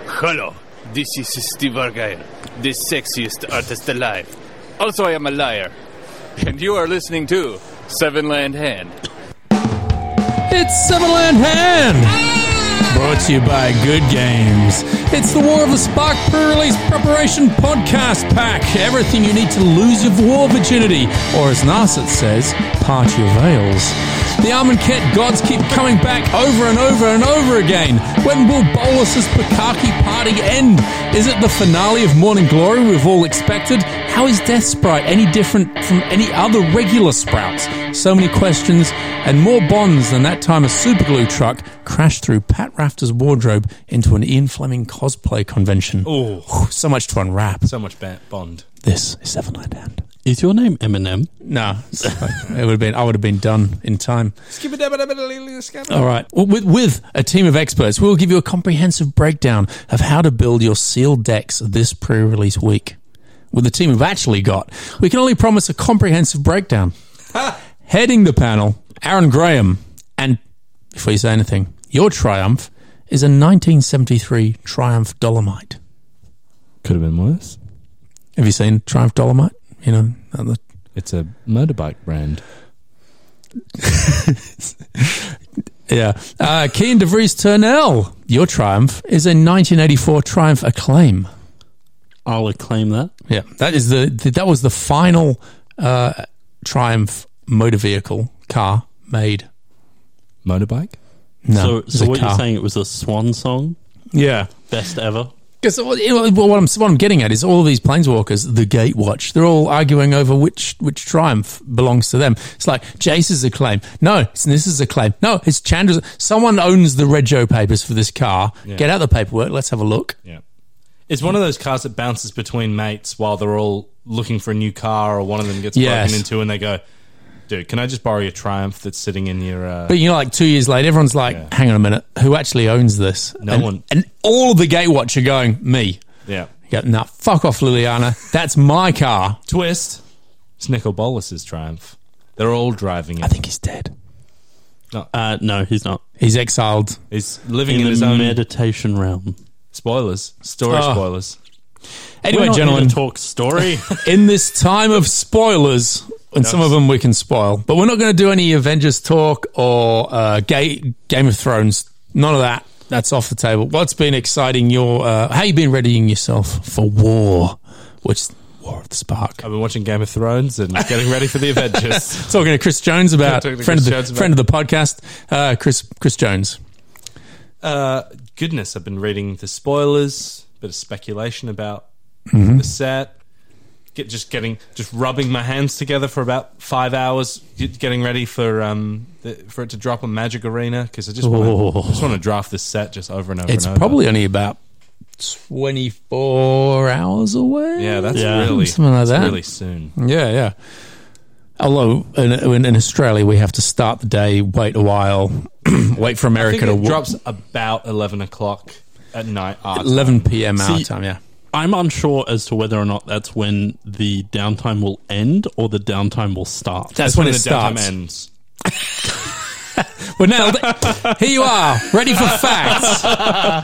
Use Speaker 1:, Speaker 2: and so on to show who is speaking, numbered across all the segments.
Speaker 1: Hello, this is Steve Argyle, the sexiest artist alive. Also, I am a liar. And you are listening to Seven Land Hand.
Speaker 2: It's Sevenland Hand! Brought to you by Good Games. It's the War of the Spark pre release preparation podcast pack. Everything you need to lose your war virginity, or as Narset says, part your veils. The Armanket gods keep coming back over and over and over again. When will Bolus's Pukaki party end? Is it the finale of Morning Glory we've all expected? How is Death Sprite any different from any other regular sprouts? So many questions and more bonds than that time a superglue truck crashed through Pat Rafter's wardrobe into an Ian Fleming cosplay convention.
Speaker 3: Ooh.
Speaker 2: so much to unwrap.
Speaker 3: So much ba- Bond.
Speaker 2: This is Sevenland Hand.
Speaker 4: Is your name Eminem?
Speaker 2: No, it would have been. I would have been done in time. All right. Well, with, with a team of experts, we'll give you a comprehensive breakdown of how to build your sealed decks this pre release week. With the team we've actually got, we can only promise a comprehensive breakdown. Heading the panel, Aaron Graham. And before you say anything, your triumph is a 1973 Triumph Dolomite.
Speaker 4: Could have been worse.
Speaker 2: Have you seen Triumph Dolomite? You know, uh, the-
Speaker 4: It's a motorbike brand.
Speaker 2: Yeah. Uh, Keen DeVries Turnell, your triumph is a 1984 Triumph Acclaim.
Speaker 4: I'll acclaim that.
Speaker 2: Yeah, that is the, the that was the final uh, Triumph motor vehicle car made.
Speaker 4: Motorbike?
Speaker 2: No,
Speaker 4: so, so what you're saying? It was a swan song,
Speaker 2: Yeah,
Speaker 4: best ever.
Speaker 2: because what you know, what I'm what I'm getting at is all these planeswalkers, the Gatewatch, they're all arguing over which which Triumph belongs to them. It's like Jace's acclaim. No, it's this is a claim. No, it's Chandra's. Someone owns the Rego papers for this car. Get out the paperwork. Let's have a look.
Speaker 3: Yeah. It's one of those cars that bounces between mates while they're all looking for a new car, or one of them gets
Speaker 2: Yes.
Speaker 3: broken into, and they go, "Dude, can I just borrow your Triumph that's sitting in your?" Uh,
Speaker 2: But you know, like two years later, everyone's like,
Speaker 3: Yeah.
Speaker 2: "Hang on a minute, who actually owns this?"
Speaker 3: No
Speaker 2: and,
Speaker 3: one.
Speaker 2: And all the Gatewatch are going, "Me."
Speaker 3: yeah,
Speaker 2: You go, nah, fuck off, Liliana. That's my car.
Speaker 3: twist. It's Nicol Bolas's Triumph. They're all driving it.
Speaker 2: I think he's dead.
Speaker 4: Uh, no, he's not.
Speaker 2: He's exiled.
Speaker 3: He's living in,
Speaker 4: In,
Speaker 3: his
Speaker 4: the
Speaker 3: own
Speaker 4: meditation realm.
Speaker 3: spoilers, story
Speaker 2: Oh.
Speaker 3: spoilers.
Speaker 4: We're
Speaker 2: Anyway,
Speaker 4: not here to
Speaker 2: gentlemen,
Speaker 4: talk story.
Speaker 2: in this time of spoilers, and some of them we can spoil, but we're not going to do any Avengers talk or uh, Ga- Game of Thrones. None of that. That's off the table. What's been exciting? Your uh, how you been readying yourself for war, which War of the Spark.
Speaker 3: I've been watching Game of Thrones and getting ready for the Avengers.
Speaker 2: talking to Chris Jones about
Speaker 3: Talking
Speaker 2: friend of
Speaker 3: to
Speaker 2: the
Speaker 3: Chris Jones about-
Speaker 2: friend of the podcast, uh, Chris Chris Jones.
Speaker 3: uh, goodness, I've been reading the spoilers, bit of speculation about
Speaker 2: Mm-hmm.
Speaker 3: the set. Get just getting just rubbing my hands together for about five hours, get- getting ready for um the, for it to drop on Magic Arena because I just want
Speaker 4: Oh.
Speaker 3: to just want to draft this set just over and over.
Speaker 2: It's
Speaker 3: and over.
Speaker 2: probably only about twenty four hours away.
Speaker 3: yeah, that's
Speaker 4: Yeah.
Speaker 3: really
Speaker 2: Something like
Speaker 3: that's
Speaker 2: that.
Speaker 3: really soon.
Speaker 2: yeah, yeah. Although in, in, in Australia we have to start the day, wait a while, wait for
Speaker 3: I think
Speaker 2: America to
Speaker 3: it
Speaker 2: wa-
Speaker 3: drops about eleven o'clock at night. Art.
Speaker 2: eleven p.m. our
Speaker 4: See-
Speaker 2: time. Yeah,
Speaker 4: I'm unsure as to whether or not that's when the downtime will end or the downtime will start.
Speaker 2: that's, when,
Speaker 3: the
Speaker 2: it
Speaker 3: downtime
Speaker 2: starts.
Speaker 3: ends.
Speaker 2: We're nailed it. Here you are, ready for facts.
Speaker 4: that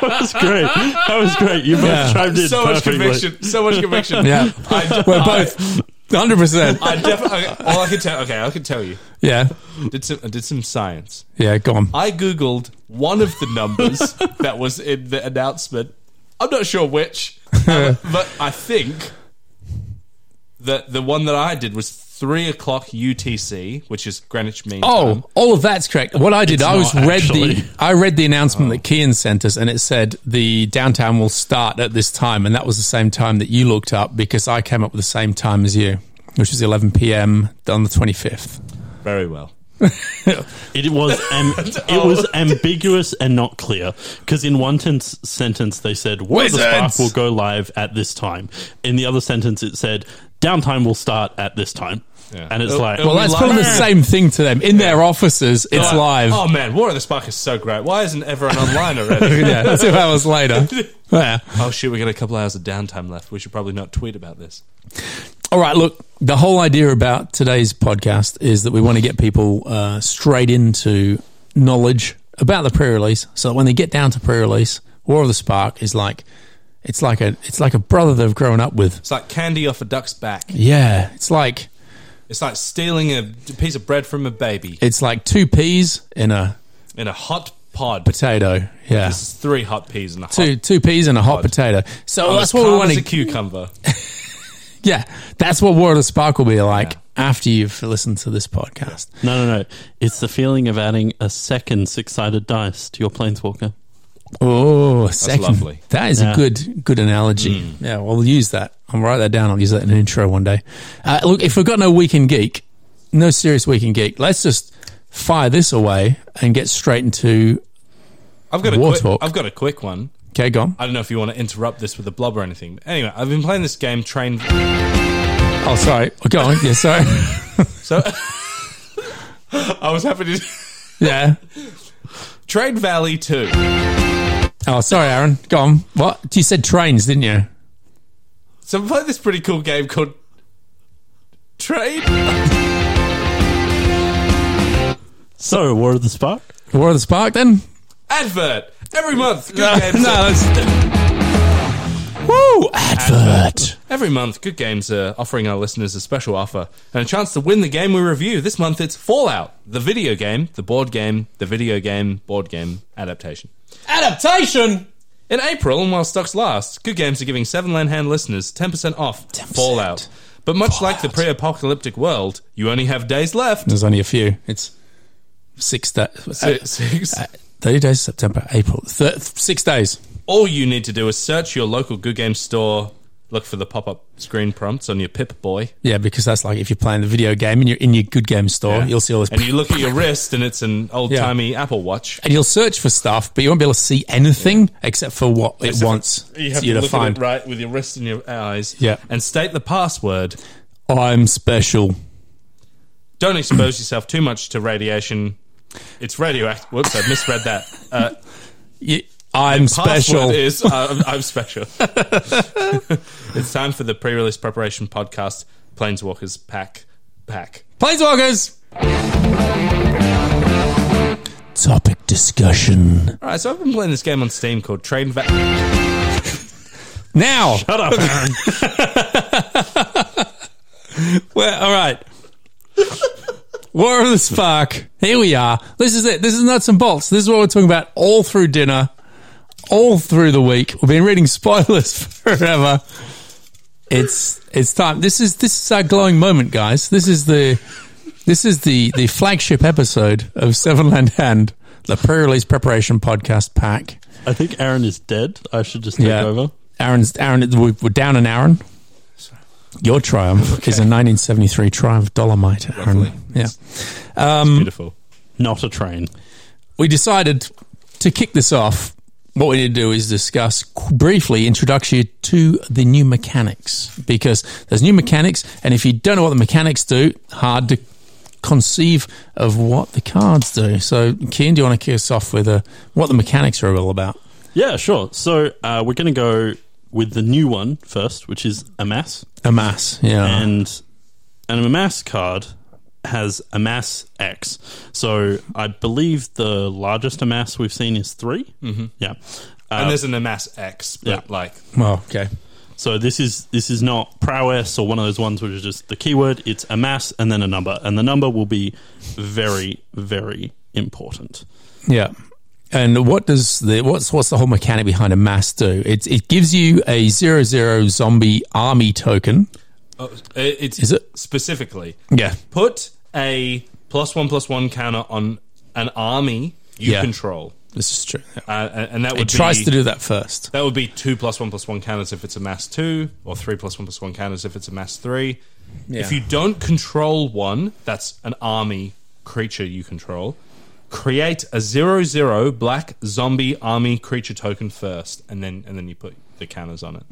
Speaker 4: was great. That was great. You both
Speaker 2: Yeah.
Speaker 4: chimed in
Speaker 3: So much
Speaker 4: perfectly.
Speaker 3: conviction. So much conviction.
Speaker 2: Yeah,
Speaker 3: I-
Speaker 2: we're both hundred percent.
Speaker 3: I definitely. All I can tell. Okay, I can tell you.
Speaker 2: Yeah,
Speaker 3: Did some. I Did some science.
Speaker 2: yeah. Go on.
Speaker 3: I googled one of the numbers that was in the announcement. I'm not sure which, um, but I think that the one that I did was three o'clock UTC, which is Greenwich Mean. Time.
Speaker 2: Oh, all of that's correct. What I did, I was
Speaker 4: not,
Speaker 2: read the
Speaker 4: actually.
Speaker 2: I read the
Speaker 3: Oh.
Speaker 2: announcement that Kian sent us, and it said the downtown will start at this time, and that was the same time that you looked up because I came up with the same time as you, which was 11 p.m. on the 25th.
Speaker 3: very well.
Speaker 4: It was am- it was ambiguous and not clear because in one ten- sentence they said War of the
Speaker 2: Wizards!
Speaker 4: Spark will go live at this time. In the other sentence it said downtime will start at this time.
Speaker 3: Yeah.
Speaker 4: And it's
Speaker 3: Oh,
Speaker 4: like
Speaker 3: oh,
Speaker 2: Well,
Speaker 3: We
Speaker 2: that's
Speaker 3: live-
Speaker 2: probably the same thing to them in their offices. It's
Speaker 3: But-
Speaker 2: live.
Speaker 3: Oh man, War of the Spark is so great. Why isn't everyone online already?
Speaker 2: yeah, two hours later. Yeah.
Speaker 3: oh shoot, we got a couple hours of downtime left. We should probably not tweet about this.
Speaker 2: All right, look, the whole idea about today's podcast is that we want to get people uh, straight into knowledge about the pre-release, so that when they get down to pre-release, War of the Spark is like it's like a it's like a brother they've grown up with.
Speaker 3: It's like candy off a duck's back.
Speaker 2: Yeah, it's like
Speaker 3: It's like stealing a piece of bread from a baby
Speaker 2: it's like two peas in a
Speaker 3: in a hot pod.
Speaker 2: potato. Yeah,
Speaker 3: This is three hot peas in a hot. Oh,
Speaker 2: two two peas and a hot potato. So that's what we want
Speaker 3: to.
Speaker 2: to
Speaker 3: a cucumber.
Speaker 2: Yeah, that's what War of the Spark will be like after you've listened to this podcast.
Speaker 4: No, no, no. It's the feeling of adding a second six-sided dice to your planeswalker.
Speaker 2: Oh, a second.
Speaker 3: lovely.
Speaker 2: That is a
Speaker 4: Yeah.
Speaker 2: good good analogy. Yeah, we'll use that. I'll write that down. I'll use that in an intro one day. Uh, look, if we've got no weekend geek, no serious weekend geek, let's just fire this away and get straight into.
Speaker 3: I've got a
Speaker 2: War
Speaker 3: quick,
Speaker 2: talk.
Speaker 3: I've got a quick one.
Speaker 2: Okay, go on.
Speaker 3: I don't know if you want to interrupt this with a blob or anything. But anyway, I've been playing this game Train.
Speaker 2: Oh, sorry. Oh, Go on. Yeah, sorry.
Speaker 3: So I was happy to
Speaker 2: Yeah.
Speaker 3: Train Valley Two.
Speaker 2: Oh, sorry, Aaron. Go on. What? You said trains, didn't you?
Speaker 3: So I'm playing this pretty cool game called Train.
Speaker 4: So, War of the Spark.
Speaker 2: War of the Spark, then?
Speaker 3: advert every month. Good
Speaker 2: No,
Speaker 3: games.
Speaker 2: no,
Speaker 3: are-
Speaker 2: Woo! Advert.
Speaker 3: Every month, Good Games are offering our listeners a special offer and a chance to win the game we review. This month, it's Fallout, the video game, the board game, the video game, board game adaptation.
Speaker 2: Adaptation?
Speaker 3: In April, and while stocks last, Good Games are giving Seven Land Hand listeners 10% off Fallout. But much like the pre apocalyptic world, you only have days left.
Speaker 2: There's only a few. It's six days.
Speaker 3: Six.
Speaker 2: 30 days, September, April. Thir- six days.
Speaker 3: All you need to do is search your local Good Games store, look for the pop up screen prompts on your Pip Boy.
Speaker 2: Yeah, because that's like if you're playing the video game and you're in your good game store, Oh, you'll see all this.
Speaker 3: And you look at your wrist, and it's an old timey Apple Watch.
Speaker 2: and you'll search for stuff, but you won't be able to see anything except for what it wants
Speaker 3: You have
Speaker 2: you
Speaker 3: to
Speaker 2: to
Speaker 3: look
Speaker 2: find.
Speaker 3: at it right with your wrist and your eyes.
Speaker 2: Yeah.
Speaker 3: And state the password.
Speaker 2: I'm special.
Speaker 3: Don't expose yourself too much to radiation. It's radioactive. Whoops, I misread that. Uh,
Speaker 2: You, I'm special.
Speaker 3: Password is uh, I'm- I'm special. it's time for the pre-release preparation podcast. Planeswalkers pack pack.
Speaker 2: Planeswalkers! Topic discussion.
Speaker 3: All right, so I've been playing this game on Steam called Train Va-
Speaker 2: Now!
Speaker 4: Shut up, Aaron.
Speaker 2: Well, all right. War of the Spark. Here we are. This is it. This is nuts and bolts. This is what we're talking about all through dinner, all through the week. We've been reading spoilers forever. It's it's time. This is this is our glowing moment, guys. This is the this is the the flagship episode of Seven Land Hand, the pre-release preparation podcast pack.
Speaker 4: I think Aaron is dead. I should just take over.
Speaker 2: Mm. Aaron's Aaron. We're we're down an Aaron. Your triumph is a 1973 Triumph Dolomite. Aaron. Yeah,
Speaker 3: Beautiful.
Speaker 4: Not a train.
Speaker 2: we decided to kick this off. What we need to do is discuss qu- briefly, introduce you to the new mechanics because there's new mechanics, and if you don't know what the mechanics do, hard to conceive of what the cards do. So, Keen, do you want to kick us off with uh what the mechanics are all about?
Speaker 4: Yeah, sure. So uh, we're going to go with the new one first, which is Amass.
Speaker 2: Amass, yeah.
Speaker 4: And an Amass card has Amass X. So I believe the largest Amass we've seen is 3 Mm-hmm. Yeah. Uh,
Speaker 3: And there's an Amass X, but
Speaker 4: yeah.
Speaker 3: like
Speaker 2: well, okay.
Speaker 4: so this is this is not prowess or one of those ones which is just the keyword. It's Amass and then a number, and the number will be very very important.
Speaker 2: Yeah. And what does the what's what's the whole mechanic behind a mass do? It it gives you a zero zero zombie army token.
Speaker 3: oh, it- it's
Speaker 2: Is it-
Speaker 3: specifically
Speaker 2: Yeah.
Speaker 3: put a plus one plus one counter on an army you
Speaker 2: Yeah.
Speaker 3: control,
Speaker 2: This is true.
Speaker 3: uh, and and that would
Speaker 2: It tries
Speaker 3: be,
Speaker 2: to do that first.
Speaker 3: That would be two plus one plus one counters if it's a mass two, or three plus one plus one counters if it's a mass three. If you don't control one, that's an army creature you control. Create a zero zero black zombie army creature token first, and then and then you put the counters on it.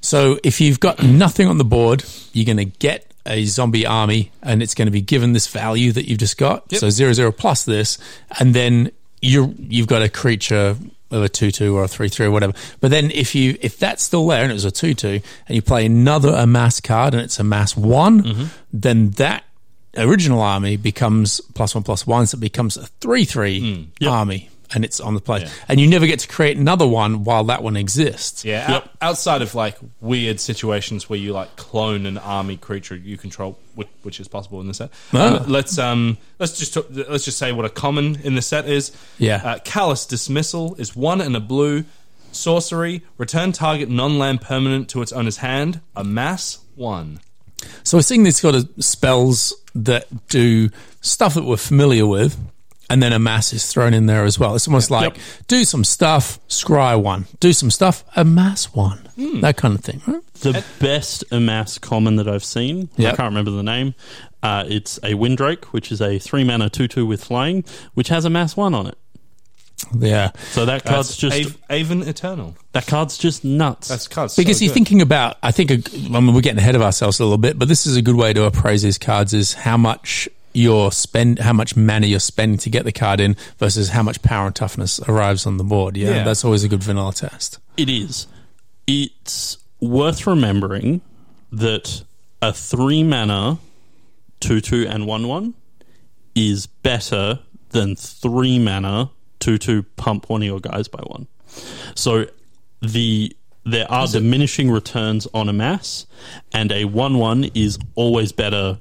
Speaker 2: So if you've got nothing on the board, you're going to get a zombie army and it's going to be given this value that you've just got. So zero zero plus this and then you you've got a creature of a two two or a three three or whatever. But then if you if that's still there and it was a two two and you play another a mass card and it's a mass one, then that original army becomes plus one plus one, so it becomes a three three army. and it's on the play.
Speaker 3: Yeah.
Speaker 2: And you never get to create another one while that one exists.
Speaker 3: Yeah. out- outside of like weird situations where you like clone an army creature you control, which, which is possible in the set.
Speaker 2: Ah.
Speaker 3: Um, let's um let's just talk, let's just say what a common in the set is.
Speaker 2: Yeah.
Speaker 3: Uh, callous dismissal is one and a blue. Sorcery: return target non-land permanent to its owner's hand. A mass one.
Speaker 2: So we're seeing these sort of spells that do stuff that we're familiar with, and then a mass is thrown in there as well. It's almost like do some stuff, scry one, do some stuff, a mass one, that kind of thing. right?
Speaker 4: The best amass common that I've seen,
Speaker 2: Yep.
Speaker 4: I can't remember the name. Uh, it's a Windrake, which is a three mana 2 2 with flying, which has a mass 1 on it.
Speaker 2: Yeah,
Speaker 4: So that card's just
Speaker 3: Av- Avon Eternal.
Speaker 4: that card's just nuts.
Speaker 3: That's cards
Speaker 2: because
Speaker 3: so
Speaker 2: you're
Speaker 3: good.
Speaker 2: thinking about. I think a- I mean we're getting ahead of ourselves a little bit, but this is a good way to appraise these cards: is how much you're spend, how much mana you're spending to get the card in, versus how much power and toughness arrives on the board. Yeah,
Speaker 3: Yeah.
Speaker 2: that's always a good vanilla test.
Speaker 4: It is. It's worth remembering that a three mana two two and one one is better than three mana two two pump one of your guys by one. So the there are diminishing returns on a mass, and a one one is always better.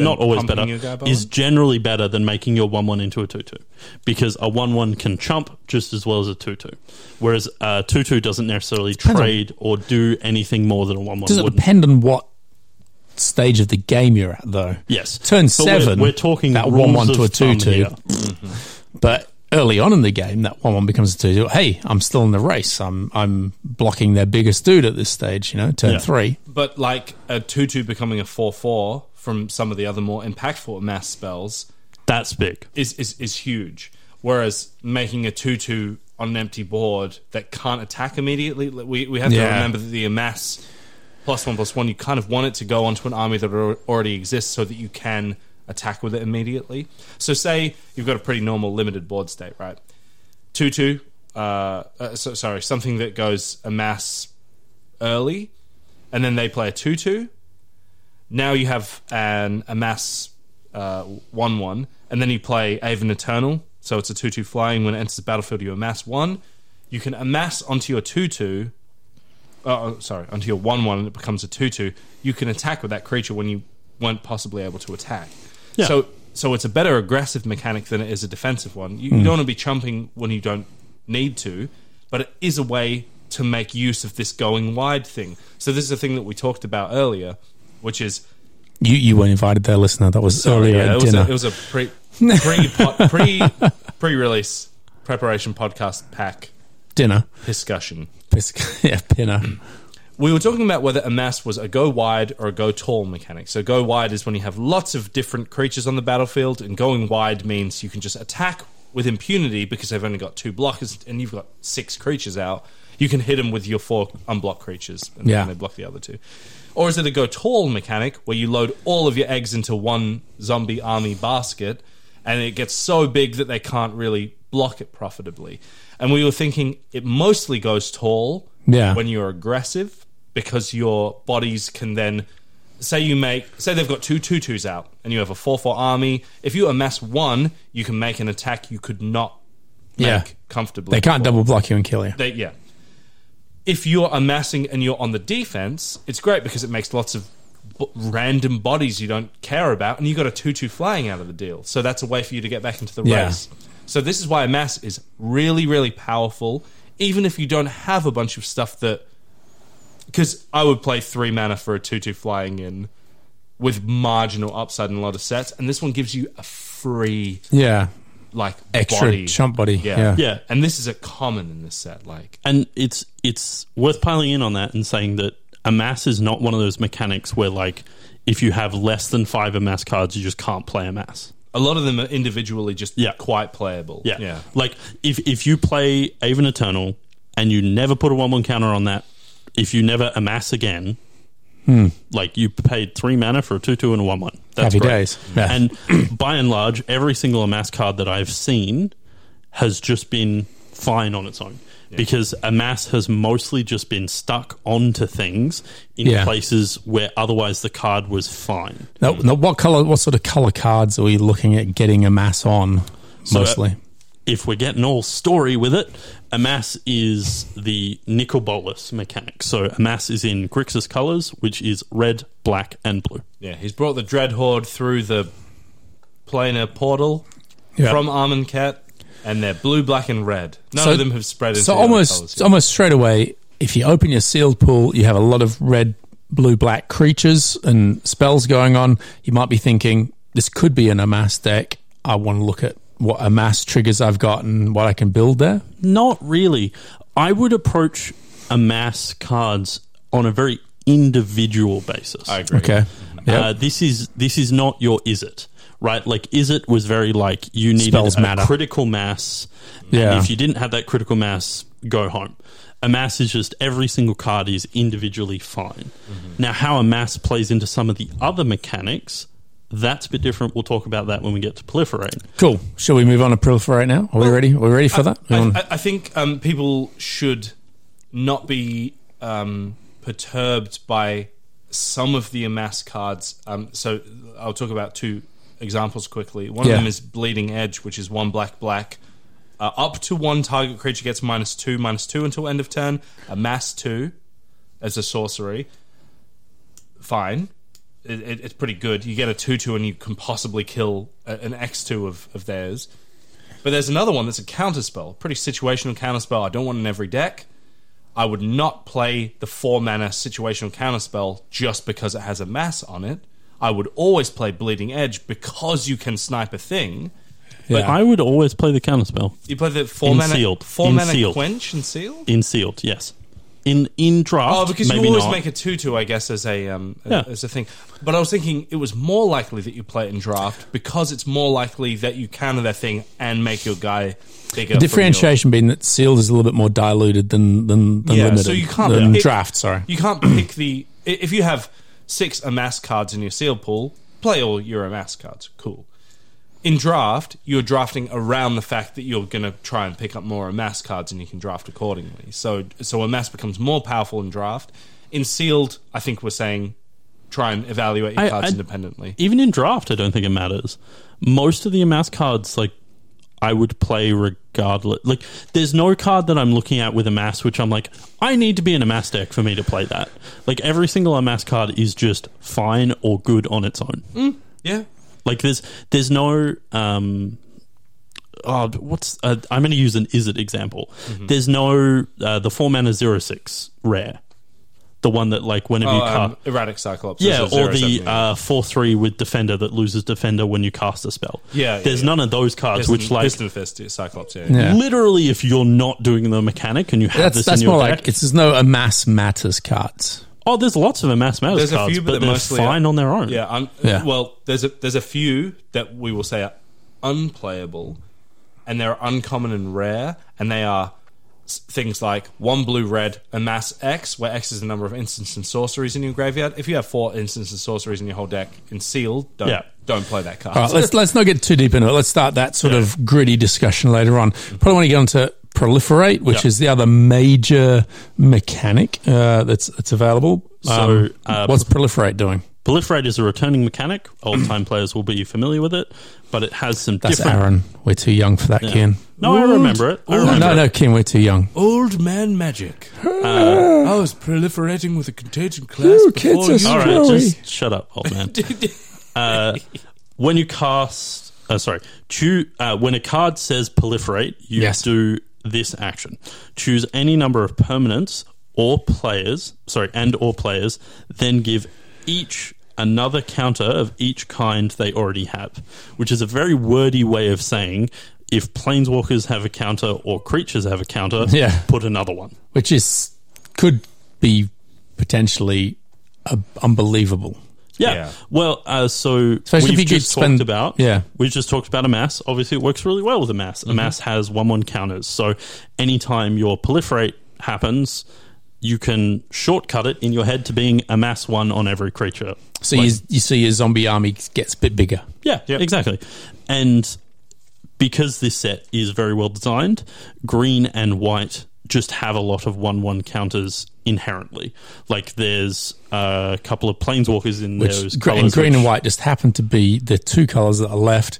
Speaker 4: Not always
Speaker 3: pumping
Speaker 4: better
Speaker 3: your guy by
Speaker 4: is
Speaker 3: one?
Speaker 4: generally better than making your one one into a two two because a one one can chump just as well as a two two, whereas a two two doesn't necessarily
Speaker 2: on-
Speaker 4: trade or do anything more than a one one.
Speaker 2: Does it depend on what stage of the game you're at, though?
Speaker 4: Yes.
Speaker 2: Turn
Speaker 4: But we're-
Speaker 2: seven.
Speaker 4: We're, talking
Speaker 2: that
Speaker 4: rules
Speaker 2: one one to
Speaker 4: of
Speaker 2: a two
Speaker 4: thumb
Speaker 2: two.
Speaker 4: here.
Speaker 2: But early on in the game, that one one becomes a two two. Hey, I'm still in the race. I'm I'm blocking their biggest dude at this stage. You know, turn
Speaker 4: Yeah.
Speaker 2: three.
Speaker 3: But like a two-two becoming a four-four from some of the other more impactful mass spells
Speaker 4: That's big.
Speaker 3: is is, is huge. Whereas making a two-two on an empty board that can't attack immediately, like, we we have to
Speaker 2: Yeah.
Speaker 3: remember that the amass plus one plus one. You kind of want it to go onto an army that al- already exists so that you can attack with it immediately. So say you've got a pretty normal limited board state, right? Two-two. Uh, uh, so, sorry, something that goes amass early, and then they play a two-two now you have an a mass uh, one one, and then you play Avon Eternal, so it's a two two flying. When it enters the battlefield, you amass one. You can amass onto your two two. Oh, oh, sorry, onto your one one, and it becomes a two two. You can attack with that creature when you weren't possibly able to attack.
Speaker 4: Yeah.
Speaker 3: So, so it's a better aggressive mechanic than it is a defensive one. You, you don't want to be chumping when you don't need to, but it is a way to make use of this going wide thing. So this is a thing that we talked about earlier, which is
Speaker 2: You you weren't invited there, listener. That was earlier
Speaker 3: yeah,
Speaker 2: at
Speaker 3: it was
Speaker 2: dinner.
Speaker 3: a, it was a pre pre po- pre pre release preparation podcast pack
Speaker 2: dinner.
Speaker 3: discussion.
Speaker 2: Piss- yeah, pinner.
Speaker 3: We were talking about whether a mass was a go wide or a go tall mechanic. So go wide is when you have lots of different creatures on the battlefield, and going wide means you can just attack with impunity because they've only got two blockers and you've got six creatures out. You can hit them with your four unblocked creatures, and
Speaker 2: Yeah.
Speaker 3: then they block the other two. Or is it a go tall mechanic where you load all of your eggs into one zombie army basket and it gets so big that they can't really block it profitably? And we were thinking it mostly goes tall
Speaker 2: Yeah.
Speaker 3: when you're aggressive because your bodies can then say you make say they've got two two twos out and you have a four four army. If you amass one, you can make an attack you could not make
Speaker 2: Yeah.
Speaker 3: comfortably.
Speaker 2: They can't double block you and kill you.
Speaker 3: They, yeah. If you're amassing and you're on the defense, it's great because it makes lots of b- random bodies you don't care about, and you got a 2 2 flying out of the deal. So that's a way for you to get back into the
Speaker 2: Yeah.
Speaker 3: race. So this is why amass is really, really powerful, even if you don't have a bunch of stuff that. Because I would play three mana for a 2 2 flying in with marginal upside in a lot of sets, and this one gives you a free,
Speaker 2: Yeah,
Speaker 3: like,
Speaker 2: extra
Speaker 3: body.
Speaker 2: chump body. Yeah.
Speaker 3: Yeah.
Speaker 4: Yeah.
Speaker 3: And this is a common in this set. Like,
Speaker 4: And it's it's worth piling in on that and saying that a mass is not one of those mechanics where like if you have less than five amass cards, you just can't play a mass.
Speaker 3: A lot of them are individually just
Speaker 4: Yeah.
Speaker 3: quite playable.
Speaker 4: Yeah. Like if if you play Avon Eternal and you never put a one one counter on that, if you never amass again, like you paid three mana for a two two and a one one. That's
Speaker 2: Hmm. Happy
Speaker 4: great.
Speaker 2: days. Yeah.
Speaker 4: And by and large, every single amass card that I've seen has just been fine on its own. Because amass has mostly just been stuck onto things in
Speaker 2: Yeah.
Speaker 4: places where otherwise the card was fine.
Speaker 2: Now, now what color? What sort of color cards are we looking at getting a mass on?
Speaker 4: So, uh,
Speaker 2: mostly.
Speaker 4: if we're getting all story with it, Amass is the nicol bolas mechanic. So Amass is in Grixis colors, which is red, black, and blue.
Speaker 3: Yeah, he's brought the Dread Horde through the planar portal
Speaker 2: Yeah.
Speaker 3: from Armand Cat, and they're blue, black, and red. None
Speaker 2: So-
Speaker 3: of them have spread into
Speaker 2: So
Speaker 3: the other
Speaker 2: almost
Speaker 3: colours yet.
Speaker 2: almost straight away, if you open your sealed pool, you have a lot of red, blue, black creatures and spells going on. You might be thinking this could be an amass deck. I want to look at what amass triggers I've got and what I can build there.
Speaker 4: Not really. I would approach Amass cards on a very individual basis.
Speaker 3: I agree.
Speaker 2: Okay. Yep.
Speaker 4: Uh, this is this is not your is it right? Like is it was very like you needed
Speaker 2: Spells
Speaker 4: a
Speaker 2: matter.
Speaker 4: critical mass.
Speaker 2: Yeah.
Speaker 4: And if you didn't have that critical mass, go home. A mass is just every single card is individually fine.
Speaker 2: Mm-hmm.
Speaker 4: Now, how a mass plays into some of the other mechanics, that's a bit different. We'll talk about that when we get to proliferate.
Speaker 2: cool. Shall we move on to proliferate now? Are we ready? Are we ready for that? We
Speaker 3: I,
Speaker 2: wanna-
Speaker 3: I, I think um, people should not be um, perturbed by some of the amass cards. Um, so I'll talk about two examples quickly. One
Speaker 2: Yeah.
Speaker 3: of them is Bleeding Edge, which is one black black. Uh, up to one target creature gets minus two, minus two until end of turn. Amass two as a sorcery. Fine. It, it, it's pretty good. You get a 2 2 and you can possibly kill a, an X2 of, of theirs. But there's another one that's a counterspell, pretty situational counterspell. I don't want in every deck. I would not play the four mana situational counterspell just because it has a mass on it. I would always play Bleeding Edge because you can snipe a thing.
Speaker 2: yeah.
Speaker 4: I would always play the counterspell
Speaker 3: You play the four
Speaker 4: In
Speaker 3: mana,
Speaker 4: sealed.
Speaker 3: four
Speaker 4: In
Speaker 3: mana
Speaker 4: sealed.
Speaker 3: quench and seal.
Speaker 4: in sealed. Yes, in in draft.
Speaker 3: Oh, because
Speaker 4: maybe
Speaker 3: you always
Speaker 4: not.
Speaker 3: make a two-two, I guess, as a um,
Speaker 4: Yeah.
Speaker 3: as a thing. But I was thinking it was more likely that you play it in draft because it's more likely that you counter that thing and make your guy bigger. from your-
Speaker 2: Differentiation being that sealed is a little bit more diluted than than, than
Speaker 3: Yeah,
Speaker 2: limited.
Speaker 3: so you can't
Speaker 2: than
Speaker 3: pick-
Speaker 2: draft. Sorry.
Speaker 3: You can't pick the i- if you have six amass cards in your sealed pool, play all your amass cards. Cool. In draft, you're drafting around the fact that you're going to try and pick up more amass cards, and you can draft accordingly. So, so amass becomes more powerful in draft. In sealed, I think we're saying try and evaluate your
Speaker 4: I-
Speaker 3: cards
Speaker 4: I-
Speaker 3: independently.
Speaker 4: even in draft, I don't think it matters. Most of the amass cards, like I would play regardless. Like, there's no card that I'm looking at with a mass which I'm like, I need to be in a mass deck for me to play that. Like every single amass card is just fine or good on its own.
Speaker 3: Mm. Yeah,
Speaker 4: Like there's there's no um oh what's uh, I'm going to use an is it example.
Speaker 3: Mm-hmm.
Speaker 4: There's no uh, the four mana zero six rare, the one that like whenever you
Speaker 3: Oh,
Speaker 4: cast
Speaker 3: um, erratic cyclops.
Speaker 4: yeah,
Speaker 3: This is
Speaker 4: or
Speaker 3: zero
Speaker 4: the
Speaker 3: seven, yeah.
Speaker 4: uh, four three with defender that loses defender when you cast a spell.
Speaker 3: Yeah, yeah,
Speaker 4: there's
Speaker 3: yeah.
Speaker 4: none of those cards,
Speaker 3: Piston-
Speaker 4: which like
Speaker 3: piston fist yeah, cyclops. Yeah,
Speaker 2: Yeah.
Speaker 4: literally, if you're not doing the mechanic and you have
Speaker 2: That's
Speaker 4: this
Speaker 2: that's
Speaker 4: in your
Speaker 2: more
Speaker 4: deck,
Speaker 2: like it's there's no amass matters cards.
Speaker 4: oh, there's lots of amass matters
Speaker 3: There's a
Speaker 4: cards,
Speaker 3: few, but
Speaker 4: but,
Speaker 3: they're
Speaker 4: they're
Speaker 3: mostly-
Speaker 4: fine on their own.
Speaker 3: Yeah, un-
Speaker 2: Yeah.
Speaker 3: Well, there's a there's a few that we will say are unplayable, and they're uncommon and rare, and they are s- things like one blue red a mass X, where X is the number of instants and sorceries in your graveyard. If you have four instants and sorceries in your whole deck in sealed, don't
Speaker 4: Yeah.
Speaker 3: don't play that card.
Speaker 2: All right, let's let's not get too deep into it. Let's start that sort of gritty discussion later on. Probably want to get onto proliferate, which
Speaker 4: Yeah.
Speaker 2: is the other major mechanic uh, that's that's available.
Speaker 4: So,
Speaker 2: Um,
Speaker 4: uh,
Speaker 2: what's proliferate doing?
Speaker 4: Proliferate is a returning mechanic. Old time players will be familiar with it, but it has some
Speaker 2: That's
Speaker 4: different.
Speaker 2: Aaron. We're too young for that, Ken.
Speaker 4: No, I remember it. I
Speaker 2: No,
Speaker 4: remember
Speaker 2: no,
Speaker 4: it.
Speaker 2: no, Ken, we're too young.
Speaker 3: Old man magic. Uh, I was proliferating with a contagion class
Speaker 2: Ooh, kids before are you- so-
Speaker 4: All right,
Speaker 2: Chloe.
Speaker 4: just shut up, old man. uh, when you cast, uh, sorry, choo- uh, when a card says proliferate, you
Speaker 2: Yes.
Speaker 4: do this action. Choose any number of permanents or players, sorry, and or players, then give each another counter of each kind they already have, which is a very wordy way of saying if planeswalkers have a counter or creatures have a counter,
Speaker 2: Yeah.
Speaker 4: put another one.
Speaker 2: Which is could be potentially uh, unbelievable.
Speaker 4: Yeah.
Speaker 3: Yeah.
Speaker 4: Well, uh, so
Speaker 2: Especially if
Speaker 4: we've
Speaker 2: you could
Speaker 4: just talked
Speaker 2: spend-
Speaker 4: about
Speaker 2: yeah. Mm-hmm.
Speaker 4: We've just talked about a mass. Obviously, it works really well with a mass. A mass has one one counters, so anytime your proliferate happens, you can shortcut it in your head to being a mass one on every creature.
Speaker 2: So you you see your zombie army gets a bit bigger.
Speaker 4: Yeah, exactly. And because this set is very well designed, green and white just have a lot of 1 1 counters inherently. Like there's uh, a couple of planeswalkers in
Speaker 2: Which
Speaker 4: those
Speaker 2: gre- and
Speaker 4: colours
Speaker 2: green
Speaker 4: which-
Speaker 2: and white just happen to be the two colors that are left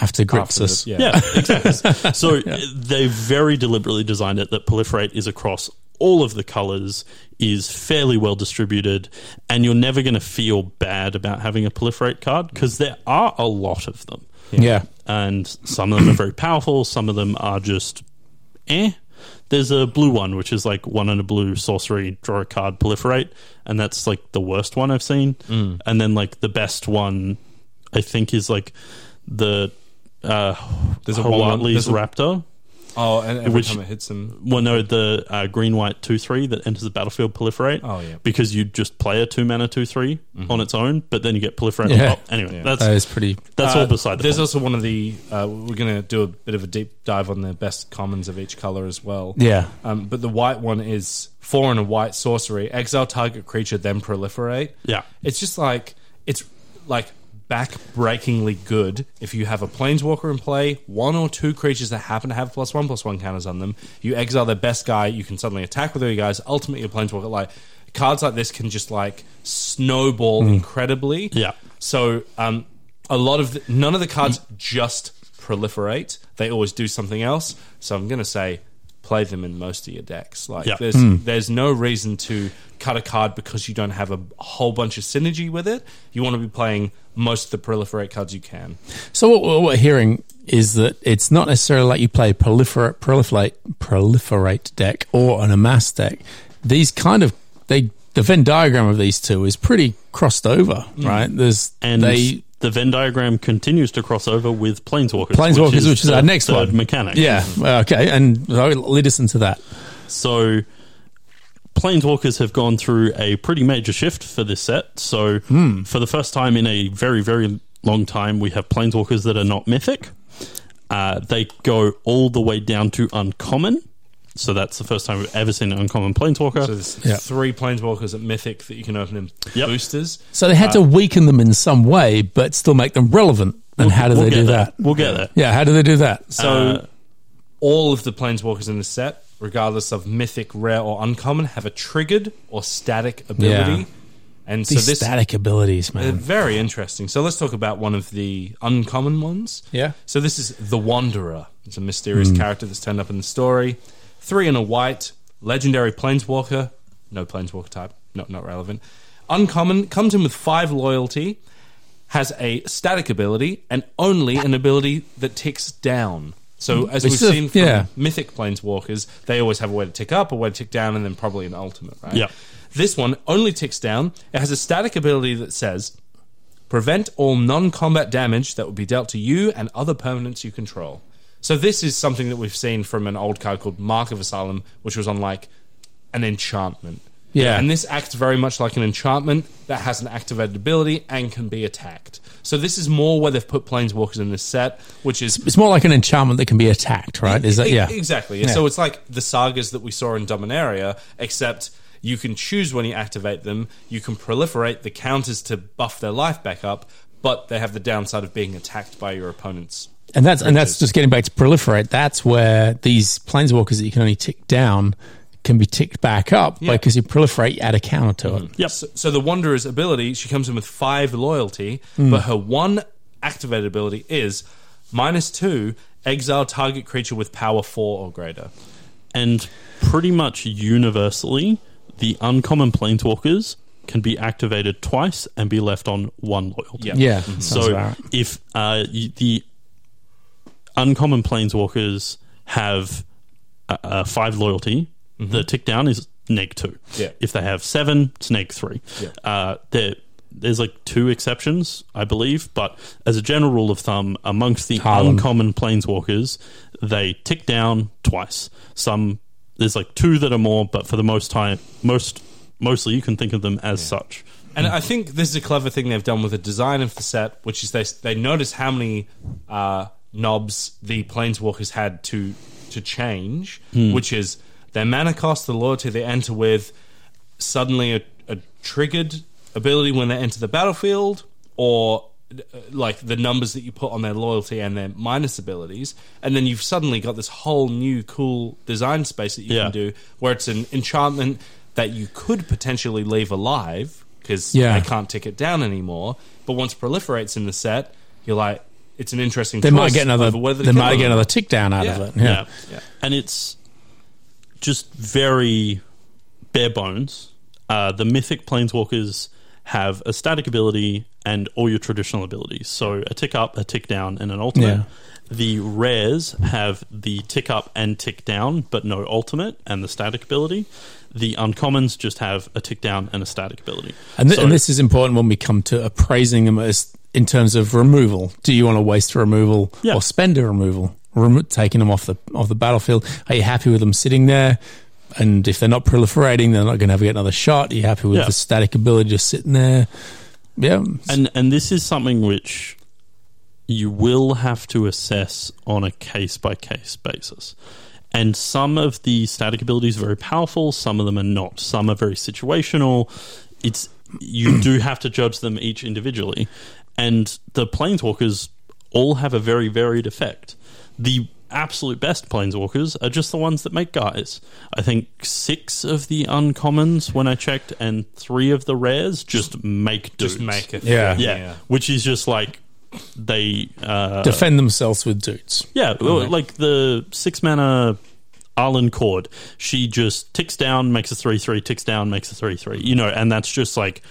Speaker 2: after
Speaker 3: after the-
Speaker 2: Grixis.
Speaker 4: Yeah, exactly. So they very deliberately designed it that proliferate is across all of the colors, is fairly well distributed, and you're never going to feel bad about having a proliferate card because there are a lot of them,
Speaker 2: yeah.
Speaker 4: and some of them are very powerful. Some of them are just eh. There's a blue one, which is like one and a blue sorcery, draw a card, proliferate, and that's like the worst one I've seen.
Speaker 3: Mm.
Speaker 4: And then like the best one, I think, is like the uh,
Speaker 3: There's
Speaker 4: there's
Speaker 3: a
Speaker 4: a
Speaker 3: one- there's a-
Speaker 4: raptor.
Speaker 3: Oh, and every
Speaker 4: Which-
Speaker 3: time it hits him,
Speaker 4: Well, no, the uh, green white two three that enters the battlefield proliferate.
Speaker 3: Oh, yeah. Mm-hmm.
Speaker 4: because you just play a two mana two three on its own, but then you get proliferate
Speaker 2: Yeah.
Speaker 4: on top. Anyway,
Speaker 3: Yeah.
Speaker 4: that's
Speaker 2: That is pretty.
Speaker 4: that's
Speaker 3: Uh,
Speaker 4: all beside the
Speaker 3: There's
Speaker 4: point.
Speaker 3: also one of the. Uh, we're going to do a bit of a deep dive on the best commons of each color as well.
Speaker 2: Yeah.
Speaker 3: Um, but the white one is four and a white sorcery. Exile target creature, then proliferate.
Speaker 4: Yeah.
Speaker 3: It's just like it's like back-breakingly good if you have a planeswalker in play one or two creatures that happen to have plus one plus one counters on them you exile their best guy you can suddenly attack with your guys ultimately your planeswalker like cards like this can just like snowball incredibly
Speaker 4: Mm. Yeah.
Speaker 3: so um, a lot of the, none of the cards
Speaker 2: Mm.
Speaker 3: just proliferate. They always do something else. So I'm going to say play them in most of your decks. Like
Speaker 4: Yeah.
Speaker 3: there's there's no reason to cut a card because you don't have a whole bunch of synergy with it. You want to be playing most of the proliferate cards you can.
Speaker 2: So what- what we're hearing is that it's not necessarily like you play proliferate, proliferate, proliferate deck or an amass deck. These kind of they the Venn diagram of these two is pretty crossed over, right? There's
Speaker 4: Mm. and
Speaker 2: they
Speaker 4: the Venn diagram continues to cross over with planeswalkers.
Speaker 2: planeswalkers, which is,
Speaker 4: the
Speaker 2: our next
Speaker 4: third
Speaker 2: one
Speaker 4: mechanic.
Speaker 2: Yeah, okay, and uh, lead us into that.
Speaker 4: So Planeswalkers have gone through a pretty major shift for this set. So
Speaker 2: Hmm.
Speaker 4: for the first time in a very, very long time, we have Planeswalkers that are not mythic. Uh, they go all the way down to uncommon. So that's the first time we've ever seen an uncommon Planeswalker.
Speaker 3: So there's
Speaker 2: Yeah.
Speaker 3: three planeswalkers at Mythic that you can open in
Speaker 4: Yep.
Speaker 3: boosters.
Speaker 2: So they
Speaker 4: Uh,
Speaker 2: had to weaken them in some way, but still make them relevant. And how do
Speaker 4: We'll
Speaker 2: they
Speaker 4: get
Speaker 2: do
Speaker 4: there.
Speaker 2: that?
Speaker 4: We'll get there.
Speaker 2: Yeah, how do they do that?
Speaker 3: So all of the planeswalkers in the set, regardless of mythic, rare, or uncommon, have a triggered or static ability.
Speaker 2: Yeah.
Speaker 3: And so
Speaker 2: These
Speaker 3: this
Speaker 2: static abilities,
Speaker 3: They're
Speaker 2: man.
Speaker 3: very interesting. So let's talk about one of the uncommon ones.
Speaker 2: Yeah. Hmm.
Speaker 3: So this is the Wanderer. It's a mysterious character that's turned up in the story. Three and a white, legendary planeswalker. No planeswalker type. Not not relevant. Uncommon comes in with five loyalty, has a static ability, and only an ability that ticks down. So as
Speaker 2: Which
Speaker 3: we've
Speaker 2: is a-
Speaker 3: seen from
Speaker 2: yeah.
Speaker 3: mythic planeswalkers, they always have a way to tick up, a way to tick down, and then probably an ultimate, right?
Speaker 4: Yeah.
Speaker 3: This one only ticks down. It has a static ability that says prevent all non combat damage that would be dealt to you and other permanents you control. So, this is something that we've seen from an old card called Mark of Asylum, which was on like an enchantment.
Speaker 2: Yeah.
Speaker 3: And this acts very much like an enchantment that has an activated ability and can be attacked. So, this is more where they've put planeswalkers in this set, which is
Speaker 2: It's more like an enchantment that can be attacked, right? Is that
Speaker 3: E-
Speaker 2: yeah?
Speaker 3: Exactly.
Speaker 2: Yeah.
Speaker 3: So it's like the sagas that we saw in Dominaria, except you can choose when you activate them, you can proliferate the counters to buff their life back up, but they have the downside of being attacked by your opponents.
Speaker 2: And that's and that's just getting back to proliferate. That's where these planeswalkers that you can only tick down can be ticked back up
Speaker 3: Yeah. Mm-hmm.
Speaker 2: because you proliferate, you add a counter to it.
Speaker 4: Yep.
Speaker 3: So, so the Wanderer's ability, she comes in with five loyalty,
Speaker 2: Hmm.
Speaker 3: but her one activated ability is minus two, exile target creature with power four or greater.
Speaker 4: and pretty much universally, the uncommon planeswalkers can be activated twice and be left on one loyalty.
Speaker 2: Yeah. sounds
Speaker 3: Mm-hmm.
Speaker 4: Mm-hmm. So
Speaker 2: about right.
Speaker 4: if uh, y- the uncommon planeswalkers have uh, uh, five loyalty, the tick down is neg two.
Speaker 3: Mm-hmm. Yeah.
Speaker 4: If they have seven, it's neg three.
Speaker 3: Yeah.
Speaker 4: Uh, there, there's like two exceptions, I believe, but as a general rule of thumb, amongst the
Speaker 2: Harlem.
Speaker 4: uncommon planeswalkers, they tick down twice. Some there's like two that are more, but for the most time, most mostly you can think of them as such.
Speaker 3: And I think this is a clever thing they've done with the design of the set, which is they they notice how many uh, knobs the planeswalkers had to to change, which is their mana cost, the loyalty they enter with, suddenly a, a triggered ability when they enter the battlefield, or uh, like the numbers that you put on their loyalty and their minus abilities, and then you've suddenly got this whole new cool design space that you
Speaker 4: Yeah.
Speaker 3: can do where it's an enchantment that you could potentially leave alive because
Speaker 2: Yeah.
Speaker 3: they can't tick it down anymore. But once proliferates in the set, you're like, it's an interesting.
Speaker 2: They might
Speaker 3: choice
Speaker 2: get another.
Speaker 3: over whether to
Speaker 2: They
Speaker 3: kill
Speaker 2: might
Speaker 3: them.
Speaker 2: get another tick down out
Speaker 3: Yeah.
Speaker 2: of it. Yeah.
Speaker 3: Yeah.
Speaker 4: And it's just very bare bones. Uh, the mythic planeswalkers have a static ability and all your traditional abilities. So a tick up, a tick down, and an ultimate.
Speaker 2: Yeah.
Speaker 4: The rares have the tick up and tick down, but no ultimate and the static ability. The uncommons just have a tick down and a static ability.
Speaker 2: And, th-
Speaker 4: So-
Speaker 2: and this is important when we come to appraising them as in terms of removal. Do you want to waste a removal
Speaker 4: Yeah.
Speaker 2: or spend a removal? Remo- taking them off the off the battlefield. Are you happy with them sitting there? And if they're not proliferating, they're not going to ever get another shot. Are you happy with
Speaker 4: Yeah.
Speaker 2: the static ability just sitting there? Yeah.
Speaker 4: And and this is something which you will have to assess on a case by case basis. And some of the static abilities are very powerful, some of them are not. Some are very situational. It's you do have to judge them each individually. And the planeswalkers all have a very varied effect. The absolute best planeswalkers are just the ones that make guys. I think six of the uncommons when I checked and three of the rares just make dudes
Speaker 3: Just make it.
Speaker 2: Yeah.
Speaker 4: yeah, which is just like they uh
Speaker 2: defend themselves with dudes.
Speaker 4: yeah well, like the six mana Arlen Cord she just ticks down makes a three three ticks down makes a three three you know and that's just like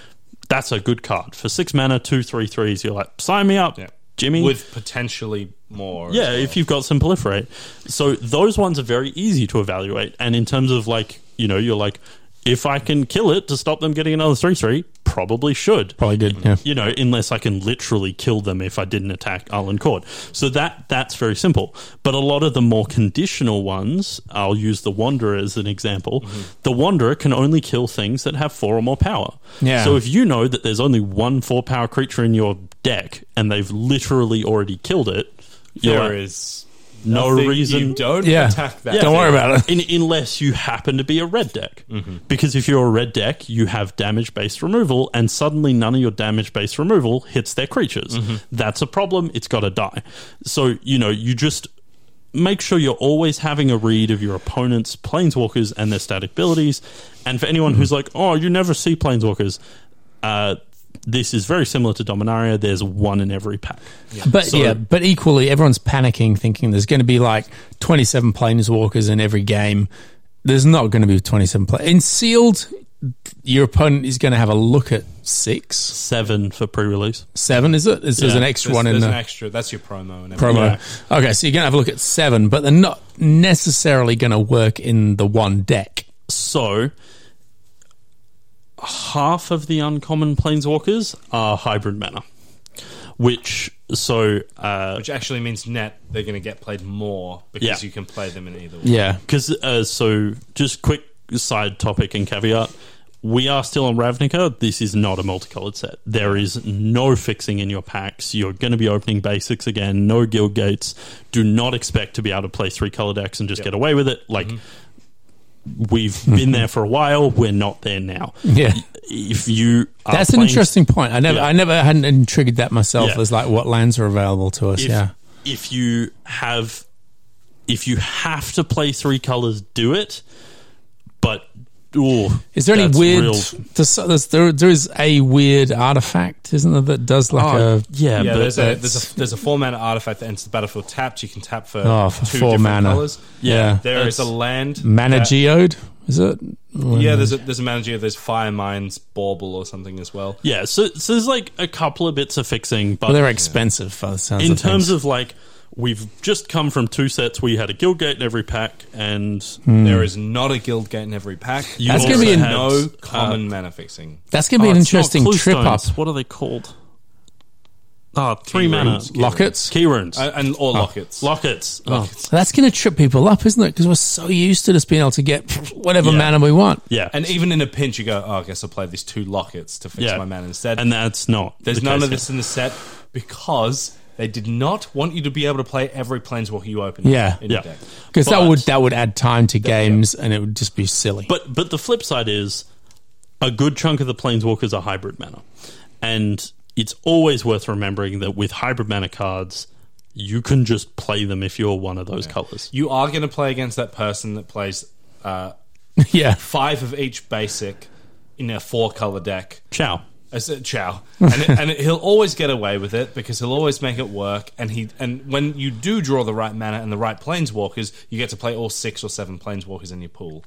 Speaker 4: that's a good card for six mana two three threes you're like sign me up
Speaker 3: Yeah.
Speaker 4: Jimmy
Speaker 3: with potentially more.
Speaker 4: yeah, if you've got some proliferate. So those ones are very easy to evaluate. And in terms of like, you know, you're like, if I can kill it to stop them getting another 3 3, probably should.
Speaker 2: Probably good, yeah.
Speaker 4: You know, unless I can literally kill them if I didn't attack Arlen Court. So that that's very simple. But a lot of the more conditional ones, I'll use the Wanderer as an example.
Speaker 3: Mm-hmm.
Speaker 4: The Wanderer can only kill things that have four or more power.
Speaker 2: Yeah.
Speaker 4: So if if you know that there's only one four power creature in your deck and they've literally already killed it, you're
Speaker 3: there
Speaker 4: like,
Speaker 3: is
Speaker 4: no
Speaker 3: nothing
Speaker 4: reason.
Speaker 3: you don't
Speaker 2: Yeah.
Speaker 3: attack that.
Speaker 2: Yeah. Don't worry about it.
Speaker 4: In, unless you happen to be a red deck. Because if you're a red deck, you have damage based removal, and suddenly none of your damage based removal hits their creatures. That's a problem. It's got to die. So, you know, you just make sure you're always having a read of your opponent's planeswalkers and their static abilities. And for anyone who's like, oh, you never see planeswalkers, uh, this is very similar to Dominaria. There's one in every pack.
Speaker 2: But
Speaker 4: So-
Speaker 2: yeah, but equally, everyone's panicking, thinking there's going to be like 27 planeswalkers in every game. There's not going to be 27 play in sealed. Your opponent is going to have a look at six,
Speaker 4: Seven for pre release.
Speaker 2: seven. Is it? Is there's
Speaker 4: Yeah,
Speaker 2: an extra
Speaker 3: There's,
Speaker 2: one in
Speaker 3: there's
Speaker 2: the
Speaker 3: an extra. That's your promo. And everything.
Speaker 2: promo? Okay, so you're going to have a look at seven, but they're not necessarily going to work in the one deck.
Speaker 4: So, half of the uncommon planeswalkers are hybrid mana, which so uh,
Speaker 3: Which actually means net they're going to get played more because
Speaker 4: Yeah.
Speaker 3: you can play them in either way.
Speaker 2: Yeah,
Speaker 4: Because uh, so, just quick side topic and caveat: we are still on Ravnica. This is not a multicolored set. There is no fixing in your packs. You're going to be opening basics again. No guild gates. Do not expect to be able to play three color decks and just get away with it. Like we've been there for a while. We're not there now.
Speaker 2: Yeah.
Speaker 4: If you are
Speaker 2: that's an
Speaker 4: playing-
Speaker 2: interesting point. I never,
Speaker 4: Yeah.
Speaker 2: I never hadn't triggered that myself.
Speaker 4: Yeah.
Speaker 2: As like what lands are available to us.
Speaker 4: if,
Speaker 2: yeah,
Speaker 4: if you have if you have to play three colors, do it. But ooh,
Speaker 2: Is there any
Speaker 4: that's
Speaker 2: weird?
Speaker 4: real-
Speaker 2: There's, there's, there, there is a weird artifact, isn't there? That does like a
Speaker 4: Oh, yeah,
Speaker 3: Yeah,
Speaker 4: but
Speaker 3: there's a,
Speaker 2: that's-
Speaker 3: there's a there's a four mana artifact that enters the battlefield tapped. You can tap for
Speaker 2: Oh, for
Speaker 3: two
Speaker 2: four
Speaker 3: different
Speaker 2: mana.
Speaker 3: colors.
Speaker 2: Yeah. Uh,
Speaker 3: there is a
Speaker 4: That's-
Speaker 3: land
Speaker 2: mana
Speaker 3: that-
Speaker 2: geode. Is it?
Speaker 3: Yeah, there's a there's a mana geode. There's fire mines bauble or something as well.
Speaker 4: yeah. So, so there's like a couple of bits of fixing, but
Speaker 2: Well, they're expensive. For the sounds
Speaker 4: Oh, in
Speaker 2: of
Speaker 4: terms
Speaker 2: things.
Speaker 4: of like we've just come from two sets where you had a guild gate in every pack, and
Speaker 2: Hmm.
Speaker 3: There is not a guild gate in every pack. You
Speaker 2: That's gonna
Speaker 3: also
Speaker 2: be in-
Speaker 3: have no
Speaker 4: uh,
Speaker 3: common mana fixing.
Speaker 2: that's going to be
Speaker 4: Oh,
Speaker 2: an
Speaker 4: it's not
Speaker 2: interesting
Speaker 4: clue
Speaker 2: trip up.
Speaker 4: stones. What are they called?
Speaker 3: Ah,
Speaker 4: Oh, three mana
Speaker 3: runes.
Speaker 2: Lockets.
Speaker 4: key runes,
Speaker 3: Uh, and or lockets.
Speaker 4: lockets. Oh,
Speaker 2: That's going to trip people up, isn't it? Because we're so used to just being able to get whatever
Speaker 4: Yeah.
Speaker 2: mana we want.
Speaker 4: yeah,
Speaker 3: And even in a pinch, you go, oh, I guess I'll play these two lockets to fix
Speaker 4: yeah,
Speaker 3: my mana instead.
Speaker 4: and that's not.
Speaker 3: There's
Speaker 4: the
Speaker 3: none
Speaker 4: case
Speaker 3: of
Speaker 4: here.
Speaker 3: this in the set because they did not want you to be able to play every planeswalker you open.
Speaker 2: Yeah.
Speaker 3: in
Speaker 4: Yeah.
Speaker 3: your deck.
Speaker 2: Because that
Speaker 4: But-
Speaker 2: would that would add time to games, and it would just be silly.
Speaker 4: But but the flip side is a good chunk of the planeswalkers are hybrid mana. And it's always worth remembering that with hybrid mana cards, you can just play them if you're one of those colors.
Speaker 3: You are going to play against that person that plays uh,
Speaker 2: yeah,
Speaker 3: five of each basic in a four color deck
Speaker 4: Ciao.
Speaker 3: I said Chow, and, it, and it, he'll always get away with it because he'll always make it work. And he and when you do draw the right mana and the right planeswalkers, you get to play all six or seven planeswalkers in your pool.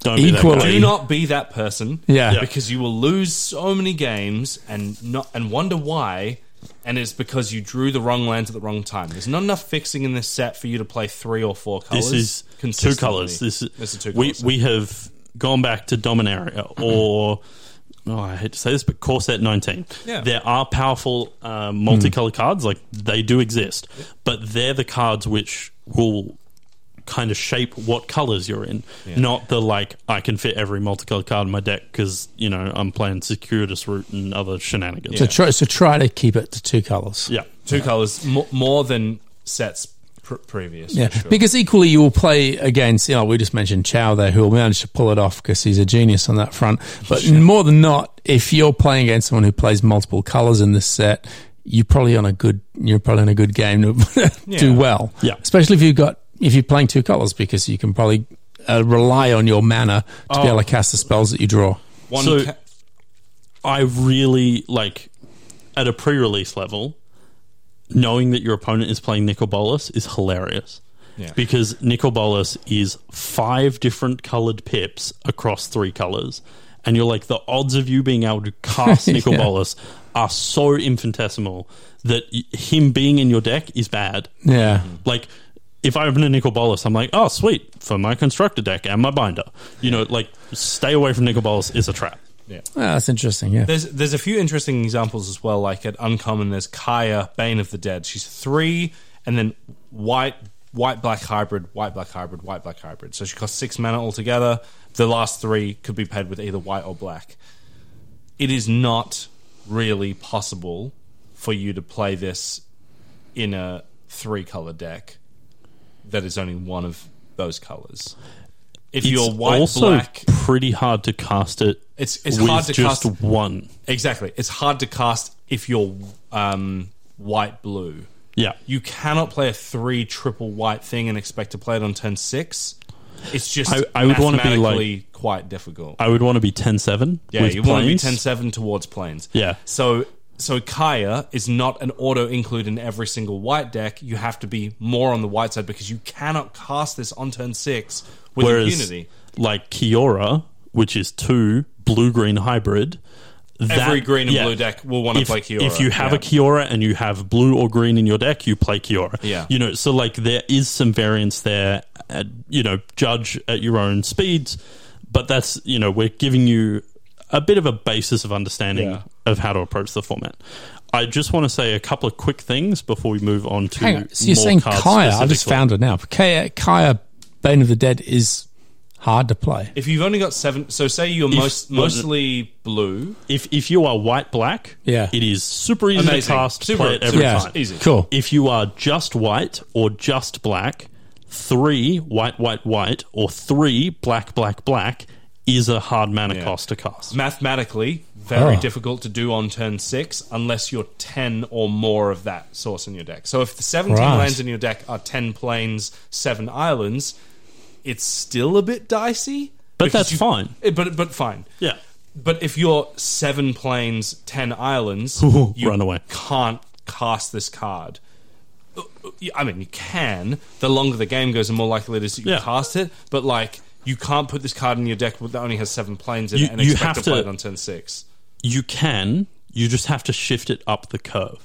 Speaker 4: Don't be that
Speaker 2: Equally-
Speaker 4: guy.
Speaker 2: Hey.
Speaker 3: Do not be that person,
Speaker 2: Yeah. Yeah.
Speaker 3: because you will lose so many games and not and wonder why. And it's because you drew the wrong lands at the wrong time. There's not enough fixing in this set for you to play three or four colors.
Speaker 4: This is two colors. This is,
Speaker 3: this is two Mm-hmm.
Speaker 4: We
Speaker 3: colors.
Speaker 4: we have gone back to Dominaria or. Oh, I hate to say this, but Corset 19.
Speaker 3: Yeah. Mm.
Speaker 4: There are powerful uh, multicolored cards, like they do exist, but they're the cards which will kind of shape what colors you're in, not the like, I can fit every multicolored card in my deck because, you know, I'm playing Circuitous Route and other shenanigans.
Speaker 2: So try, so try to keep it to two colors.
Speaker 4: Yeah.
Speaker 3: two colors more, more than sets pr- previous.
Speaker 2: Yeah,
Speaker 3: for sure.
Speaker 2: because equally you will play against. You know, we just mentioned Chow there, who will manage to pull it off because he's a genius on that front. But more than not, if you're playing against someone who plays multiple colors in this set, you're probably on a good. You're probably on a good game to do
Speaker 3: Yeah.
Speaker 2: well.
Speaker 4: Yeah.
Speaker 2: especially if you've got if you're playing two colors because you can probably uh, rely on your mana to be able to cast the spells that you draw.
Speaker 3: one
Speaker 4: So-
Speaker 3: ca-
Speaker 4: I really like at a pre-release level, knowing that your opponent is playing Nicol Bolas is hilarious.
Speaker 3: Yeah.
Speaker 4: Because Nicol Bolas is five different colored pips across three colors, and you're like the odds of you being able to cast Nicol
Speaker 2: Yeah.
Speaker 4: Bolas are so infinitesimal that y- him being in your deck is bad.
Speaker 2: Yeah,
Speaker 4: Like, if I open a Nicol Bolas, I'm like, oh, sweet, for my constructor deck and my binder. You know, like, stay away from Nicol Bolas is a trap.
Speaker 2: Ah, that's interesting. Yeah,
Speaker 3: There's there's a few interesting examples as well. Like at uncommon, there's Kaya, Bane of the Dead. She's three, and then white, white black hybrid, white black hybrid, white black hybrid. So she costs six mana altogether. The last three could be paired with either white or black. It is not really possible for you to play this in a three color deck that is only one of those colors. If you're white
Speaker 4: also
Speaker 3: black,
Speaker 4: pretty hard to cast it.
Speaker 3: It's- it's
Speaker 4: with
Speaker 3: hard to
Speaker 4: just
Speaker 3: cast-
Speaker 4: one.
Speaker 3: Exactly. It's hard to cast if you're um, white blue.
Speaker 4: Yeah,
Speaker 3: You cannot play a three triple white thing and expect to play it on turn six. It's just
Speaker 4: I- I would wanna be like-
Speaker 3: mathematically quite difficult.
Speaker 4: I would want to be 10-7
Speaker 3: yeah,
Speaker 4: with
Speaker 3: you want to be
Speaker 4: planes.
Speaker 3: 10-7 towards planes.
Speaker 4: Yeah.
Speaker 3: So so Kaya is not an auto include in every single white deck. You have to be more on the white side because you cannot cast this on turn six with
Speaker 4: Whereas,
Speaker 3: impunity.
Speaker 4: like Kiora, which is two blue green hybrid.
Speaker 3: Every
Speaker 4: that-
Speaker 3: green and
Speaker 4: yeah.
Speaker 3: blue deck will want to
Speaker 4: if,
Speaker 3: play Kiora.
Speaker 4: if you have
Speaker 3: Yeah.
Speaker 4: a Kiora and you have blue or green in your deck, you play Kiora.
Speaker 3: Yeah.
Speaker 4: You know, so like there is some variance there. At, you know, judge at your own speeds, but that's, you know, we're giving you a bit of a basis of understanding
Speaker 3: Yeah.
Speaker 4: of how to approach the format. I just want to say a couple of quick things before we move on to.
Speaker 2: Hang on. So you're
Speaker 4: more
Speaker 2: saying
Speaker 4: cards
Speaker 2: Kaya? I just
Speaker 4: specifically.
Speaker 2: found it now. Kaya, Kaya, Bane of the Dead is hard to play.
Speaker 3: If you've only got seven, so say you're most
Speaker 4: well,
Speaker 3: mostly blue,
Speaker 4: If, if you are white black,
Speaker 2: Yeah.
Speaker 4: it is super easy to
Speaker 3: amazing,
Speaker 4: cast,
Speaker 3: super,
Speaker 4: play it every
Speaker 3: super
Speaker 2: Yeah.
Speaker 4: time.
Speaker 3: easy.
Speaker 2: Cool.
Speaker 4: If you are just white or just black, three white, white, white, or three black, black, black is a hard mana cost to cast.
Speaker 3: Mathematically, very
Speaker 2: Oh.
Speaker 3: difficult to do on turn six unless you're ten or more of that source in your deck. So if the seventeen
Speaker 2: Right.
Speaker 3: lands in your deck are ten planes, seven islands, it's still a bit dicey.
Speaker 4: But
Speaker 3: because
Speaker 4: that's fine.
Speaker 3: eh, But but fine.
Speaker 4: Yeah.
Speaker 3: But if you're seven planes, ten islands, you
Speaker 4: Run away.
Speaker 3: can't cast this card. Uh, uh, I mean, you can. The longer the game goes, the more likely it is that you
Speaker 4: Yeah.
Speaker 3: cast it. But like, you can't put this card in your deck that only has seven planes in
Speaker 4: You-
Speaker 3: it and
Speaker 4: you
Speaker 3: expect
Speaker 4: have
Speaker 3: to play
Speaker 4: to-
Speaker 3: it on turn six.
Speaker 4: You can, you just have to shift it up the curve.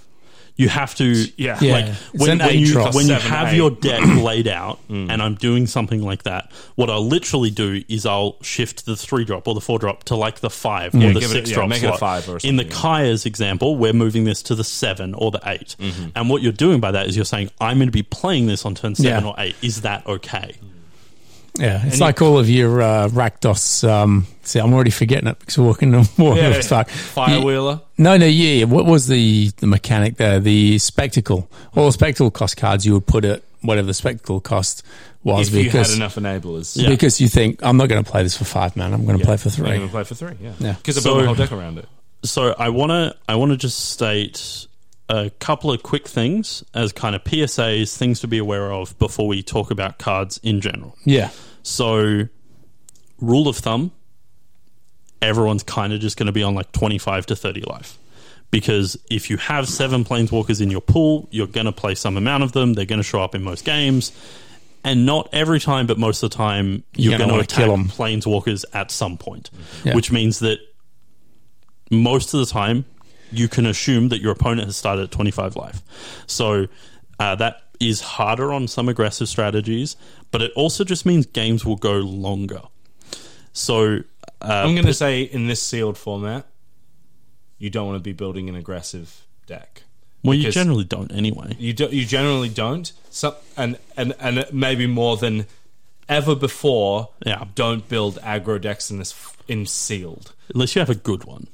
Speaker 4: You have to,
Speaker 3: Yeah.
Speaker 2: Yeah.
Speaker 4: like
Speaker 2: It's
Speaker 4: when,
Speaker 2: an
Speaker 4: when
Speaker 2: eight
Speaker 4: you
Speaker 2: drop.
Speaker 4: when you
Speaker 3: Seven,
Speaker 4: have
Speaker 3: eight. Mm.
Speaker 4: your deck laid out, and I'm doing something like that. What I'll literally do is I'll shift the three drop or the four drop to like the five or the
Speaker 3: give it a-
Speaker 4: six
Speaker 3: yeah,
Speaker 4: drop.
Speaker 3: make it a
Speaker 4: slot.
Speaker 3: five or
Speaker 4: In the
Speaker 3: something, yeah.
Speaker 4: Kaya's example, we're moving this to the seven or the 8
Speaker 3: Mm-hmm.
Speaker 4: and what you're doing by that is you're saying I'm going to be playing this on turn seven
Speaker 2: Yeah.
Speaker 4: or eight. Is that okay?
Speaker 2: Yeah, it's like all of your uh, Rakdos. Um, see, I'm already forgetting it because we're walking on more
Speaker 3: Yeah, yeah.
Speaker 2: stuck.
Speaker 3: Firewheeler.
Speaker 2: No, no, yeah. yeah. What was the, the mechanic there? The spectacle. All the spectacle cost cards, you would put at whatever the spectacle cost was
Speaker 3: If you had
Speaker 2: because
Speaker 3: enough enablers,
Speaker 4: Yeah.
Speaker 2: because you think I'm not going to play this for five man. I'm going to play for
Speaker 3: you're going
Speaker 2: three.
Speaker 3: to play for three. Yeah.
Speaker 2: Yeah.
Speaker 3: Because I
Speaker 4: So-
Speaker 3: built my whole deck around it.
Speaker 4: so I want to I want to just state a couple of quick things as kind of PSAs, things to be aware of before we talk about cards in general.
Speaker 2: Yeah,
Speaker 4: So, rule of thumb: everyone's kind of just going to be on like 25 to 30 life. Because if you have seven planeswalkers in your pool, you're going to play some amount of them. They're going to show up in most games. And not every time, but most of the time, you're,
Speaker 5: You're gonna
Speaker 4: going to
Speaker 5: wanna
Speaker 4: attack
Speaker 5: kill 'em.
Speaker 4: planeswalkers at some point,
Speaker 5: Yeah.
Speaker 4: which means that most of the time, you can assume that your opponent has started at 25 life. So uh, that is harder on some aggressive strategies, but it also just means games will go longer. So uh,
Speaker 3: I'm going to say in this sealed format, you don't want to be building an aggressive deck.
Speaker 4: Well, you
Speaker 3: Because-
Speaker 4: generally don't anyway.
Speaker 3: You do, you generally don't. So, and and and maybe more than ever before.
Speaker 4: Yeah.
Speaker 3: Don't build aggro decks in this f- in sealed.
Speaker 4: Unless you have a good one.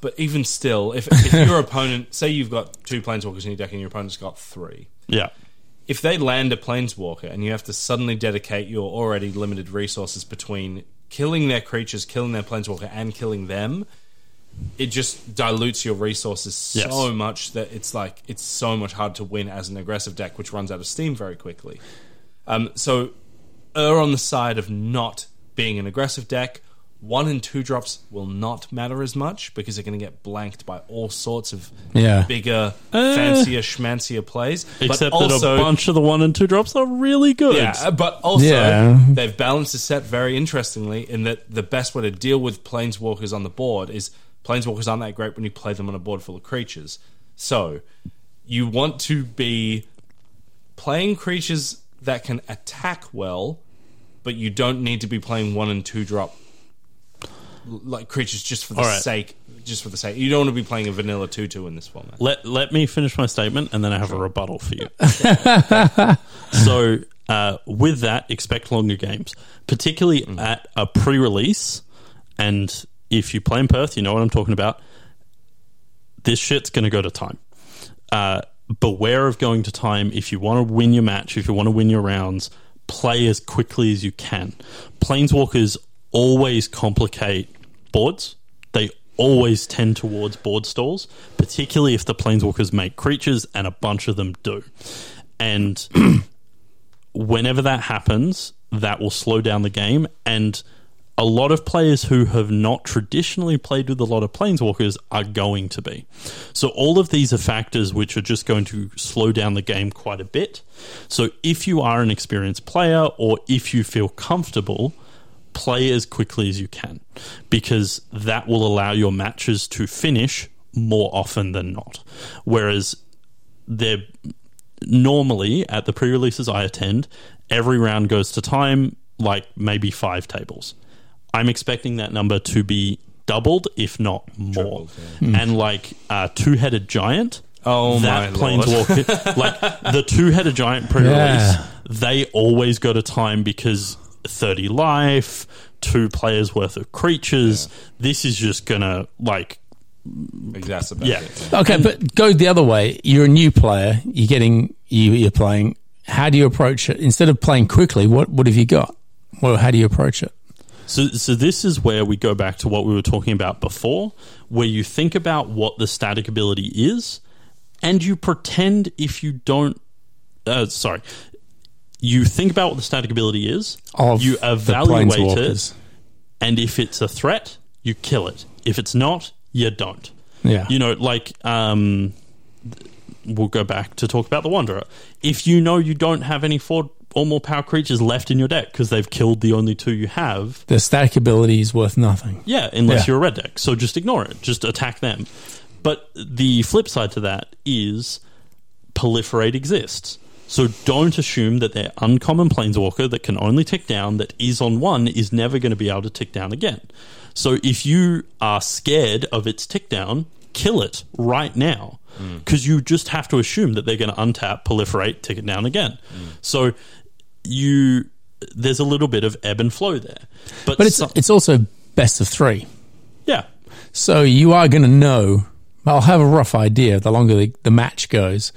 Speaker 3: But even still, if, if your opponent, say you've got two planeswalkers in your deck and your opponent's got three,
Speaker 4: Yeah.
Speaker 3: if they land a planeswalker and you have to suddenly dedicate your already limited resources between killing their creatures, killing their planeswalker, and killing them, it just dilutes your resources
Speaker 4: Yes.
Speaker 3: so much that it's like it's so much hard to win as an aggressive deck, which runs out of steam very quickly. Um, so, err on the side of not being an aggressive deck. One and two drops will not matter as much because they're going to get blanked by all sorts of
Speaker 2: Yeah.
Speaker 3: bigger, fancier, schmancier plays.
Speaker 4: Eh. Except
Speaker 3: but
Speaker 4: that
Speaker 3: also,
Speaker 4: a bunch of the one and two drops are really good.
Speaker 3: yeah, uh, but also
Speaker 2: Yeah.
Speaker 3: they've balanced the set very interestingly in that the best way to deal with planeswalkers on the board is planeswalkers aren't that great when you play them on a board full of creatures. So you want to be playing creatures that can attack well, but you don't need to be playing one and two drop l- like creatures just for the
Speaker 4: All right.
Speaker 3: sake just for the sake. You don't want to be playing a vanilla two two in this format.
Speaker 4: Let let me finish my statement and then I have a rebuttal for you. so uh, with that, expect longer games, particularly at a pre-release. And if you play in Perth, you know what I'm talking about. This shit's going to go to time. Uh, beware of going to time. If you want to win your match, if you want to win your rounds, play as quickly as you can. Planeswalkers always complicate boards. They always tend towards board stalls, particularly if the planeswalkers make creatures, and a bunch of them do. And whenever that happens, that will slow down the game. And a lot of players who have not traditionally played with a lot of planeswalkers are going to be. So, all of these are factors which are just going to slow down the game quite a bit. So, if you are an experienced player or if you feel comfortable, play as quickly as you can because that will allow your matches to finish more often than not. Whereas they're normally at the pre-releases I attend, every round goes to time, like maybe five tables. I'm expecting that number to be doubled, if not more. And like uh, two-headed giant,
Speaker 3: Oh
Speaker 4: that
Speaker 3: my lord.
Speaker 4: planeswalker, like the two-headed giant pre-release,
Speaker 2: Yeah.
Speaker 4: they always go to time because thirty life, two players worth of creatures. This is just gonna like
Speaker 3: Exacerbate
Speaker 4: yeah.
Speaker 3: it.
Speaker 2: Okay, but go the other way. You're a new player. You're getting you, you're playing. How do you approach it? Instead of playing quickly, what what have you got? Well, how do you approach it?
Speaker 4: So, so this is where we go back to what we were talking about before, where you think about what the static ability is, and you pretend if you don't. Uh, sorry, you think about what the static ability is,
Speaker 2: Of
Speaker 4: you
Speaker 2: the
Speaker 4: evaluate
Speaker 2: planeswalkers.
Speaker 4: it, and if it's a threat, you kill it. If it's not, you don't.
Speaker 2: Yeah.
Speaker 4: you know, like um, we'll go back to talk about the Wanderer. If you know you don't have any four or more power creatures left in your deck because they've killed the only two you have.
Speaker 2: The static ability is worth nothing.
Speaker 4: Yeah, unless
Speaker 2: Yeah.
Speaker 4: you're a red deck. So just ignore it. Just attack them. But the flip side to that is proliferate exists. So don't assume that their uncommon planeswalker that can only tick down that is on one is never going to be able to tick down again. So if you are scared of its tick down, kill it right now. Because you just have to assume that they're going to untap, proliferate, tick it down again. So you there's a little bit of ebb and flow there. But,
Speaker 2: But it's
Speaker 4: some-
Speaker 2: it's also best of three.
Speaker 4: yeah.
Speaker 2: So you are going to know. I'll have a rough idea the longer the, the match goes,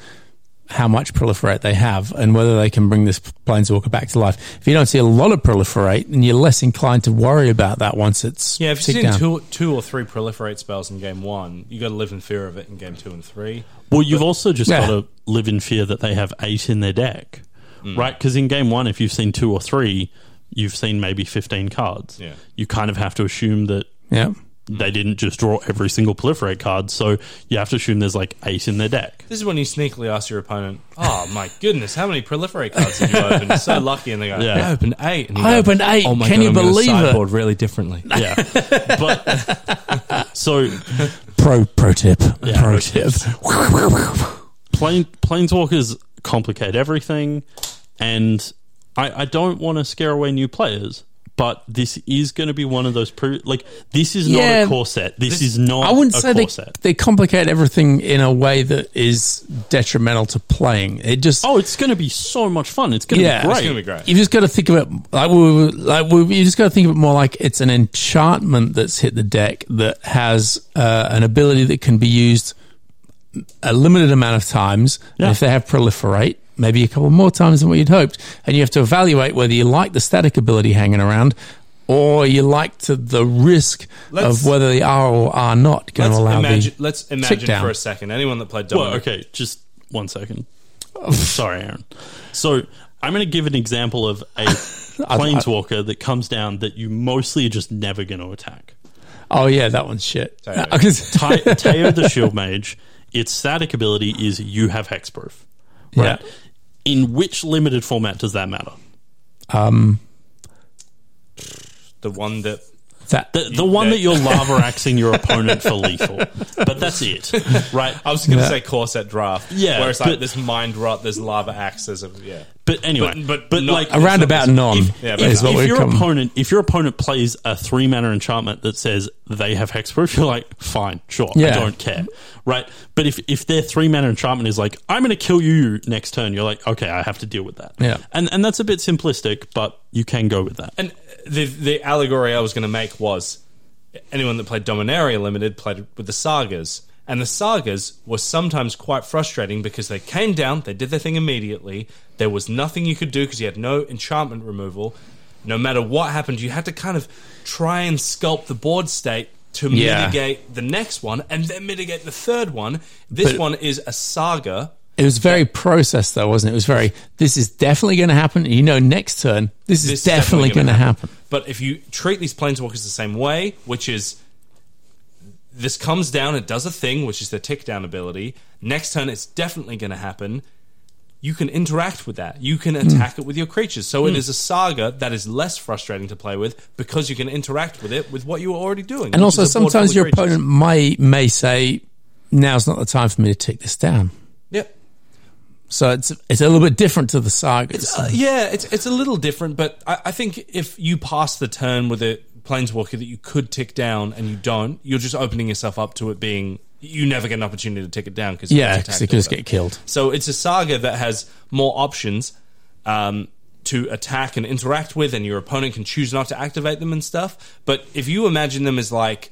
Speaker 2: how much proliferate they have, and whether they can bring this planeswalker back to life. If you don't see a lot of proliferate, then you're less inclined to worry about that once it's
Speaker 3: Yeah, if you've
Speaker 2: ticked
Speaker 3: seen
Speaker 2: down.
Speaker 3: two, two or three proliferate spells in game one, you got to live in fear of it in game two and three.
Speaker 4: Well, you've also just
Speaker 2: Yeah.
Speaker 4: got to live in fear that they have eight in their deck, right? Because in game one, if you've seen two or three, you've seen maybe 15 cards.
Speaker 3: Yeah.
Speaker 4: You kind of have to assume that
Speaker 2: Yeah.
Speaker 4: they didn't just draw every single proliferate card, so you have to assume there's like eight in their deck.
Speaker 3: This is when you sneakily ask your opponent, "Oh my goodness, how many proliferate cards have you opened? So lucky!" And they go,
Speaker 4: Yeah.
Speaker 3: "I opened eight. And you
Speaker 2: I
Speaker 3: go,
Speaker 2: opened eight.
Speaker 3: Oh my
Speaker 2: Can
Speaker 3: God,
Speaker 2: you
Speaker 3: I'm gonna
Speaker 2: believe it?"
Speaker 3: sideboard Really differently.
Speaker 4: Yeah. but so
Speaker 2: Pro pro tip.
Speaker 4: Yeah,
Speaker 2: pro
Speaker 4: pro
Speaker 2: tip.
Speaker 4: plane planeswalkers complicate everything, and I, I don't want to scare away new players. But this is going to be one of those pre- like this is
Speaker 2: Yeah.
Speaker 4: not a core set. This, is not.
Speaker 2: I wouldn't
Speaker 4: a
Speaker 2: say
Speaker 4: core
Speaker 2: they,
Speaker 4: set.
Speaker 2: they complicate everything in a way that is detrimental to playing. It just
Speaker 4: Oh, it's going to be so much fun. It's going to
Speaker 2: Yeah. It's
Speaker 4: be great.
Speaker 3: It's gonna be great.
Speaker 2: you just got to think of it like we like we, you just got to think of it more like it's an enchantment that's hit the deck that has uh, an ability that can be used a limited amount of times.
Speaker 4: Yeah.
Speaker 2: And if they have proliferate, maybe a couple more times than what you'd hoped, and you have to evaluate whether you like the static ability hanging around. Or you like to the risk
Speaker 3: Let's-
Speaker 2: of whether they are or are not going
Speaker 3: Let's
Speaker 2: to allow
Speaker 3: imagine.
Speaker 2: the
Speaker 3: Let's imagine
Speaker 2: down.
Speaker 3: for a second. Anyone that played
Speaker 4: Well,
Speaker 3: Dominic,
Speaker 4: okay, just one second. Sorry, Aaron. So I'm going to give an example of a planeswalker that comes down that you mostly are just never going to attack.
Speaker 2: Oh yeah, that one's shit.
Speaker 3: Totally.
Speaker 2: Uh, 'cause-
Speaker 4: Ty- Teo the Shield Mage, its static ability is you have hexproof.
Speaker 2: yeah.
Speaker 4: In which limited format does that matter?
Speaker 3: the one that
Speaker 2: That
Speaker 4: The, the one that you're lava axing your opponent for lethal, but that's it, right?
Speaker 3: I was going to say corset draft.
Speaker 4: Yeah,
Speaker 3: where it's like
Speaker 4: but-
Speaker 3: this mind rot, there's lava axe, there's a yeah.
Speaker 4: But anyway,
Speaker 3: But-
Speaker 4: but,
Speaker 3: but not-
Speaker 4: like
Speaker 2: a roundabout non
Speaker 3: yeah, but
Speaker 2: is
Speaker 4: if,
Speaker 2: what
Speaker 4: if
Speaker 2: we
Speaker 4: your
Speaker 2: come.
Speaker 4: opponent if your opponent plays a three mana enchantment that says they have hexproof, you're like, fine, sure,
Speaker 2: Yeah.
Speaker 4: I don't care, right? But if if their three mana enchantment is like, I'm going to kill you next turn, you're like, okay, I have to deal with that.
Speaker 2: Yeah.
Speaker 4: and and that's a bit simplistic, but you can go with that.
Speaker 3: And the the allegory I was going to make was anyone that played Dominaria Limited played with the sagas, and the sagas were sometimes quite frustrating because they came down, they did their thing immediately. There was nothing you could do because you had no enchantment removal. No matter what happened, you had to kind of try and sculpt the board state to
Speaker 2: Yeah.
Speaker 3: mitigate the next one, and then mitigate the third one. This
Speaker 2: But-
Speaker 3: one is a saga.
Speaker 2: It was very processed, though, wasn't it? It was very. This is definitely going to happen. You know, next turn, this is
Speaker 3: This is
Speaker 2: definitely,
Speaker 3: definitely
Speaker 2: going
Speaker 3: gonna
Speaker 2: to happen.
Speaker 3: But if you treat these planeswalkers the same way, which is this comes down, it does a thing, which is the tick down ability. Next turn, it's definitely going to happen. You can interact with that. You
Speaker 2: Hmm.
Speaker 3: can attack it with your creatures. So it is a saga that is less frustrating to play with because you can interact with it with what you were already doing.
Speaker 2: And
Speaker 3: which
Speaker 2: also,
Speaker 3: is a board full
Speaker 2: sometimes
Speaker 3: of
Speaker 2: your
Speaker 3: creatures.
Speaker 2: opponent may may say, "Now's not the time for me to take this down."
Speaker 3: Yeah.
Speaker 2: So it's it's a little bit different to the sagas.
Speaker 3: Uh, yeah, it's it's a little different, but I, I think if you pass the turn with a planeswalker that you could tick down and you don't, you're just opening yourself up to it being you never get an opportunity to tick it down because
Speaker 2: yeah, because they could just get killed.
Speaker 3: So it's a saga that has more options um, to attack and interact with, and your opponent can choose not to activate them and stuff. But if you imagine them as like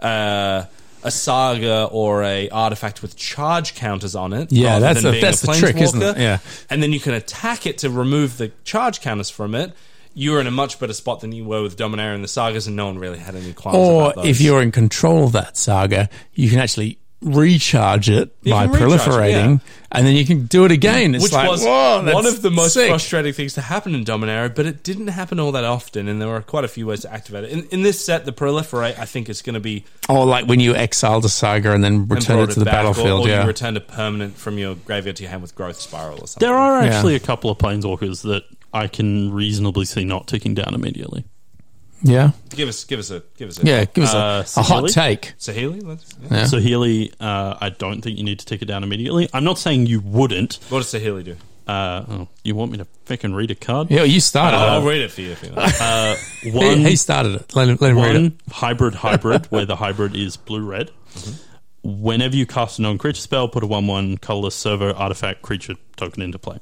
Speaker 3: uh, a saga or a artifact with charge counters on it,
Speaker 2: Yeah,
Speaker 3: rather
Speaker 2: that's
Speaker 3: than
Speaker 2: the-
Speaker 3: being
Speaker 2: that's
Speaker 3: a
Speaker 2: the trick, isn't it?
Speaker 3: planeswalker,
Speaker 2: Yeah.
Speaker 3: and then you can attack it to remove the charge counters from it. You're in a much better spot than you were with Dominaria and the sagas, and no one really had any qualms.
Speaker 2: Or
Speaker 3: about those.
Speaker 2: if you're in control of that saga, you can actually recharge it by
Speaker 3: can recharge it,
Speaker 2: proliferating, and then you can do it again. It's
Speaker 3: which
Speaker 2: like,
Speaker 3: was
Speaker 2: "Whoa,
Speaker 3: one
Speaker 2: that's
Speaker 3: of the most
Speaker 2: sick."
Speaker 3: frustrating things to happen in Dominaria, but it didn't happen all that often, and there were quite a few ways to activate it. In, in this set, the proliferate I think is going to be
Speaker 2: Or like when you exiled a saga and then returned it
Speaker 3: brought
Speaker 2: to the
Speaker 3: back, or-
Speaker 2: battlefield.
Speaker 3: or,
Speaker 2: yeah,
Speaker 3: you returned a permanent from your graveyard to your hand with growth spiral or something.
Speaker 4: There are
Speaker 2: Yeah.
Speaker 4: actually a couple of planeswalkers that I can reasonably see not ticking down immediately.
Speaker 2: yeah,
Speaker 3: give us, give us a, give us a
Speaker 2: yeah. Give us a-
Speaker 4: Uh,
Speaker 2: a, hot
Speaker 4: Sicily?
Speaker 2: take.
Speaker 3: Sahili. Let's, yeah.
Speaker 2: Yeah.
Speaker 4: So Healy, uh, I don't think you need to tick it down immediately. I'm not saying you wouldn't.
Speaker 3: What does Sahili do?
Speaker 4: Uh, oh, you want me to fucking read a card?
Speaker 2: Yeah, you started.
Speaker 3: I'll
Speaker 2: it.
Speaker 3: read it for you. If you like.
Speaker 4: Uh,
Speaker 2: He,
Speaker 4: one
Speaker 2: he started it. Let him, let him read it.
Speaker 4: One hybrid hybrid, where the hybrid is blue red.
Speaker 2: Mm-hmm.
Speaker 4: Whenever you cast a non creature spell, put a 1 1 colorless servo artifact creature token into play.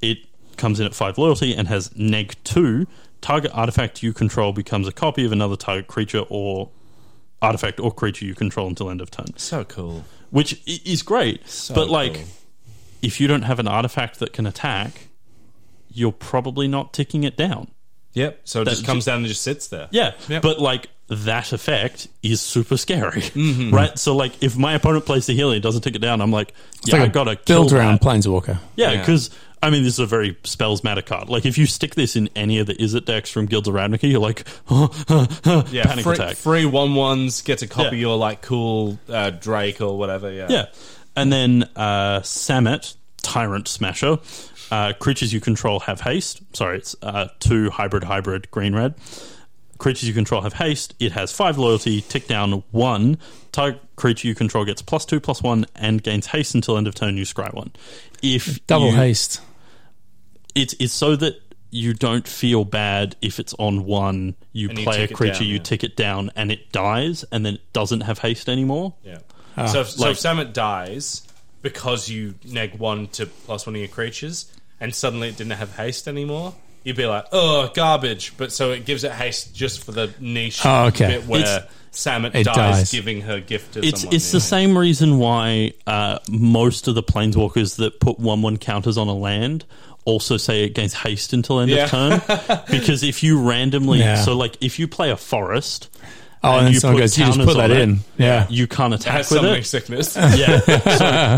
Speaker 4: It comes in at 5 loyalty and has neg 2. Target artifact you control becomes a copy of another target creature or artifact or creature you control until end of turn,
Speaker 3: so cool.
Speaker 4: which i- is great. but, like,
Speaker 3: cool.
Speaker 4: if you don't have an artifact that can attack, you're probably not ticking it down.
Speaker 3: Yep. So it just comes down and just sits there.
Speaker 4: Yeah, but like that effect is super scary, right? So like, if my opponent plays the healing and doesn't take it down, I'm like, yeah,
Speaker 2: It's
Speaker 4: I
Speaker 2: like a
Speaker 4: gotta kill
Speaker 2: build around
Speaker 4: that.
Speaker 2: Planeswalker.
Speaker 4: Yeah,
Speaker 3: Yeah.
Speaker 4: because I mean, this is a very spells matter card. Like, if you stick this in any of the Is It decks from Guilds of Ravnica, you're like,
Speaker 3: Yeah,
Speaker 4: panic
Speaker 3: free,
Speaker 4: attack.
Speaker 3: free one ones get to copy
Speaker 4: Yeah.
Speaker 3: your like cool uh, Drake or whatever. Yeah,
Speaker 4: Yeah. And then uh, Samet, Tyrant Smasher. Uh, creatures you control have haste. Sorry, it's uh, two hybrid, hybrid, green, red. Creatures you control have haste. It has five loyalty, tick down one. Target creature you control gets plus two, plus one, and gains haste until end of turn. You scry one. If
Speaker 2: Double
Speaker 4: you-
Speaker 2: haste.
Speaker 4: it's it's so that you don't feel bad if it's on one. You
Speaker 3: And you
Speaker 4: play a
Speaker 3: tick it
Speaker 4: creature,
Speaker 3: down,
Speaker 4: you
Speaker 3: yeah.
Speaker 4: tick it down, and it dies, and then it doesn't have haste anymore.
Speaker 3: yeah.
Speaker 4: Uh,
Speaker 3: so, if, so if Samet dies because you neg one to plus one of your creatures, and suddenly it didn't have haste anymore, you'd be like, oh, garbage. But so it gives it haste just for the niche
Speaker 2: Oh, okay.
Speaker 3: bit where
Speaker 4: It's-
Speaker 3: Samet
Speaker 2: it
Speaker 3: dies,
Speaker 2: dies.
Speaker 3: giving her gift to
Speaker 4: It's
Speaker 3: someone.
Speaker 4: it's
Speaker 3: yeah.
Speaker 4: the same reason why uh, most of the planeswalkers that put one one counters on a land also say it gains haste until end
Speaker 3: Yeah.
Speaker 4: of turn because if you randomly
Speaker 2: Yeah.
Speaker 4: so like if you play a forest
Speaker 2: Oh, and, then
Speaker 4: you
Speaker 2: someone
Speaker 4: put
Speaker 2: goes, you just
Speaker 4: counters
Speaker 2: put that
Speaker 4: on it,
Speaker 2: in. Yeah.
Speaker 4: you can't attack
Speaker 3: Has
Speaker 4: with
Speaker 3: summoning
Speaker 4: it
Speaker 3: sickness.
Speaker 4: Yeah.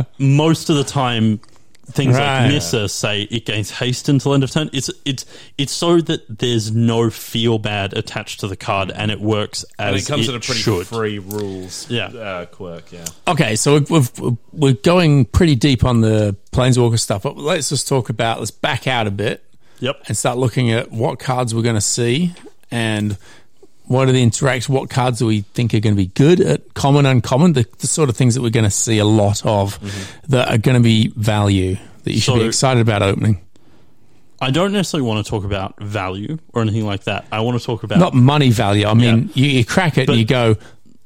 Speaker 4: So most of the time, things
Speaker 2: Right.
Speaker 4: like Nissa say it gains haste until end of turn. It's it's it's so that there's no feel bad attached to the card, and it works as
Speaker 3: and it comes
Speaker 4: it
Speaker 3: with a pretty
Speaker 4: should.
Speaker 3: free rules
Speaker 4: Yeah.
Speaker 3: uh, quirk, yeah.
Speaker 2: Okay, so we've, we've, we're going pretty deep on the Planeswalker stuff, but let's just talk about, let's back out a bit
Speaker 4: Yep.
Speaker 2: and start looking at what cards we're going to see and what are the interacts, what cards do we think are going to be good at common, uncommon, the, the sort of things that we're going to see a lot of that are going to be value that you should be
Speaker 4: Mm-hmm. So-
Speaker 2: excited about opening.
Speaker 4: I don't necessarily want to talk about value or anything like that. I want to talk about
Speaker 2: Not money value. I mean, you, you crack it
Speaker 4: But-
Speaker 2: and you go,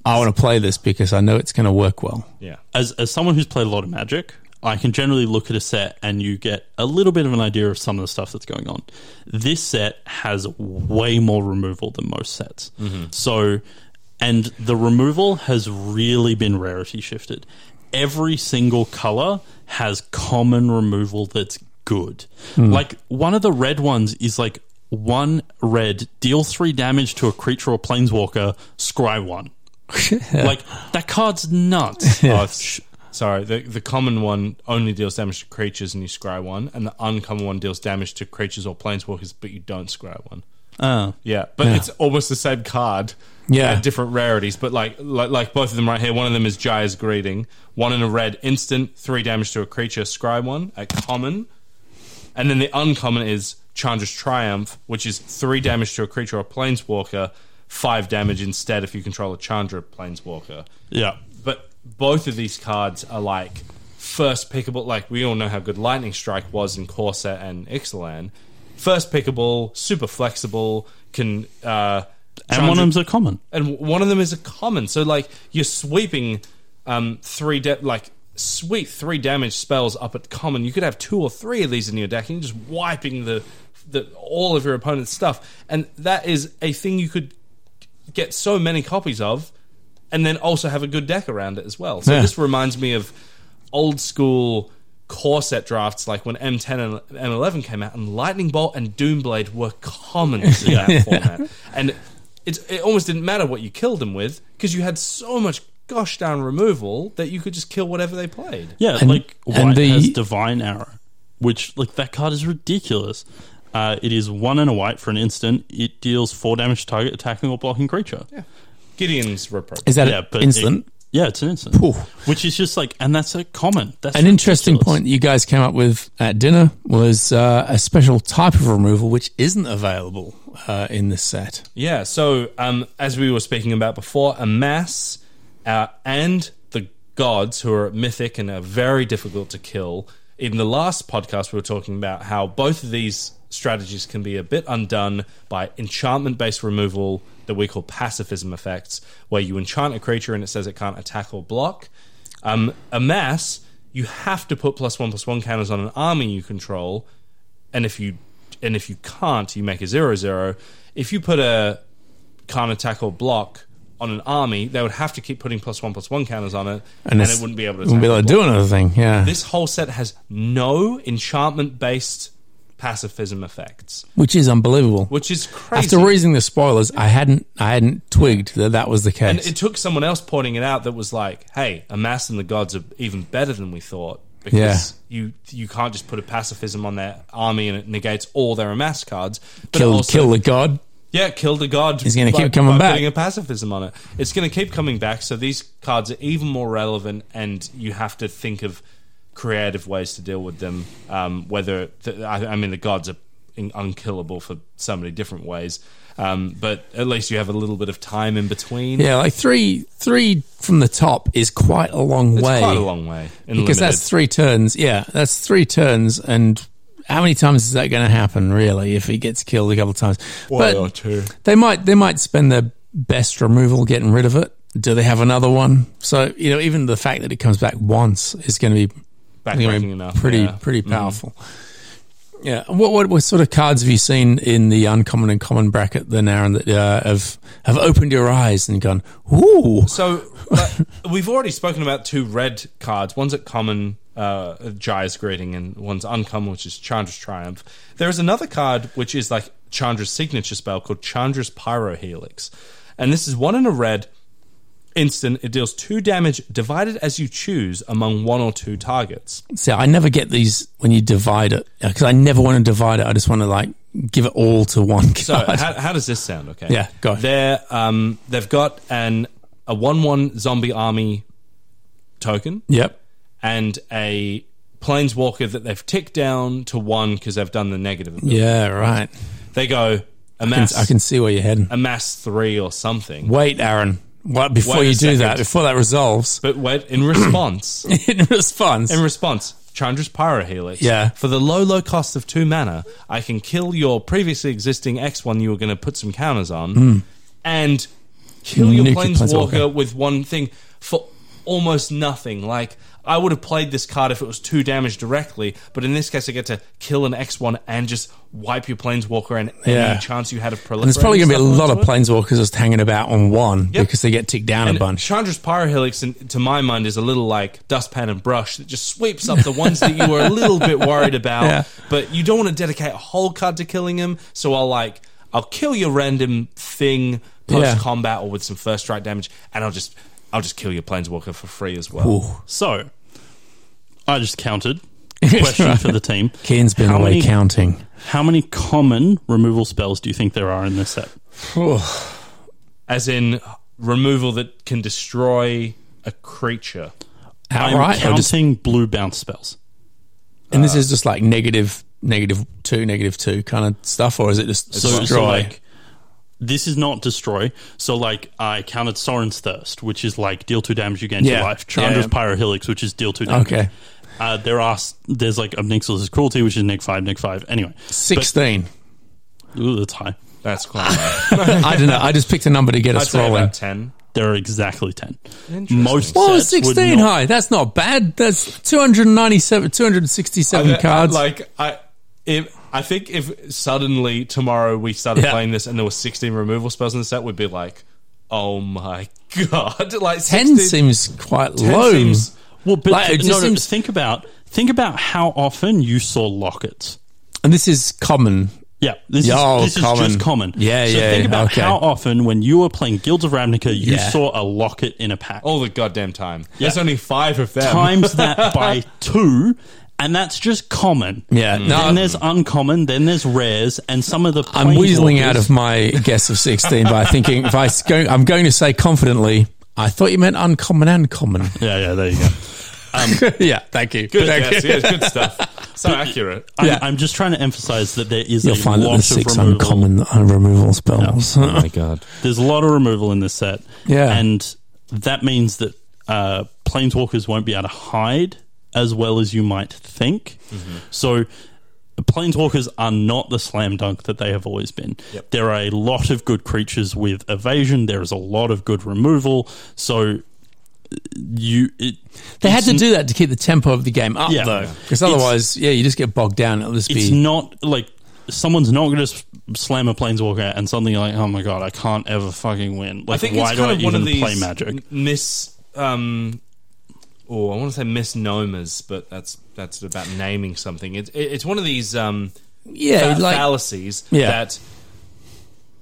Speaker 2: I want to play this because I know it's going to work well.
Speaker 3: Yeah.
Speaker 4: as as someone who's played a lot of Magic. I can generally look at a set and you get a little bit of an idea of some of the stuff that's going on. This set has way more removal than most sets.
Speaker 3: Mm-hmm.
Speaker 4: So, and the removal has really been rarity shifted. Every single color has common removal that's good. Like one of the red ones is like one red, deal three damage to a creature or planeswalker, scry one. Like that card's nuts.
Speaker 3: Oh, it's- sorry. The the common one only deals damage to creatures, and you scry one, and the uncommon one deals damage to creatures or planeswalkers, but you don't scry one.
Speaker 4: Oh.
Speaker 3: Yeah, but it's almost the same card.
Speaker 2: Yeah.
Speaker 3: at different rarities, but like, like like both of them right here. One of them is Jaya's greeting. One in a red, instant three damage to a creature. Scry one at common, and then the uncommon is Chandra's triumph, which is three damage to a creature or planeswalker, five damage instead if you control a Chandra planeswalker
Speaker 4: Yeah.
Speaker 3: but both of these cards are like first pickable. Like we all know how good Lightning Strike was in Corsair and Ixalan. First pickable, super flexible, can uh,
Speaker 4: And one of them's a common.
Speaker 3: and one of them is a common. So like you're sweeping um, three de- like sweet three damage spells up at common. You could have two or three of these in your deck, and you're just wiping the, the all of your opponent's stuff. And that is a thing you could get so many copies of, and then also have a good deck around it as well. So
Speaker 2: Yeah.
Speaker 3: this reminds me of old school core set drafts like when M10 and M11 came out and Lightning Bolt and Doomblade were common in that format and it's, it almost didn't matter what you killed them with because you had so much gosh darn removal that you could just kill whatever they played
Speaker 4: Yeah,
Speaker 2: And-
Speaker 4: like white
Speaker 2: and the-
Speaker 4: has divine arrow, which like that card is ridiculous. Uh, it is one and a white for an instant. It deals four damage to target attacking or blocking creature. Yeah,
Speaker 3: Gideon's reproach
Speaker 2: Is that
Speaker 4: but
Speaker 2: instant?
Speaker 4: It, yeah, it's an instant.
Speaker 2: Phew.
Speaker 4: Which is just like, and that's a common. That's
Speaker 2: An interesting
Speaker 4: ridiculous.
Speaker 2: point that you guys came up with at dinner was uh, a special type of removal which isn't available uh, in this set.
Speaker 3: Yeah. So, um, as we were speaking about before, Amass uh, and the gods who are mythic and are very difficult to kill. In the last podcast, we were talking about how both of these strategies can be a bit undone by enchantment based removal that we call pacifism effects, where you enchant a creature and it says it can't attack or block. Um, Amass, you have to put plus one plus one counters on an army you control and if you and if you can't, you make a zero zero. If you put a can't attack or block on an army, they would have to keep putting plus one plus one counters on it, and,
Speaker 2: it's-
Speaker 3: it wouldn't be able to.
Speaker 2: Wouldn't
Speaker 3: attack
Speaker 2: be
Speaker 3: or
Speaker 2: able to
Speaker 3: block.
Speaker 2: do another thing. Yeah,
Speaker 3: This whole set has no enchantment based pacifism effects,
Speaker 2: which is unbelievable.
Speaker 3: which is crazy.
Speaker 2: After reading the spoilers, I hadn't I hadn't twigged that that was the
Speaker 3: and
Speaker 2: case.
Speaker 3: it took someone else pointing it out that was like, "Hey, Amass and the gods are even better than we thought." because you you can't just put a pacifism on their army and it negates all their amass cards. But it
Speaker 2: Kill,
Speaker 3: also-
Speaker 2: kill the god.
Speaker 3: yeah, kill the god. He's
Speaker 2: gonna keep coming back.
Speaker 3: Putting a pacifism on it, it's going to keep coming back. So these cards are even more relevant, and you have to think of creative ways to deal with them. Um, whether th- I, I mean the gods are in- unkillable for so many different ways, um, but at least you have a little bit of time in between.
Speaker 2: Yeah, like three three from the top is quite a long
Speaker 3: it's
Speaker 2: way.
Speaker 3: quite a long way. In
Speaker 2: because that's three turns. Yeah, that's three turns, and how many times is that going to happen, really, if he gets killed a couple of times? but
Speaker 3: two.
Speaker 2: they might they might spend their best removal getting rid of it. Do they have another one? So you know, even the fact that it comes back once is going to be
Speaker 3: Backbreaking
Speaker 2: you know,
Speaker 3: enough,
Speaker 2: pretty
Speaker 3: yeah. Mm. Mm-hmm.
Speaker 2: pretty powerful. Yeah. What, what what sort of cards have you seen in the uncommon and common bracket then, Aaron? That uh, have have opened your eyes and gone, ooh,
Speaker 3: So like, we've already spoken about two red cards. One's at common, uh, Jaya's greeting, and one's uncommon, which is Chandra's triumph. There is another card which is like Chandra's signature spell called Chandra's Pyro Helix, and this is one in a red. Instant, it deals two damage divided as you choose among one or two targets.
Speaker 2: See, I never get these when you divide it because I never want to divide it. I just want to like give it all to one card.
Speaker 3: So how, how does this sound? Okay.
Speaker 2: Yeah, go.
Speaker 3: They're um, they've got an a one-one zombie army token.
Speaker 2: yep.
Speaker 3: and a planeswalker that they've ticked down to one because they've done the negative. ability.
Speaker 2: Yeah. Right.
Speaker 3: They go
Speaker 2: I
Speaker 3: amass,
Speaker 2: can, I can see where you're heading.
Speaker 3: amass three or something.
Speaker 2: Wait, Aaron. What before
Speaker 3: Wait a
Speaker 2: you do that?
Speaker 3: second.
Speaker 2: Before that resolves
Speaker 3: But wait, in response,
Speaker 2: in response.
Speaker 3: in response, Chandra's Pyro Helix.
Speaker 2: Yeah.
Speaker 3: For the low, low cost of two mana, I can kill your previously existing X one you were going to put some counters on, and kill your
Speaker 2: Nuke your
Speaker 3: planeswalker,
Speaker 2: Hmm. planeswalker.
Speaker 3: with one thing for almost nothing. Like I would have played this card if it was two damage directly, but in this case, I get to kill an X one and just wipe your planeswalker and
Speaker 2: Yeah.
Speaker 3: any chance you had of proliferating.
Speaker 2: and there's probably going to be a
Speaker 3: stuff
Speaker 2: lot of
Speaker 3: onto it.
Speaker 2: planeswalkers just hanging about on one because they get ticked down a
Speaker 3: And
Speaker 2: bunch.
Speaker 3: Chandra's pyrohelix, in- to my mind, is a little like dustpan and brush that just sweeps up the ones that you were a little bit worried about.
Speaker 2: Yeah.
Speaker 3: But you don't want to dedicate a whole card to killing him, so I'll like I'll kill your random thing post combat or with some first strike damage, and I'll just I'll just kill your planeswalker for free as well.
Speaker 4: So, I just counted. Question for the team.
Speaker 2: Keen's been
Speaker 4: How
Speaker 2: away
Speaker 4: many-
Speaker 2: counting.
Speaker 4: How many common removal spells do you think there are in this set?
Speaker 3: As in removal that can destroy a creature.
Speaker 4: I'm
Speaker 2: Outright, or just,
Speaker 4: counting blue bounce spells.
Speaker 2: and this is just like negative, negative two, negative two kind of stuff, or is it just
Speaker 4: So,
Speaker 2: destroy?
Speaker 4: so like this is not destroy. So like I counted Soren's Thirst, which is like deal two damage you gain
Speaker 2: Yeah.
Speaker 4: to life. Chandra's
Speaker 2: Yeah.
Speaker 4: Pyrohelix, which is deal two damage.
Speaker 2: Okay.
Speaker 4: Uh, there are s- there's like Obnixilus' cruelty, which is neg five, neg five. Anyway,
Speaker 2: Sixteen.
Speaker 4: but- ooh, that's high.
Speaker 3: That's quite low.
Speaker 2: I don't know. I just picked a number to get
Speaker 3: I'd
Speaker 2: us
Speaker 3: say
Speaker 2: rolling.
Speaker 3: about ten.
Speaker 4: There are exactly ten.
Speaker 3: Interesting.
Speaker 4: Most
Speaker 2: Whoa,
Speaker 4: sets would
Speaker 2: 16
Speaker 4: not-
Speaker 2: high. That's not bad. That's 297, 267
Speaker 3: I- I-
Speaker 2: cards.
Speaker 3: uh, Like I, if, I think if suddenly tomorrow we started
Speaker 2: Yeah.
Speaker 3: playing this and there were sixteen removal spells in the set, we'd be like, oh my god, like
Speaker 2: 10
Speaker 3: 16
Speaker 2: seems quite
Speaker 3: 10
Speaker 2: low.
Speaker 3: seems-
Speaker 4: Well, but
Speaker 2: Like, it just
Speaker 4: no, no,
Speaker 2: seems-
Speaker 4: think about think about how often you saw lockets.
Speaker 2: and this is common.
Speaker 4: Yeah, this
Speaker 2: Yeah,
Speaker 4: is this
Speaker 2: common.
Speaker 4: is just common.
Speaker 2: Yeah,
Speaker 4: so
Speaker 2: yeah,
Speaker 4: Think about
Speaker 2: okay.
Speaker 4: how often when you were playing Guilds of Ravnica, you
Speaker 2: Yeah.
Speaker 4: saw a locket in a pack.
Speaker 3: all the goddamn time. There's only five of them.
Speaker 4: times that by two, and that's just common.
Speaker 2: Yeah,
Speaker 3: Mm.
Speaker 2: no,
Speaker 4: then there's uncommon, then there's rares, and some of the.
Speaker 2: I'm
Speaker 4: plain
Speaker 2: weaseling
Speaker 4: orders-
Speaker 2: out of my guess of 16 by thinking, if I s- go, I'm going to say confidently, I thought you meant uncommon and common.
Speaker 4: Yeah, yeah, there you go.
Speaker 2: yeah, thank you.
Speaker 3: Good
Speaker 2: Thank
Speaker 3: guess,
Speaker 2: you.
Speaker 3: yeah, it's good stuff. So accurate.
Speaker 4: I'm,
Speaker 2: Yeah.
Speaker 4: I'm just trying to emphasize that there is
Speaker 2: You'll
Speaker 4: a
Speaker 2: find that
Speaker 4: lot
Speaker 2: there's
Speaker 4: of
Speaker 2: six
Speaker 4: removal.
Speaker 2: uncommon uh, removal spells.
Speaker 3: Oh my god.
Speaker 4: There's a lot of removal in this set.
Speaker 2: Yeah.
Speaker 4: and that means that uh, planeswalkers won't be able to hide as well as you might think.
Speaker 2: Mm-hmm.
Speaker 4: So. Planeswalkers are not the slam dunk that they have always been. There are a lot of good creatures with evasion. There is a lot of good removal. So you, it,
Speaker 2: They had
Speaker 4: it's
Speaker 2: to do that to keep the tempo of the game up,
Speaker 4: Yeah.
Speaker 2: though.
Speaker 4: Yeah.
Speaker 2: Because otherwise, yeah, you just get bogged down. It'll just
Speaker 4: it's
Speaker 2: be.
Speaker 4: not like someone's not going to slam a planeswalker and suddenly you're like, oh my god, I can't ever fucking win. Like,
Speaker 3: I think
Speaker 4: why
Speaker 3: it's
Speaker 4: do
Speaker 3: kind
Speaker 4: I
Speaker 3: of one
Speaker 4: even
Speaker 3: of these
Speaker 4: play Magic?
Speaker 3: m- Miss, um, oh, I want to say misnomers, but that's that's about naming something. It's it's one of these um,
Speaker 2: yeah,
Speaker 3: fa-
Speaker 2: like.
Speaker 3: fallacies
Speaker 2: Yeah.
Speaker 3: that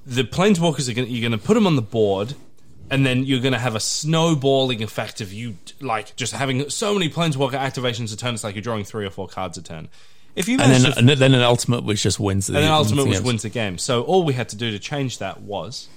Speaker 3: the planeswalkers are going you're going to put them on the board and then you're going to have a snowballing effect of you like just having so many planeswalker activations a turn. It's like you're drawing three or four cards a turn. If you
Speaker 2: And
Speaker 3: manage
Speaker 2: then,
Speaker 3: to-
Speaker 2: and then an ultimate which just wins the
Speaker 3: and then
Speaker 2: wins
Speaker 3: ultimate
Speaker 2: the
Speaker 3: was
Speaker 2: game.
Speaker 3: wins the game. So all we had to do to change that was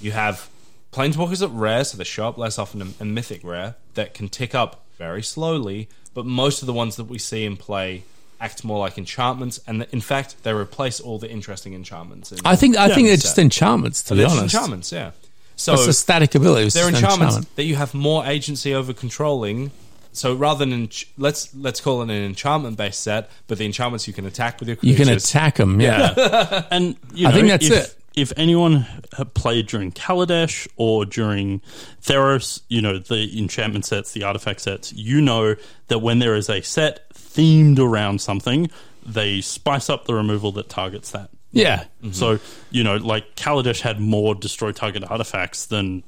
Speaker 3: you have planeswalkers at rare, so they show up less often, and- and mythic rare that can tick up very slowly. But most of the ones that we see in play act more like enchantments, and in fact, they replace all the interesting enchantments. In
Speaker 2: I think I think they're
Speaker 3: so-
Speaker 2: just enchantments. To be
Speaker 3: they're just
Speaker 2: honest,
Speaker 3: enchantments, yeah. So
Speaker 2: it's a static ability. It's
Speaker 3: they're
Speaker 2: just an
Speaker 3: enchantments
Speaker 2: enchantment.
Speaker 3: that you have more agency over controlling. So rather than ench- let's let's call it an enchantment based set, but the enchantments you can attack with your
Speaker 2: You
Speaker 3: creatures.
Speaker 2: can attack them. Yeah,
Speaker 4: And you know,
Speaker 2: I think that's
Speaker 4: if,
Speaker 2: it.
Speaker 4: If anyone had played during Kaladesh or during Theros, you know the enchantment sets, the artifact sets, you know that when there is a set themed around something, they spice up the removal that targets that. Mm-hmm.
Speaker 2: yeah.
Speaker 4: So you know, like Kaladesh had more destroy target artifacts than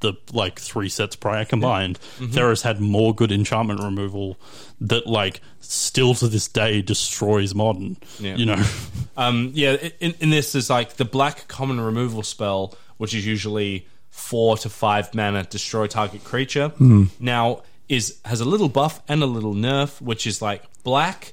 Speaker 4: the like three sets prior combined.
Speaker 2: Mm-hmm.
Speaker 4: Theros had more good enchantment removal that like still to this day destroys modern.
Speaker 3: Yeah.
Speaker 4: You know.
Speaker 3: Um, yeah, in, in this is like the black common removal spell, which is usually four to five mana, destroy target creature.
Speaker 2: Hmm.
Speaker 3: Now is has a little buff and a little nerf, which is like black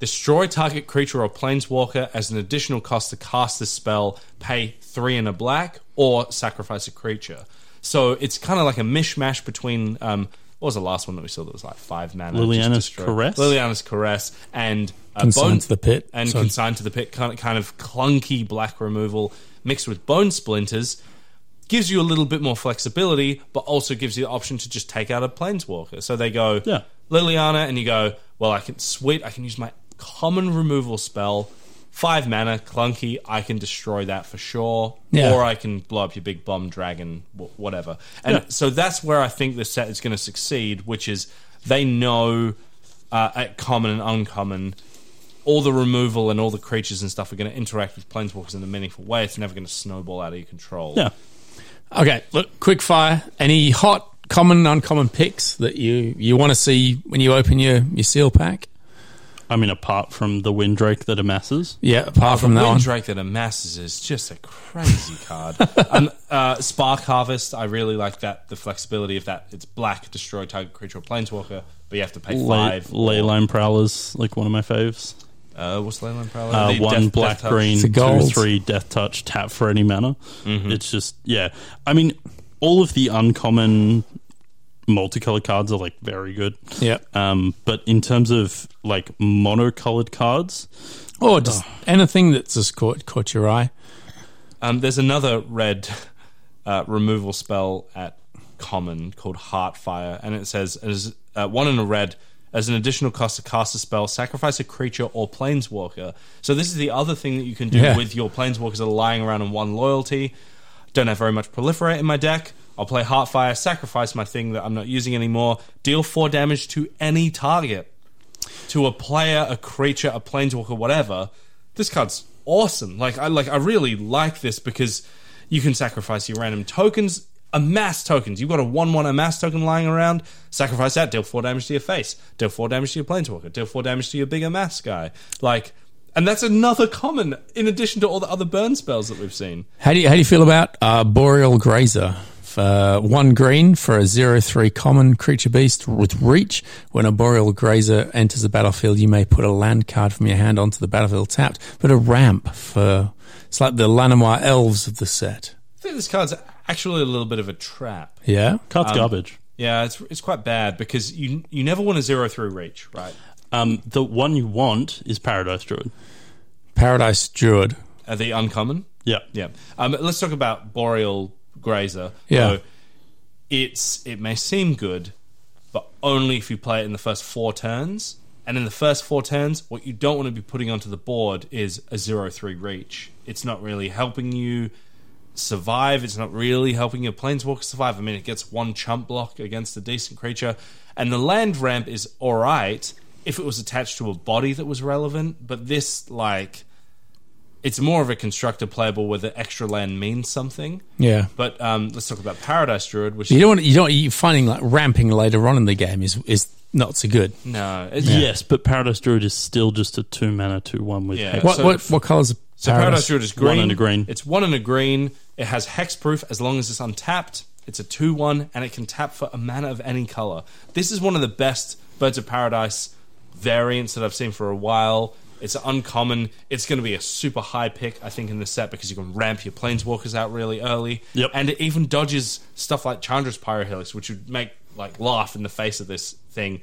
Speaker 3: destroy target creature or planeswalker as an additional cost to cast this spell. Pay three and a black or sacrifice a creature. So it's kind of like a mishmash between. Um, what was the last one that we saw that was like five mana? just
Speaker 4: Liliana's
Speaker 3: destroy-
Speaker 4: Caress?
Speaker 3: Liliana's Caress and uh,
Speaker 2: Consigned
Speaker 3: Bone-
Speaker 2: to the Pit.
Speaker 3: and
Speaker 2: Sorry.
Speaker 3: consigned to the pit kind of, kind of clunky black removal mixed with bone splinters gives you a little bit more flexibility but also gives you the option to just take out a planeswalker so they go
Speaker 4: Yeah.
Speaker 3: liliana and you go well i can sweet i can use my common removal spell five mana clunky i can destroy that for sure
Speaker 2: Yeah.
Speaker 3: or i can blow up your big bomb dragon wh- whatever and so that's where i think this set is going to succeed which is they know uh, at common and uncommon all the removal and all the creatures and stuff are going to interact with planeswalkers in a meaningful way. It's never going to snowball out of your control.
Speaker 4: Yeah.
Speaker 2: Okay, look, quick fire. Any hot common, uncommon picks that you you want to see when you open your your seal pack?
Speaker 4: I mean, apart from the Windrake that amasses.
Speaker 2: Yeah, apart from that one.
Speaker 3: Windrake that amasses is just a crazy card. um, uh, Spark Harvest, I really like that. The flexibility of that. It's black, destroy target creature or planeswalker, but you have to pay
Speaker 4: Ley,
Speaker 3: five.
Speaker 4: Leyline Prowlers, like one of my faves.
Speaker 3: Uh, what's Leyland Prowler?
Speaker 4: Uh,
Speaker 3: The
Speaker 4: one
Speaker 3: Death-
Speaker 4: black,
Speaker 3: Death Touch.
Speaker 4: green,
Speaker 2: It's a
Speaker 4: two,
Speaker 2: gold.
Speaker 4: three, death touch, tap for any mana.
Speaker 3: Mm-hmm.
Speaker 4: It's just, yeah. I mean, all of the uncommon multicolored cards are like very good.
Speaker 2: Yeah.
Speaker 4: Um, but in terms of like monocolored cards,
Speaker 2: Or just
Speaker 3: Oh.
Speaker 2: anything that's just caught caught your eye.
Speaker 3: Um, there's another red uh, removal spell at common called Heartfire, and it says as uh, one in a red as an additional cost to cast a spell, sacrifice a creature or planeswalker. So this is the other thing that you can do
Speaker 2: Yeah.
Speaker 3: with your planeswalkers that are lying around in one loyalty. Don't have very much proliferate in my deck. I'll play Heartfire, sacrifice my thing that I'm not using anymore, deal four damage to any target to a player, a creature, a planeswalker, whatever, this card's awesome. Like I like I really like this because you can sacrifice your random tokens, amass tokens. You've got a one-one amass token lying around, sacrifice that, deal four damage to your face, deal four damage to your planeswalker, deal four damage to your big amass guy. Like and that's another common in addition to all the other burn spells that we've seen.
Speaker 2: How do you how do you feel about uh, Boreal Grazer? For one green for a zero three common creature beast with reach. When a boreal grazer enters the battlefield, you may put a land card from your hand onto the battlefield tapped, but a ramp for it's like the Lanamar elves of the set.
Speaker 3: I think this card's actually a little bit of a trap.
Speaker 2: Yeah.
Speaker 3: Um,
Speaker 4: cards garbage.
Speaker 3: Yeah, it's it's quite bad because you you never want to zero through reach, right?
Speaker 4: Um, the one you want is Paradise Druid.
Speaker 2: Paradise Druid.
Speaker 3: Are they uncommon?
Speaker 4: Yeah.
Speaker 3: Yeah. Um, let's talk about boreal grazer.
Speaker 2: Yeah.
Speaker 3: it's it may seem good, but only if you play it in the first four turns. And in the first four turns, what you don't want to be putting onto the board is a zero three reach. It's not really helping you survive. It's not really helping your planeswalker survive. I mean, it gets one chump block against a decent creature, and the land ramp is all right if it was attached to a body that was relevant. But this, like, it's more of a constructor playable where the extra land means something.
Speaker 2: Yeah.
Speaker 3: But um, let's talk about Paradise Druid, which
Speaker 2: You don't want you don't you finding like ramping later on in the game is is not so good.
Speaker 3: no, it's,
Speaker 4: Yes, but Paradise Druid is still just a two mana, two one with
Speaker 3: Yeah.
Speaker 4: hex.
Speaker 2: What
Speaker 3: So
Speaker 2: what
Speaker 3: if-
Speaker 2: what colors
Speaker 3: So Paradise Druid is green.
Speaker 4: One and a green.
Speaker 3: It's one and a green. It has hexproof as long as it's untapped. It's a 2 1, and it can tap for a mana of any color. This is one of the best Birds of Paradise variants that I've seen for a while. It's uncommon. It's going to be a super high pick, I think, in the set because you can ramp your Planeswalkers out really early.
Speaker 4: Yep.
Speaker 3: And it even dodges stuff like Chandra's Pyrohelix, which would make like laugh in the face of this thing.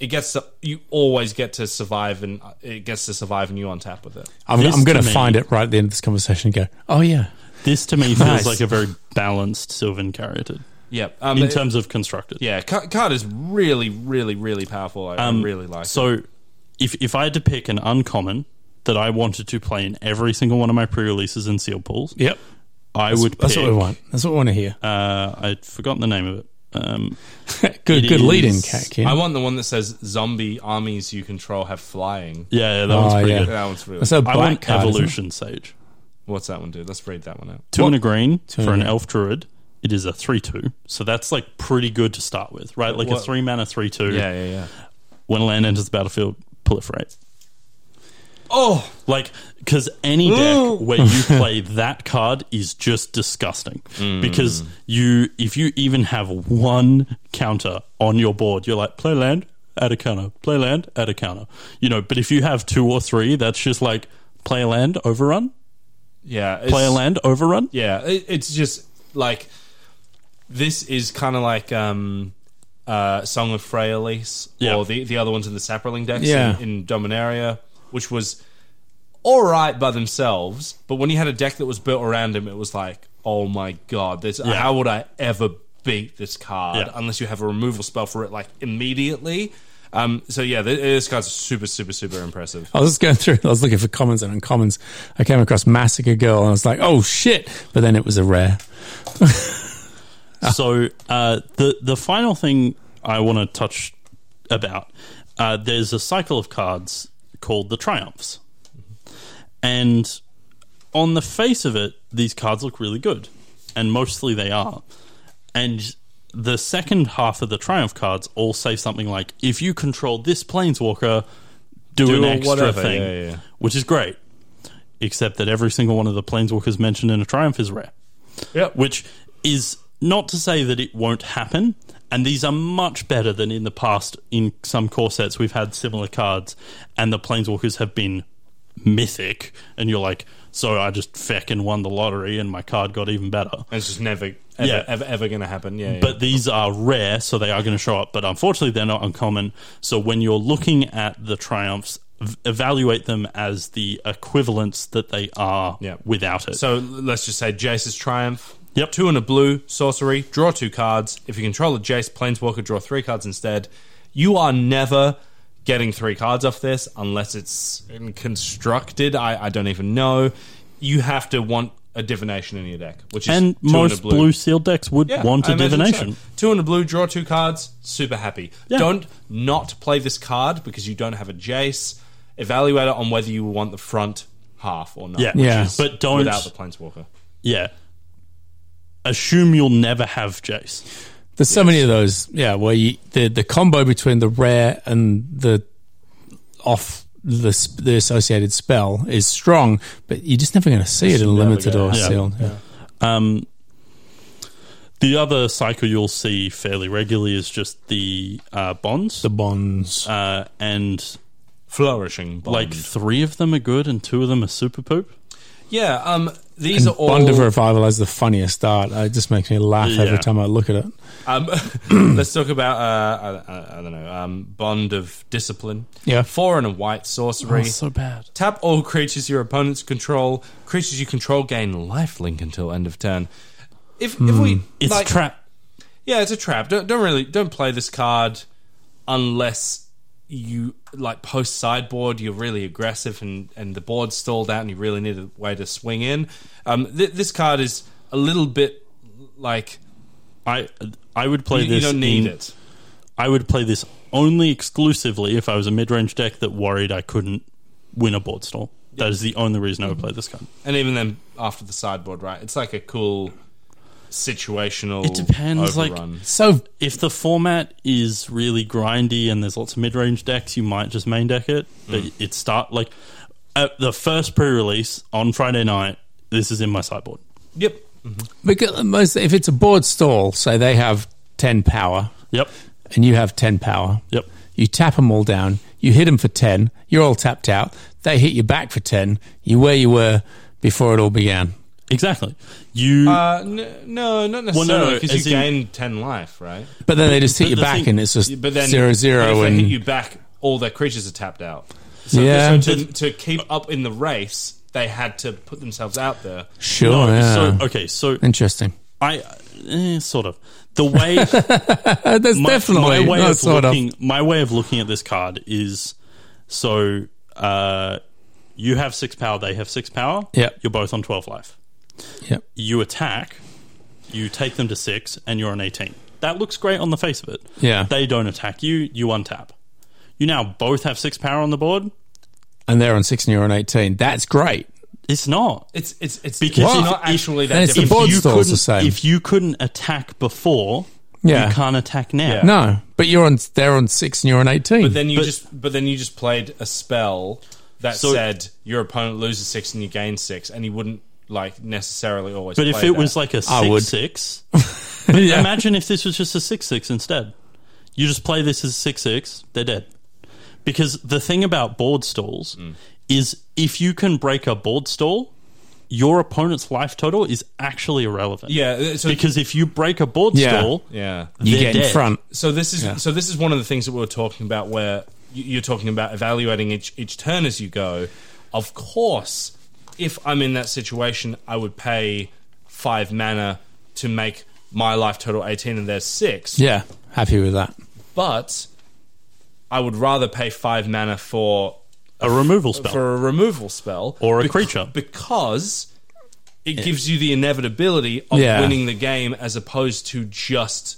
Speaker 3: It gets to, you always get to survive, and it gets to survive, and you untap with it.
Speaker 2: I'm,
Speaker 4: This
Speaker 2: I'm going
Speaker 4: to
Speaker 2: to
Speaker 4: me-
Speaker 2: find it right at the end of this conversation and go, oh, yeah.
Speaker 4: This to me feels
Speaker 2: Nice.
Speaker 4: like a very balanced Sylvan Caryatid
Speaker 3: Yep. Um,
Speaker 4: in
Speaker 3: it-
Speaker 4: terms of constructed.
Speaker 3: yeah, ca- card is really, really, really powerful. I I really like. it.
Speaker 4: So, if if I had to pick an uncommon that I wanted to play in every single one of my pre-releases and seal pools,
Speaker 2: Yep.
Speaker 4: I would.
Speaker 2: That's
Speaker 4: pick,
Speaker 2: what we want. That's what we want to hear.
Speaker 4: Uh, I'd forgotten the name of it. Um,
Speaker 2: good
Speaker 4: it
Speaker 2: good lead in,
Speaker 4: is-
Speaker 2: Ken.
Speaker 3: I want the one that says zombie armies you control have flying.
Speaker 4: yeah, yeah, that
Speaker 2: Oh,
Speaker 4: one's pretty
Speaker 2: yeah.
Speaker 4: good.
Speaker 3: That one's really.
Speaker 2: That's a
Speaker 4: I
Speaker 2: black
Speaker 4: want
Speaker 2: card, isn't it?
Speaker 4: Evolution Sage.
Speaker 3: What's that one do? Let's read that one out.
Speaker 4: Two and a green for an
Speaker 2: green.
Speaker 4: elf druid. It is a three-two, so that's like pretty good to start with, right? Like a
Speaker 3: What-
Speaker 4: three-mana three-two.
Speaker 3: Yeah, yeah, yeah.
Speaker 4: When land enters the battlefield, proliferate.
Speaker 3: Oh,
Speaker 4: Like, because any
Speaker 3: Ooh.
Speaker 4: deck where you play that card is just disgusting. Because you, if you even have one counter on your board, you're like, play land, add a counter, play land, add a counter. You know, but if you have two or three, that's just like, play land, overrun,
Speaker 3: yeah. it's-
Speaker 4: play land, overrun.
Speaker 3: Yeah, it, it's just like this is kind of like um, uh, Song of Frey Elise
Speaker 4: Yeah.
Speaker 3: or the the other ones in the Saproling decks
Speaker 2: Yeah.
Speaker 3: in, in Dominaria, which was all right by themselves, but when you had a deck that was built around him, it was like, oh my god, this how would I ever beat this card
Speaker 4: Yeah.
Speaker 3: unless you have a removal spell for it like immediately. Um, so yeah, th- this card's super, super, super impressive.
Speaker 2: I was just going through. I was looking for commons and uncommons. I came across Massacre Girl, and I was like, "Oh shit!" But then it was a rare.
Speaker 4: So uh, the the final thing I want to touch about uh, there's a cycle of cards called the triumphs, and on the face of it, these cards look really good, and mostly they are. And the second half of the triumph cards all say something like, "If you control this planeswalker, do,
Speaker 3: Do
Speaker 4: an
Speaker 3: a
Speaker 4: extra
Speaker 3: whatever."
Speaker 4: thing,"
Speaker 3: Yeah, yeah.
Speaker 4: which is great. Except that every single one of the planeswalkers mentioned in a triumph is rare
Speaker 3: Yep.
Speaker 4: which is not to say that it won't happen. And these are much better than in the past. In some core sets, we've had similar cards, and the planeswalkers have been mythic. And you're like, so I just feckin' won the lottery, and my card got even better.
Speaker 3: It's just never, ever,
Speaker 4: Yeah.
Speaker 3: ever, ever going to happen. Yeah, yeah.
Speaker 4: But these are rare, so they are going to show up. But unfortunately, they're not uncommon. So when you're looking at the triumphs, v- evaluate them as the equivalents that they are
Speaker 3: Yeah.
Speaker 4: without it.
Speaker 3: So l- let's just say Jace's Triumph.
Speaker 4: Yep.
Speaker 3: Two and a blue, sorcery, draw two cards. If you control a Jace, Planeswalker, draw three cards instead. You are never getting three cards off this unless it's in- constructed. I, I don't even know. You have to want a divination in your deck, which is
Speaker 4: and
Speaker 3: two a
Speaker 4: most blue. sealed decks would
Speaker 3: Yeah,
Speaker 4: want
Speaker 3: I
Speaker 4: a
Speaker 3: imagine
Speaker 4: divination.
Speaker 3: so. Two and a blue, draw two cards, super happy.
Speaker 4: Yeah.
Speaker 3: Don't not play this card because you don't have a Jace. Evaluate it on whether you want the front half or not.
Speaker 4: Yeah.
Speaker 3: which
Speaker 2: Yeah.
Speaker 3: is
Speaker 4: But don't-
Speaker 3: without the Planeswalker.
Speaker 4: Yeah. Assume you'll never have Jace.
Speaker 2: There's so many of those. Yeah, where you, the the combo between the rare and the off the sp- the associated spell is strong, but you're just never going to see it in
Speaker 3: never
Speaker 2: limited
Speaker 3: gonna
Speaker 2: or
Speaker 4: happen.
Speaker 2: sealed. Yeah.
Speaker 4: Um, the other cycle you'll see fairly regularly is just the uh, bonds.
Speaker 2: The bonds.
Speaker 4: uh, and
Speaker 3: flourishing bond.
Speaker 4: like three of them are good and two of them are super poop.
Speaker 3: yeah um these
Speaker 2: And
Speaker 3: are all
Speaker 2: Bond of Revival has the funniest art. It just makes me laugh
Speaker 4: Yeah.
Speaker 2: every time I look at it.
Speaker 3: um, let's talk about uh I, I, I don't know um bond of discipline
Speaker 2: Yeah. Oh,
Speaker 3: four and a white sorcery
Speaker 4: bad.
Speaker 3: tap all creatures your opponents control creatures you control gain lifelink until end of turn if if we
Speaker 4: It's
Speaker 3: like,
Speaker 4: trap.
Speaker 3: yeah it's a trap don't, don't really don't play this card unless you like post sideboard you're really aggressive and and the board's stalled out and you really need a way to swing in um th- this card is a little bit like
Speaker 4: I I would play
Speaker 3: you, you
Speaker 4: this.
Speaker 3: don't need
Speaker 4: in-
Speaker 3: it
Speaker 4: I would play this only exclusively if I was a mid range deck that worried I couldn't win a board stall. That is the only reason I would play this card.
Speaker 3: and even then after the sideboard right it's like a cool situational
Speaker 4: It depends, like-
Speaker 3: overrun.
Speaker 2: So
Speaker 4: if the format is really grindy and there's lots of mid-range decks, you might just main deck it. But it start like at the first pre-release on Friday night, this is in my sideboard.
Speaker 3: Yep.
Speaker 2: Because most, if it's a board stall, say they have 10 power
Speaker 4: Yep.
Speaker 2: and you have 10 power.
Speaker 4: Yep.
Speaker 2: You tap them all down. You hit them for 10. You're all tapped out. They hit you back for 10. You where you were before it all began.
Speaker 4: Exactly. You
Speaker 3: Uh, n- no, not necessarily
Speaker 4: no,
Speaker 3: because
Speaker 4: as
Speaker 3: you
Speaker 4: in-
Speaker 3: gain ten life, right?
Speaker 2: But then they just hit
Speaker 4: But
Speaker 2: you
Speaker 4: the
Speaker 2: back
Speaker 4: thing-
Speaker 2: and it's just
Speaker 3: But then
Speaker 2: zero, zero.
Speaker 3: If they
Speaker 2: and
Speaker 3: hit you back, all their creatures are tapped out. So,
Speaker 2: Yeah.
Speaker 3: so to, to keep up in the race, they had to put themselves out there.
Speaker 2: sure.
Speaker 4: no,
Speaker 2: yeah.
Speaker 4: so uh, okay, so
Speaker 2: Interesting.
Speaker 4: I eh, sort of the way
Speaker 2: Uh, there's
Speaker 4: my,
Speaker 2: definitely
Speaker 4: my way
Speaker 2: that
Speaker 4: of
Speaker 2: sort of.
Speaker 4: looking. My way of looking at this card is so uh, you have six power, they have six power.
Speaker 2: Yep.
Speaker 4: You're both on twelve life.
Speaker 2: Yep.
Speaker 4: You attack, you take them to six, and you're on eighteen. That looks great on the face of it.
Speaker 2: Yeah.
Speaker 4: They don't attack you. You untap. You now both have six power on the board.
Speaker 2: And they're on 16, you're on 18. That's great.
Speaker 4: It's not.
Speaker 3: It's it's it's
Speaker 4: Because
Speaker 3: it's
Speaker 4: if-
Speaker 3: not
Speaker 4: if-
Speaker 3: actually
Speaker 2: then
Speaker 3: that
Speaker 2: it's the
Speaker 3: different.
Speaker 2: board
Speaker 4: you
Speaker 2: stall's the
Speaker 4: couldn't-
Speaker 2: same.
Speaker 4: If you couldn't attack before,
Speaker 2: Yeah.
Speaker 4: you can't attack now.
Speaker 2: No, but you're on. They're on six, and you're on eighteen.
Speaker 3: But then you
Speaker 4: But-
Speaker 3: just but then you just played a spell that
Speaker 4: So-
Speaker 3: said your opponent loses six and you gain six, and he wouldn't like necessarily always.
Speaker 4: But if
Speaker 3: play
Speaker 4: it
Speaker 3: that.
Speaker 4: was like a
Speaker 2: I would.
Speaker 4: six six, but imagine if this was just a six six instead. You just play this as six six, they're dead. Because the thing about board stalls
Speaker 3: Mm.
Speaker 4: is if you can break a board stall, your opponent's life total is actually irrelevant.
Speaker 3: yeah, so
Speaker 4: Because if you break a board
Speaker 2: Yeah.
Speaker 4: stall,
Speaker 3: yeah,
Speaker 2: you
Speaker 4: they're
Speaker 2: get in
Speaker 4: dead.
Speaker 2: front.
Speaker 3: so this is so this is one of the things that we were talking about where you- you're talking about evaluating each each turn as you go. Of course, if I'm in that situation, I would pay five mana to make my life total eighteen and there's six.
Speaker 2: Yeah, happy with that.
Speaker 3: But I would rather pay five mana for
Speaker 4: a removal spell.
Speaker 3: for a removal spell
Speaker 4: Or a
Speaker 3: bec-
Speaker 4: creature.
Speaker 3: because it gives you the inevitability of
Speaker 2: Yeah.
Speaker 3: winning the game as opposed to just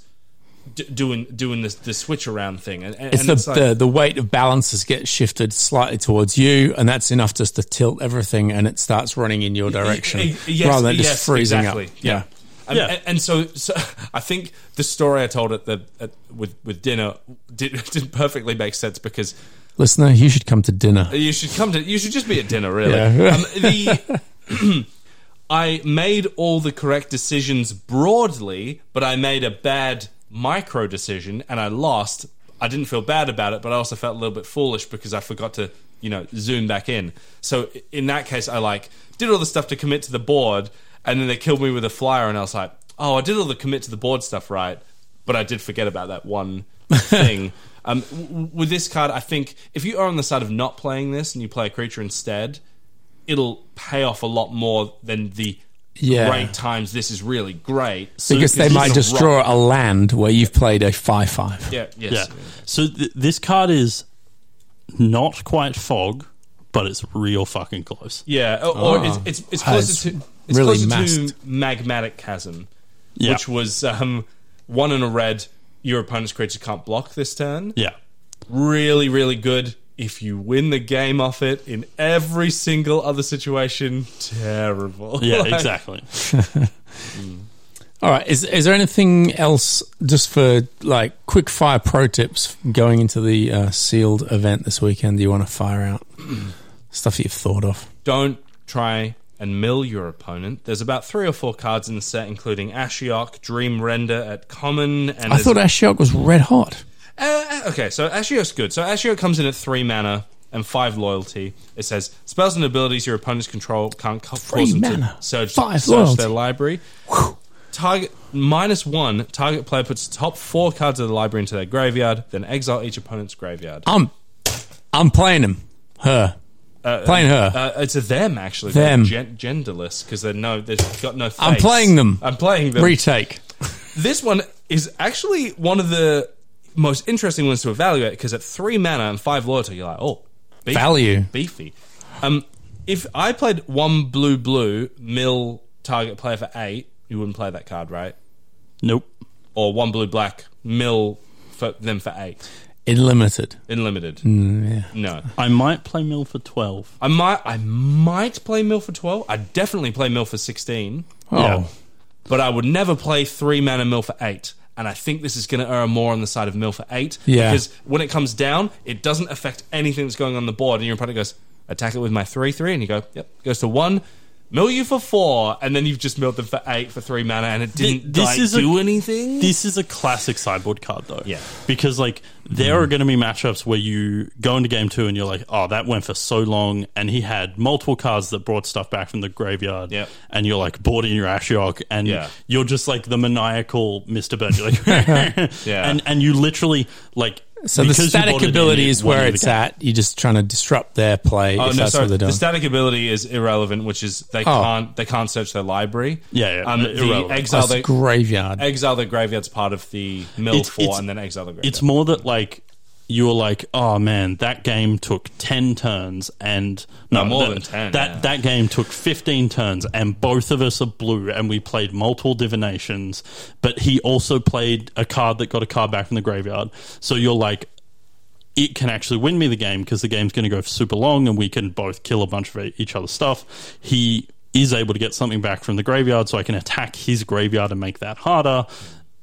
Speaker 3: d- doing doing this the switch around thing and, and
Speaker 2: It's
Speaker 3: and
Speaker 2: the,
Speaker 3: it's like,
Speaker 2: the the weight of balances gets shifted slightly towards you, and that's enough just to tilt everything, and it starts running in your direction
Speaker 3: y- yes,
Speaker 2: rather than just
Speaker 3: yes,
Speaker 2: freezing
Speaker 3: exactly.
Speaker 2: up.
Speaker 3: yeah. And,
Speaker 4: Yeah.
Speaker 3: and- and so, so I think the story I told at the at, with with dinner did, did perfectly make sense because
Speaker 2: listener, you should come to dinner.
Speaker 3: You should come to. You should just be at dinner, really.
Speaker 2: Yeah.
Speaker 3: Um, the I made all the correct decisions broadly, but I made a bad micro decision, and I lost. I didn't feel bad about it, but I also felt a little bit foolish because I forgot to, you know, zoom back in. So i- in that case, I like did all the stuff to commit to the board, and then they killed me with a flyer, and I was like, oh, I did all the commit to the board stuff right, but I did forget about that one thing. Um, w- w- with this card, I think if you are on the side of not playing this and you play a creature instead, it'll pay off a lot more than the
Speaker 2: Yeah.
Speaker 3: great times. This is really great
Speaker 2: because they
Speaker 3: it's
Speaker 2: might
Speaker 3: a
Speaker 2: just
Speaker 3: rock.
Speaker 2: draw a land where you've played a five five.
Speaker 3: Yeah, yes.
Speaker 4: yeah. So th- this card is not quite fog, but it's real fucking close.
Speaker 3: Yeah, or, or
Speaker 2: Ah.
Speaker 3: it's, it's it's
Speaker 2: Ah,
Speaker 3: closer
Speaker 2: it's
Speaker 3: to it's
Speaker 2: really
Speaker 3: closer
Speaker 2: massed.
Speaker 3: to magmatic chasm,
Speaker 4: Yeah.
Speaker 3: which was um, one in a red. Your opponent's creature can't block this turn.
Speaker 4: Yeah.
Speaker 3: Really, really good. If you win the game off it in every single other situation, terrible.
Speaker 4: Yeah,
Speaker 3: Like,
Speaker 4: exactly.
Speaker 2: All right. Is is there anything else just for like quick fire pro tips going into the uh, sealed event this weekend? Do you want to fire out stuff that you've thought of?
Speaker 3: don't try and mill your opponent. There's about three or four cards in the set, including Ashiok, Dream Render at common, and
Speaker 2: I
Speaker 3: there's-
Speaker 2: thought Ashiok was red hot.
Speaker 3: Uh, okay, so Ashiok's good. So Ashiok comes in at three mana and five loyalty. It says spells and abilities your opponents control can't co-
Speaker 2: Three
Speaker 3: cause them
Speaker 2: mana,
Speaker 3: to search,
Speaker 2: five
Speaker 3: search
Speaker 2: loyalty.
Speaker 3: their library. Target minus one. Target player puts top four cards of the library into their graveyard, then exile each opponent's graveyard.
Speaker 2: I'm I'm playing him. Her. playing her.
Speaker 3: Uh, it's a them actually.
Speaker 2: Them.
Speaker 3: They're gen- genderless because they're no, they've got no. Face.
Speaker 2: I'm playing them.
Speaker 3: I'm playing them.
Speaker 2: Retake.
Speaker 3: This one is actually one of the most interesting ones to evaluate because at three mana and five loyalty, you're like, oh, beefy,
Speaker 2: Value.
Speaker 3: beefy. Um, if I played one blue blue mill target player for eight, you wouldn't play that card, right?
Speaker 4: Nope.
Speaker 3: Or one blue black mill for them for eight
Speaker 2: In limited.
Speaker 3: in limited.
Speaker 2: Mm,
Speaker 3: No,
Speaker 4: I might play mill for twelve.
Speaker 3: I might, I might play mill for twelve. I I'd definitely play mill for sixteen.
Speaker 2: Oh.
Speaker 4: Yeah.
Speaker 3: but I would never play three mana mill for eight. And I think this is going to err more on the side of mill for eight.
Speaker 2: Yeah.
Speaker 3: Because when it comes down, it doesn't affect anything that's going on the board. And your opponent goes, attack it with my three three, and you go, yep, goes to one. Mill you for four, and then you've just milled them for eight for three mana, and it didn't
Speaker 4: this
Speaker 3: like,
Speaker 4: is a-
Speaker 3: do anything.
Speaker 4: This is a classic sideboard card, though.
Speaker 3: Yeah.
Speaker 4: Because, like, there are going to be matchups where you go into game two and you're like, oh, that went for so long. And he had multiple cards that brought stuff back from the graveyard.
Speaker 3: Yep.
Speaker 4: And you're like bored in your Ashiok. And
Speaker 3: Yeah.
Speaker 4: you're just like the maniacal Mr. Bird. You're like,
Speaker 3: Yeah.
Speaker 4: And, and you literally, like,
Speaker 2: So
Speaker 4: because
Speaker 2: the
Speaker 4: you
Speaker 2: static
Speaker 4: bought it in,
Speaker 2: ability
Speaker 4: it
Speaker 2: is
Speaker 4: won
Speaker 2: where
Speaker 4: you the
Speaker 2: it's
Speaker 4: game.
Speaker 2: at. You're just trying to disrupt their play.
Speaker 3: Oh
Speaker 2: if
Speaker 3: no,
Speaker 2: that's
Speaker 3: sorry.
Speaker 2: what they're doing. Oh.
Speaker 3: The static ability is irrelevant, which is they can't they can't search their library.
Speaker 4: Yeah, yeah,
Speaker 3: Um, the
Speaker 4: irrelevant.
Speaker 3: exile
Speaker 2: Plus
Speaker 3: they,
Speaker 2: graveyard.
Speaker 3: exile the graveyard's part of the mill
Speaker 4: It's-
Speaker 3: four,
Speaker 4: it's-
Speaker 3: and then exile the graveyard.
Speaker 4: It's more that, like, you were like, oh man, that game took 10 turns and no,
Speaker 3: No, more
Speaker 4: that-
Speaker 3: than 10,
Speaker 4: That,
Speaker 3: yeah.
Speaker 4: that game took 15 turns and both of us are blue and we played multiple divinations, but he also played a card that got a card back from the graveyard. So you're like, it can actually win me the game because the game's going to go for super long and we can both kill a bunch of e- each other's stuff. He is able to get something back from the graveyard, so I can attack his graveyard and make that harder.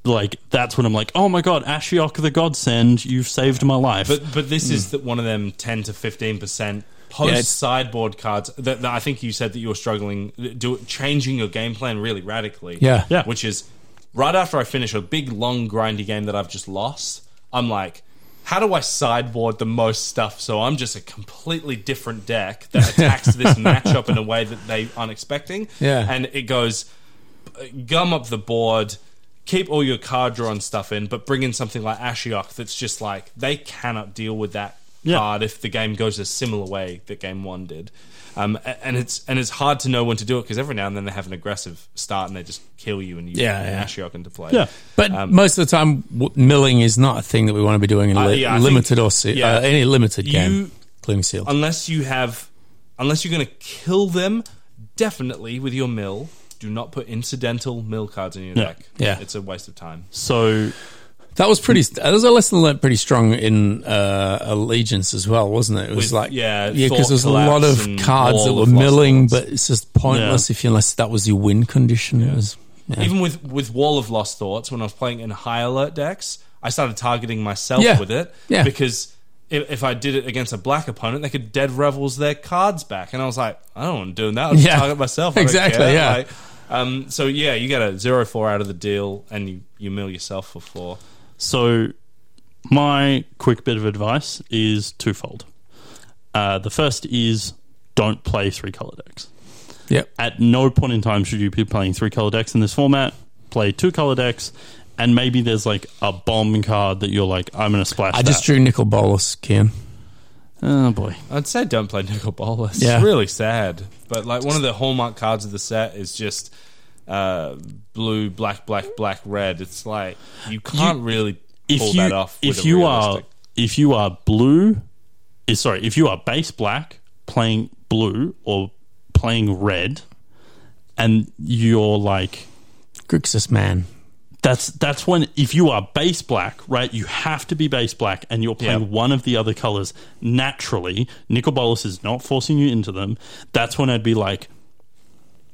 Speaker 4: Like that's when I'm like, oh my god, Ashiok the Godsend, you've saved my life.
Speaker 3: But but this
Speaker 2: Mm.
Speaker 3: is that one of them ten to fifteen percent
Speaker 2: it's-
Speaker 3: post sideboard cards that, that I think you said that you were struggling do changing your game plan really radically.
Speaker 2: Yeah.
Speaker 4: Yeah.
Speaker 3: Which is right after I finish a big long grindy game that I've just lost, I'm like how do I sideboard the most stuff so I'm just a completely different deck that attacks this matchup in a way that they aren't expecting?
Speaker 2: Yeah.
Speaker 3: And it goes gum up the board, keep all your card drawn stuff in, but bring in something like Ashiok that's just like they cannot deal with that
Speaker 4: Yeah.
Speaker 3: card if the game goes a similar way that game one did. Um, a- and it's and it's hard to know when to do it because every now and then they have an aggressive start and they just kill you and you
Speaker 2: Yeah,
Speaker 3: bring
Speaker 2: yeah.
Speaker 3: Ashiok into play.
Speaker 4: Yeah.
Speaker 2: But most of the time, w- milling is not a thing that we want to be doing in
Speaker 3: Uh,
Speaker 2: li-
Speaker 3: yeah, um, I
Speaker 2: limited
Speaker 3: think-
Speaker 2: or se-
Speaker 3: yeah.
Speaker 2: uh, any limited
Speaker 3: You-
Speaker 2: game, including sealed.
Speaker 3: Unless you have, unless you're going to kill them, definitely with your mill. Do not put incidental mill cards in your
Speaker 4: Yeah.
Speaker 3: deck.
Speaker 2: Yeah.
Speaker 3: it's a waste of time.
Speaker 4: so
Speaker 2: that was pretty. That was a lesson learned pretty strong in uh, Allegiance as well, wasn't it? It was
Speaker 3: With-
Speaker 2: like
Speaker 3: yeah,
Speaker 2: yeah,
Speaker 3: Thought
Speaker 2: because there's a lot
Speaker 3: Collapse
Speaker 2: of
Speaker 3: and
Speaker 2: cards that
Speaker 3: Wall
Speaker 2: were
Speaker 3: of Lost
Speaker 2: milling,
Speaker 3: Thoughts.
Speaker 2: but it's just pointless if you, unless that was your win condition. It was. Yeah.
Speaker 3: Even with with Wall of Lost Thoughts, when I was playing in high alert decks, I started targeting myself
Speaker 2: Yeah.
Speaker 3: with it
Speaker 2: Yeah.
Speaker 3: because if, if I did it against a black opponent, they could dead revels their cards back, and I was like, I don't want to do that. I'll just
Speaker 2: Yeah.
Speaker 3: target myself. I don't
Speaker 2: Exactly,
Speaker 3: care.
Speaker 2: yeah.
Speaker 3: Like, um, so yeah, you get a zero four out of the deal, and you you mill yourself for four.
Speaker 4: So, my quick bit of advice is twofold. Uh, the first is don't play three color decks.
Speaker 2: Yep.
Speaker 4: At no point in time should you be playing three color decks in this format. Play two color decks, and maybe there's like a bomb card that you're like, I'm going to splash.
Speaker 2: I just
Speaker 4: that.
Speaker 2: drew Nicol Bolas, Kian.
Speaker 4: oh boy.
Speaker 3: I'd say don't play Nicol Bolas.
Speaker 2: Yeah.
Speaker 3: It's really sad. But like one of the hallmark cards of the set is just uh, blue, black, black, black, red. It's like you can't really
Speaker 4: If
Speaker 3: pull
Speaker 4: you
Speaker 3: that off.
Speaker 4: if
Speaker 3: with a
Speaker 4: you are
Speaker 3: realistic-
Speaker 4: if you are blue, eh, sorry, if you are base black playing blue or playing red, and you're like
Speaker 2: Grixis man.
Speaker 4: That's that's when if you are base black, right? You have to be base black, and you're playing
Speaker 3: Yeah.
Speaker 4: one of the other colors naturally. Nicol Bolas is not forcing you into them. That's when I'd be like,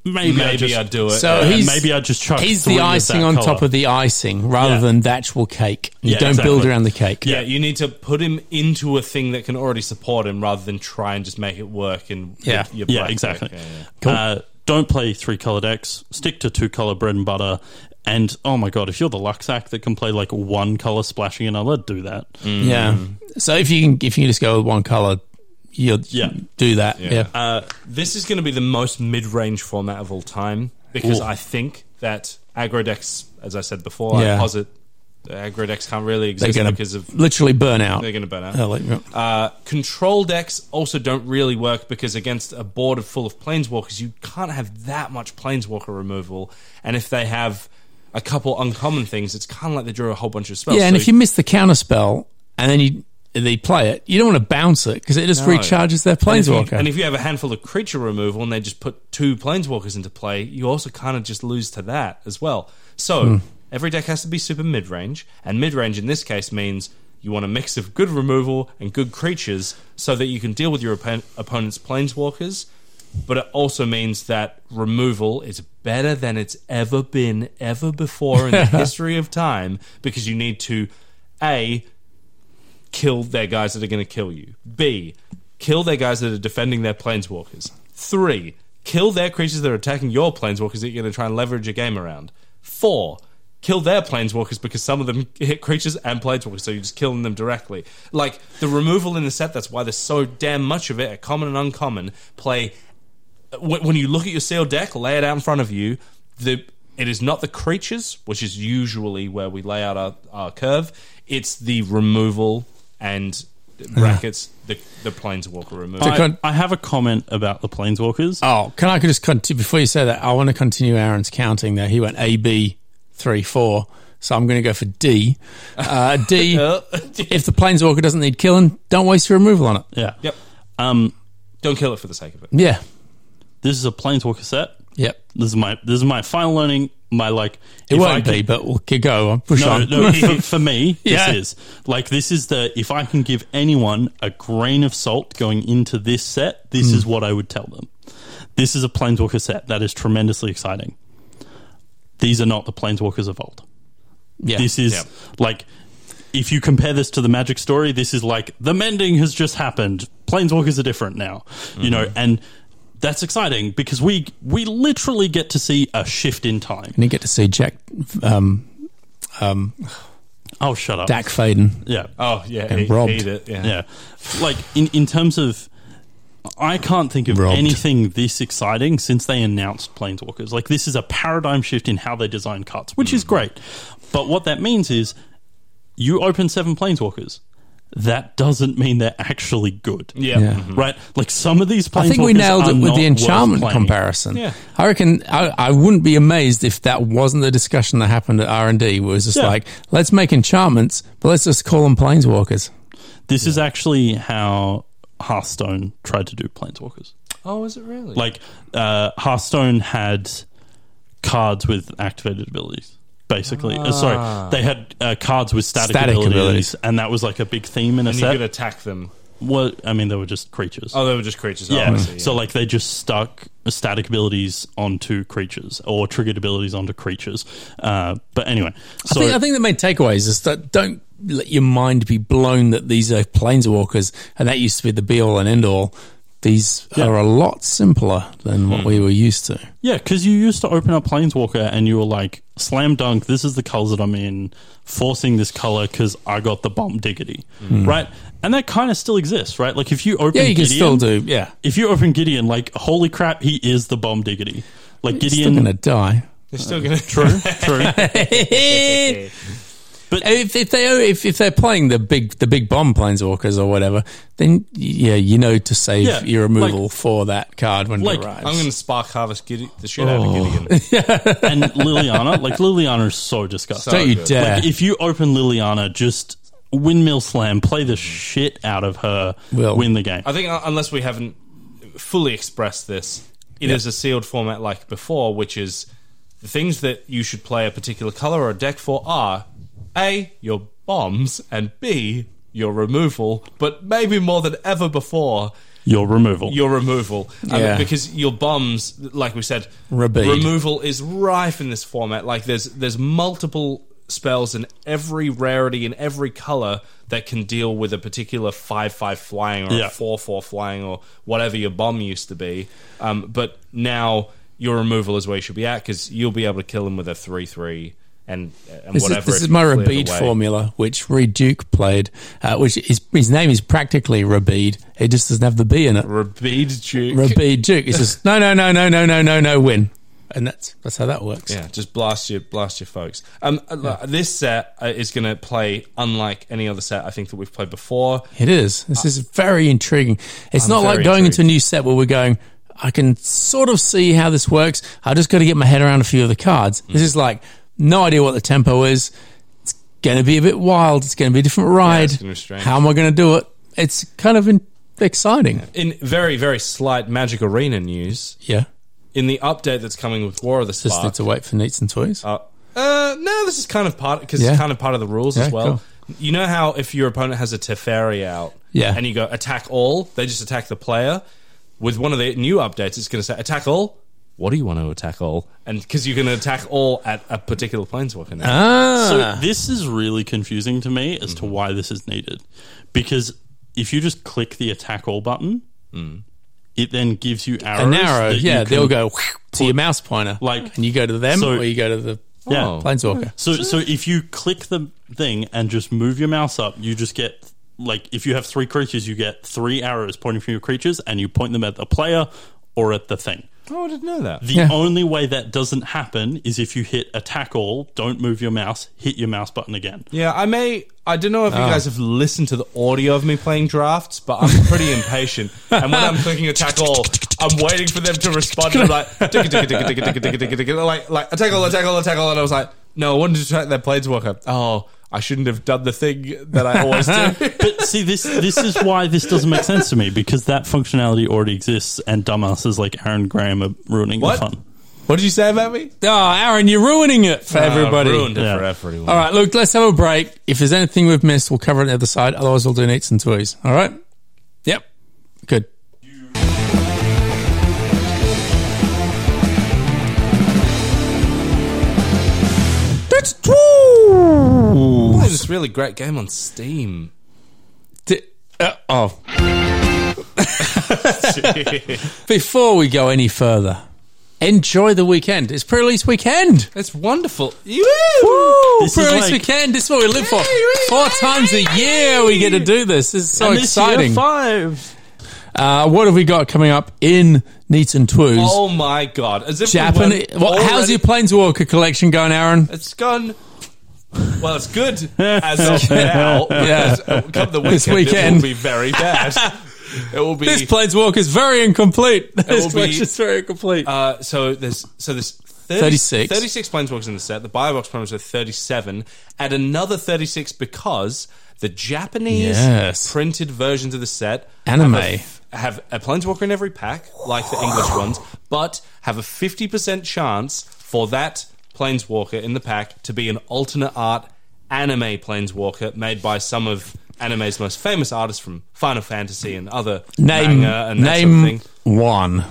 Speaker 4: maybe, I
Speaker 3: maybe
Speaker 4: just,
Speaker 3: I'd do it.
Speaker 2: So
Speaker 3: yeah.
Speaker 4: yeah,
Speaker 2: he's
Speaker 4: maybe I just chuck.
Speaker 2: He's
Speaker 4: three
Speaker 2: the
Speaker 4: of that
Speaker 2: icing on
Speaker 4: colour.
Speaker 2: top of the icing, rather
Speaker 4: Yeah.
Speaker 2: than the actual cake. You
Speaker 4: Yeah,
Speaker 2: don't build
Speaker 4: exactly.
Speaker 2: around the cake.
Speaker 3: yeah, you need to put him into a thing that can already support him rather than try and just make it work and
Speaker 2: Yeah.
Speaker 3: your
Speaker 4: Yeah,
Speaker 3: black
Speaker 4: exactly.
Speaker 3: deck. Yeah, yeah.
Speaker 4: Uh, don't play three color decks. Stick to two color bread and butter. And oh my god, if you're the Luxac that can play like one color splashing another, do that.
Speaker 2: Yeah. So if you can, if you can just go with one color, you'll
Speaker 4: Yeah.
Speaker 2: do that. Yeah.
Speaker 3: Uh, this is going to be the most mid-range format of all time because I think that aggro decks, as I said before,
Speaker 2: Yeah.
Speaker 3: I posit that aggro decks can't really
Speaker 2: they're
Speaker 3: exist
Speaker 2: going
Speaker 3: because
Speaker 2: to
Speaker 3: of
Speaker 2: literally burn out.
Speaker 3: they're going to burn out.
Speaker 2: Oh, like, yeah.
Speaker 3: Uh, control decks also don't really work because against a board full of planeswalkers, you can't have that much planeswalker removal. And if they have a couple uncommon things, it's kind of like they drew a whole bunch of spells.
Speaker 2: yeah, and
Speaker 3: So
Speaker 2: if you miss the counter spell and then you they play it, you don't want to bounce it because it just
Speaker 3: No.
Speaker 2: recharges their
Speaker 3: and if you-
Speaker 2: planeswalker.
Speaker 3: and if you have a handful of creature removal and they just put two planeswalkers into play, you also kind of just lose to that as well. So every deck has to be super mid range, and mid range in this case means you want a mix of good removal and good creatures so that you can deal with your oppo- opponent's planeswalkers. But it also means that removal is better than it's ever been, ever before in the history of time, because you need to, A, kill their guys that are going to kill you. B, kill their guys that are defending their planeswalkers. Three, kill their creatures that are attacking your planeswalkers that you're going to try and leverage your game around. Four, kill their planeswalkers because some of them hit creatures and planeswalkers, so you're just killing them directly. Like the removal in the set, that's why there's so damn much of it at common and uncommon. Play when when you look at your sealed deck, lay it out in front of you. The it is not the creatures, which is usually where we lay out our, our curve. It's the removal and brackets the the planeswalker removal.
Speaker 2: I can't-
Speaker 4: I have a comment about the planeswalkers.
Speaker 2: Oh, can I just continue before you say that? I want to continue Aaron's counting there. He went A B three four, so I'm going to go for D. Uh, D. if the planeswalker doesn't need killing, don't waste your removal on it.
Speaker 4: yeah.
Speaker 3: yep.
Speaker 4: Um,
Speaker 3: Don't kill it for the sake of it.
Speaker 2: Yeah.
Speaker 4: this is a planeswalker set.
Speaker 2: Yep.
Speaker 4: This is my this is my final learning. My like
Speaker 2: It
Speaker 4: if I
Speaker 2: won't
Speaker 4: can-
Speaker 2: be, but we'll keep go. on. Push
Speaker 4: No,
Speaker 2: on.
Speaker 4: no. For, for me,
Speaker 2: Yeah.
Speaker 4: this is like this is the if I can give anyone a grain of salt going into this set, this
Speaker 2: Hmm.
Speaker 4: is what I would tell them. This is a planeswalker set that is tremendously exciting. These are not the planeswalkers of old.
Speaker 2: yeah.
Speaker 4: This is
Speaker 3: Yeah.
Speaker 4: like if you compare this to the magic story, this is like the mending has just happened. Planeswalkers are different now. You know, and that's exciting because we we literally get to see a shift in time.
Speaker 2: and you get to see Jack um,
Speaker 4: Oh shut up.
Speaker 2: Dak Faden.
Speaker 4: Yeah.
Speaker 3: Oh yeah,
Speaker 2: And
Speaker 3: he,
Speaker 2: robbed.
Speaker 3: he did, yeah.
Speaker 4: Yeah. Like in, in terms of I can't think of
Speaker 2: Robbed.
Speaker 4: anything this exciting since they announced Planeswalkers. Like this is a paradigm shift in how they design cuts, which is
Speaker 2: Hmm.
Speaker 4: great. But what that means is you open seven Planeswalkers. That doesn't mean they're actually good.
Speaker 3: Yeah.
Speaker 2: Yeah.
Speaker 3: Mhm.
Speaker 4: Right? Like some of these Planeswalkers
Speaker 2: I think we nailed
Speaker 4: are
Speaker 2: it with
Speaker 4: not
Speaker 2: the enchantment
Speaker 4: worth playing.
Speaker 2: comparison.
Speaker 3: Yeah.
Speaker 2: I reckon I, I wouldn't be amazed if that wasn't the discussion that happened at R and D. Was just
Speaker 4: Yeah.
Speaker 2: like let's make enchantments, but let's just call them planeswalkers.
Speaker 4: This is actually how Hearthstone tried to do Planeswalkers.
Speaker 3: Oh, is it really?
Speaker 4: like uh, Hearthstone had cards with activated abilities. Basically, Uh,
Speaker 3: Ah.
Speaker 4: sorry, they had uh, cards with static,
Speaker 2: Static
Speaker 4: abilities,
Speaker 2: abilities.
Speaker 4: and that was like a big theme in a
Speaker 3: and you
Speaker 4: set.
Speaker 3: could attack them.
Speaker 4: well, I mean, they were just creatures.
Speaker 3: Oh, they were just creatures.
Speaker 4: yeah.
Speaker 3: Oh, I see, yeah.
Speaker 4: so like they just stuck static abilities onto creatures or triggered abilities onto creatures. Uh, but anyway, so
Speaker 2: I think, I think the main takeaways is that don't let your mind be blown that these are planeswalkers, and that used to be the be all and end all. These are a lot simpler than
Speaker 4: Hmm.
Speaker 2: what we were used to.
Speaker 4: Yeah, because you used to open up Planeswalker and you were like, slam dunk, this is the colors that I'm in, forcing this color because I got the bomb diggity, right? And that kind of still exists, right? Like if you open
Speaker 2: Mm. Yeah, you can
Speaker 4: Gideon,
Speaker 2: still do. Yeah,
Speaker 4: If you open Gideon, like, holy crap, he is the bomb diggity. Like
Speaker 2: still
Speaker 4: Gideon,
Speaker 2: going to die.
Speaker 3: they're still gonna.
Speaker 4: true, true.
Speaker 2: if,
Speaker 4: But-
Speaker 2: if they are- if, if they're playing the big the big bomb planeswalkers or whatever, then yeah, you know to save
Speaker 4: Yeah,
Speaker 2: your removal
Speaker 4: like-
Speaker 2: for that card when
Speaker 4: like,
Speaker 2: it arrives.
Speaker 3: I'm going to spark harvest Gide- the shit out of
Speaker 4: Oh.
Speaker 3: Gideon.
Speaker 4: and Liliana, like Liliana is so disgusting.
Speaker 2: Don't you
Speaker 3: Like,
Speaker 2: dare!
Speaker 4: Like if you open Liliana, just windmill slam, play the shit out of her,
Speaker 2: Will.
Speaker 4: win the game.
Speaker 3: I think uh, unless we haven't fully expressed this, it is a sealed format like before, which is the things that you should play a particular color or a deck for are a your bombs and b your removal, but maybe more than ever before.
Speaker 4: Your removal.
Speaker 3: Your removal, Um,
Speaker 2: Yeah.
Speaker 3: because your bombs, like we said,
Speaker 2: Rabid.
Speaker 3: removal is rife in this format. Like there's there's multiple spells in every rarity in every color that can deal with a particular five five flying or
Speaker 4: Yeah.
Speaker 3: a four four flying or whatever your bomb used to be. Um, but now your removal is where you should be at because you'll be able to kill them with a three three and and
Speaker 2: This
Speaker 3: whatever.
Speaker 2: is, this
Speaker 3: if
Speaker 2: is
Speaker 3: you
Speaker 2: my
Speaker 3: clear the
Speaker 2: Rabid
Speaker 3: way.
Speaker 2: formula, which Reed Duke played, uh, which is, his name is practically Rabid. It just doesn't have the B in it.
Speaker 3: Rabid Duke.
Speaker 2: Rabid Duke. It's just no, no, no, no, no, no, no, no win, and that's that's how that works.
Speaker 3: Yeah, just blast your blast your folks. Um, uh, this set uh, is going to play unlike any other set I think that we've played before.
Speaker 2: It is. This is very intriguing. It's not like
Speaker 3: very
Speaker 2: going
Speaker 3: intrigued.
Speaker 2: into a new set where we're going, I can sort of see how this works. I just got to get my head around a few of the cards. This is like, no idea what the tempo is. It's going to be a bit wild. It's going to be a different ride.
Speaker 3: it's gonna be strange.
Speaker 2: how am I going to do it? It's kind of in- exciting.
Speaker 3: In very very slight Magic Arena news,
Speaker 2: Yeah.
Speaker 3: in the update that's coming with War of the
Speaker 2: Just
Speaker 3: Spark.
Speaker 2: need to wait for Neats and Toys.
Speaker 3: uh, uh, no, this is kind of part because
Speaker 2: Yeah.
Speaker 3: it's kind of part of the rules
Speaker 2: Yeah,
Speaker 3: as well. You know how if your opponent has a Teferi out,
Speaker 2: Yeah.
Speaker 3: and you go attack all, they just attack the player. With one of the new updates, it's going to say attack all. What do you want to attack all? And because you can attack all at a particular planeswalker now.
Speaker 2: ah.
Speaker 4: So this is really confusing to me as to why this is needed, because if you just click the attack all button, it then gives you arrows.
Speaker 2: Hmm. An arrow,
Speaker 4: that you
Speaker 2: yeah,
Speaker 4: can-
Speaker 2: they'll go to your mouse pointer,
Speaker 4: like-
Speaker 2: and you go to them,
Speaker 4: so-
Speaker 2: or you go to the
Speaker 4: Yeah.
Speaker 3: Oh.
Speaker 2: planeswalker.
Speaker 4: So, so if you click the thing and just move your mouse up, you just get like if you have three creatures, you get three arrows pointing from your creatures, and you point them at the player or at the thing.
Speaker 3: Oh, I didn't know that.
Speaker 4: The
Speaker 2: Yeah.
Speaker 4: only way that doesn't happen is if you hit attack all, don't move your mouse, hit your mouse button again.
Speaker 3: Yeah, I may. I don't know if you guys have listened to the audio of me playing drafts, but I'm pretty impatient. And when I'm clicking attack all, I'm waiting for them to respond. And I'm like, "Digga, digga, digga, digga, digga, digga, digga, digga," like, like attack all, attack all, attack all. And I was like, no, I wanted to attack that planeswalker. Oh, I shouldn't have done the thing that I always do.
Speaker 4: But see, this this is why this doesn't make sense to me because that functionality already exists, and dumbasses like Aaron Graham are ruining
Speaker 3: What?
Speaker 4: the fun.
Speaker 3: What did you say about me?
Speaker 2: Oh, Aaron, you're ruining it for everybody.
Speaker 3: ruined it
Speaker 4: Yeah.
Speaker 3: for everyone.
Speaker 2: All right, look, let's have a break. If there's anything we've missed, we'll cover it on the other side. Otherwise, we'll do neats and toys. All right? Yep. Good. That's true.
Speaker 3: There's this really great game on Steam.
Speaker 2: Di- uh, oh. Before we go any further, enjoy the weekend. It's pre-release weekend.
Speaker 3: It's wonderful.
Speaker 2: Woo!
Speaker 4: This is
Speaker 2: pre-release
Speaker 4: like-
Speaker 2: weekend. This is what we live for. Four times a year we get to do this. This is so
Speaker 4: And this year,
Speaker 2: exciting.
Speaker 4: five.
Speaker 2: Uh, what have we got coming up in Neats and Twos?
Speaker 3: Oh my god! As if we
Speaker 2: Japanese.
Speaker 3: weren't
Speaker 2: What, how's
Speaker 3: already-
Speaker 2: your Planeswalker collection going, Aaron?
Speaker 3: It's gone. Well, it's good as of now.
Speaker 2: Yeah.
Speaker 3: because Come the weekend,
Speaker 2: This
Speaker 3: it
Speaker 2: weekend.
Speaker 3: will be very bad. It will be.
Speaker 2: This Planeswalker is very incomplete. This
Speaker 3: will be-
Speaker 2: collection is very incomplete.
Speaker 3: uh, so there's so there's 30,
Speaker 2: 36.
Speaker 3: 36 planeswalkers in the set. The Biobox primers are 37. Add another 36 because the Japanese
Speaker 2: Yes.
Speaker 3: printed versions of the set
Speaker 2: Anime.
Speaker 3: have a f- have a planeswalker in every pack, like the English ones, but have a 50% chance for that planeswalker in the pack to be an alternate art anime planeswalker made by some of anime's most famous artists from Final Fantasy and other
Speaker 2: name
Speaker 3: manga and that
Speaker 2: name
Speaker 3: sort of thing.
Speaker 2: one.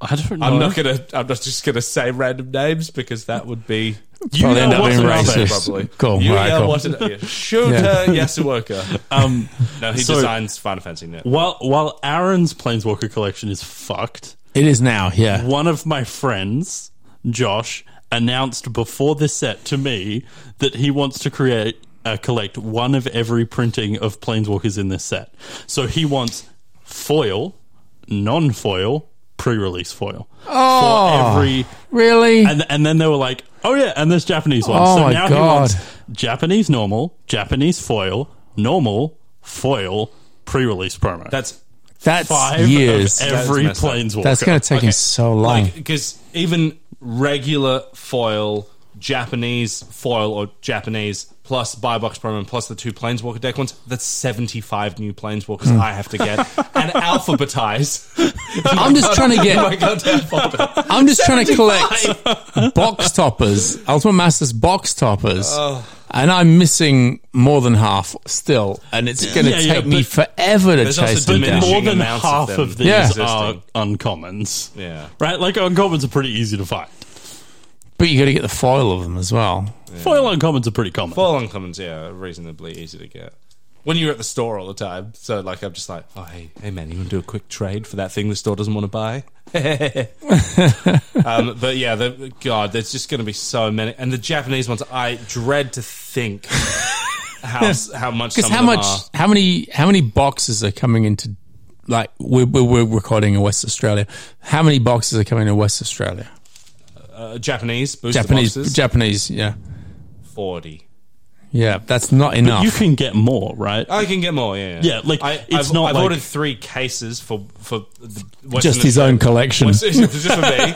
Speaker 4: I don't know.
Speaker 3: I'm not gonna. I'm not just gonna say random names because that would be
Speaker 4: You
Speaker 2: Probably
Speaker 4: know
Speaker 2: end up
Speaker 4: what's
Speaker 2: being
Speaker 4: another thing,
Speaker 2: racist.
Speaker 4: probably.
Speaker 2: Cool.
Speaker 3: you
Speaker 2: Alright,
Speaker 3: know
Speaker 2: cool.
Speaker 3: what it is. Shooter
Speaker 2: Yeah.
Speaker 3: Yasuoka.
Speaker 4: Um,
Speaker 3: No, he
Speaker 4: So-
Speaker 3: designs Final Fantasy now.
Speaker 4: While while Aaron's Planeswalker collection is fucked,
Speaker 2: It is now. Yeah.
Speaker 4: one of my friends, Josh, announced before this set to me that he wants to create uh, collect one of every printing of Planeswalkers in this set. So he wants foil, non-foil, pre-release foil
Speaker 2: Oh.
Speaker 4: for every.
Speaker 2: Really?
Speaker 4: And and then they were like, oh yeah, and there's Japanese one.
Speaker 2: Oh
Speaker 4: so
Speaker 2: my
Speaker 4: now he
Speaker 2: God.
Speaker 4: wants Japanese normal, Japanese foil, normal foil, pre-release promo.
Speaker 3: That's
Speaker 2: That's
Speaker 4: five
Speaker 2: years.
Speaker 4: of every
Speaker 3: That's messed up.
Speaker 4: planeswalker.
Speaker 2: That's going to take him so long.
Speaker 3: like because even regular foil, Japanese foil or Japanese plus buy box promo and plus the two planeswalker deck ones. That's 75 new planeswalkers
Speaker 2: Hmm.
Speaker 3: I have to get and alphabetize.
Speaker 2: I'm just trying to
Speaker 3: my
Speaker 2: get.
Speaker 3: goddamn folder.
Speaker 2: I'm just trying to collect box toppers, Ultimate Masters box toppers, and I'm missing more than half still, and it's going to
Speaker 4: Yeah, yeah,
Speaker 2: take me
Speaker 4: but-
Speaker 2: forever to
Speaker 3: There's also
Speaker 2: chase them
Speaker 3: diminishing-
Speaker 2: down.
Speaker 4: more than
Speaker 3: amounts of
Speaker 4: half
Speaker 3: them
Speaker 4: of these
Speaker 2: Yeah.
Speaker 4: are
Speaker 3: existing.
Speaker 4: uncommons.
Speaker 3: Yeah.
Speaker 4: Right? Like uncommons are pretty easy to find.
Speaker 2: But you got to get the foil of them as well.
Speaker 4: Foil uncommons are pretty common.
Speaker 3: Foil uncommons, yeah, are reasonably easy to get. When you're at the store all the time, so like I'm just like, oh hey, hey man, you want to do a quick trade for that thing the store doesn't want to buy? um, but yeah, the, God, there's just going to be so many, and the Japanese ones, I dread to think how s- how much
Speaker 2: Because
Speaker 3: some
Speaker 2: how
Speaker 3: of them
Speaker 2: much?
Speaker 3: are.
Speaker 2: How many? How many boxes are coming into? Like we're, we're, we're recording in West Australia. How many boxes are coming to West Australia?
Speaker 3: Uh, Japanese booster
Speaker 2: Japanese,
Speaker 3: boxes,
Speaker 2: Japanese. Yeah,
Speaker 3: forty.
Speaker 2: yeah. That's not enough.
Speaker 4: You can get more, right?
Speaker 3: I can get more, yeah.
Speaker 4: Yeah, like,
Speaker 3: I,
Speaker 4: it's
Speaker 3: I've,
Speaker 4: not
Speaker 3: I've
Speaker 4: like-
Speaker 3: ordered three cases for for the Western
Speaker 2: just his own collection.
Speaker 3: West, just for me.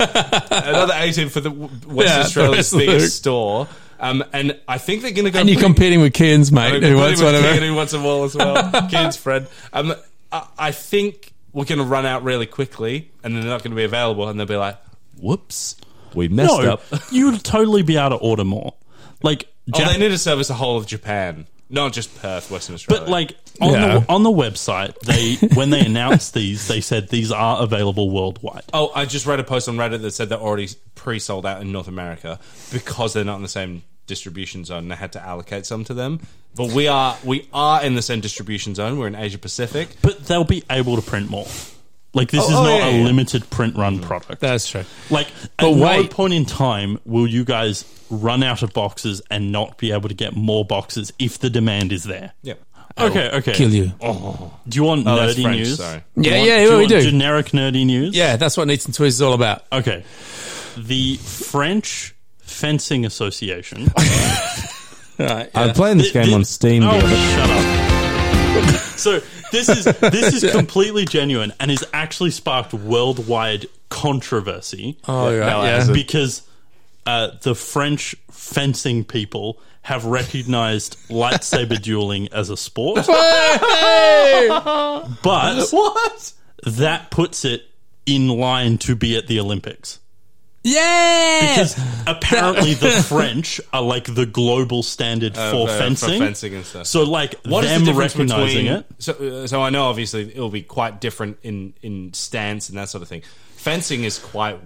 Speaker 3: Another 18 for the w- West
Speaker 2: Yeah, the
Speaker 3: Australia's
Speaker 2: rest of the-
Speaker 3: biggest store. Um, and I think they're going to go.
Speaker 2: And you're competing with Cairns, mate. Who wants one of
Speaker 3: Kid,
Speaker 2: them?
Speaker 3: who wants them all as well? Kids, Fred. Um, I, I think we're going to run out really quickly, and they're not going to be available, and they'll be like, "Whoops, we messed
Speaker 4: No,
Speaker 3: up."
Speaker 4: you'd totally be able to order more. Like,
Speaker 3: Oh,
Speaker 4: Jap-
Speaker 3: they need to service the whole of Japan, not just Perth, Western Australia.
Speaker 4: but like on
Speaker 2: Yeah.
Speaker 4: the on the website, they when they announced these, they said these are available worldwide.
Speaker 3: Oh, I just read a post on Reddit that said they're already pre-sold out in North America because they're not in the same distribution zone and they had to allocate some to them. But we are we are in the same distribution zone. We're in Asia Pacific.
Speaker 4: But they'll be able to print more. Like this
Speaker 3: Oh,
Speaker 4: is
Speaker 3: oh,
Speaker 4: not
Speaker 3: yeah, Mm.
Speaker 4: a
Speaker 3: yeah.
Speaker 4: limited print run product.
Speaker 2: That's true.
Speaker 4: Like
Speaker 2: But
Speaker 4: at no
Speaker 2: wait.
Speaker 4: point in time will you guys run out of boxes and not be able to get more boxes if the demand is there.
Speaker 3: Yeah.
Speaker 4: Okay, okay.
Speaker 2: Kill you.
Speaker 4: Do you want
Speaker 3: Oh, that's
Speaker 4: nerdy
Speaker 3: French,
Speaker 4: news?
Speaker 3: sorry.
Speaker 4: Do you
Speaker 2: Yeah,
Speaker 4: want-
Speaker 2: yeah,
Speaker 4: do you
Speaker 2: we
Speaker 4: want
Speaker 2: do.
Speaker 4: Generic nerdy news.
Speaker 2: Yeah, that's what Neats and Toys is all about.
Speaker 4: Okay. The French Fencing Association.
Speaker 5: I'm playing this
Speaker 4: Th-
Speaker 5: game
Speaker 4: th-
Speaker 5: on Steam.
Speaker 4: Uh, Oh,
Speaker 5: the other-
Speaker 4: shut up. So this is this is completely genuine and has actually sparked worldwide controversy.
Speaker 2: Oh, yeah,
Speaker 3: no, it
Speaker 2: yeah.
Speaker 3: hasn't.
Speaker 4: because uh, the French fencing people have recognized lightsaber dueling as a sport, but
Speaker 3: What?
Speaker 4: that puts it in line to be at the Olympics.
Speaker 2: Yeah.
Speaker 4: Because apparently the French are like the global standard for,
Speaker 3: Uh, for- for
Speaker 4: fencing.
Speaker 3: fencing and stuff.
Speaker 4: So like
Speaker 3: What is
Speaker 4: them
Speaker 3: the difference
Speaker 4: recognizing
Speaker 3: between,
Speaker 4: it.
Speaker 3: So, uh, so I know obviously it'll be quite different in in stance and that sort of thing. Fencing is quite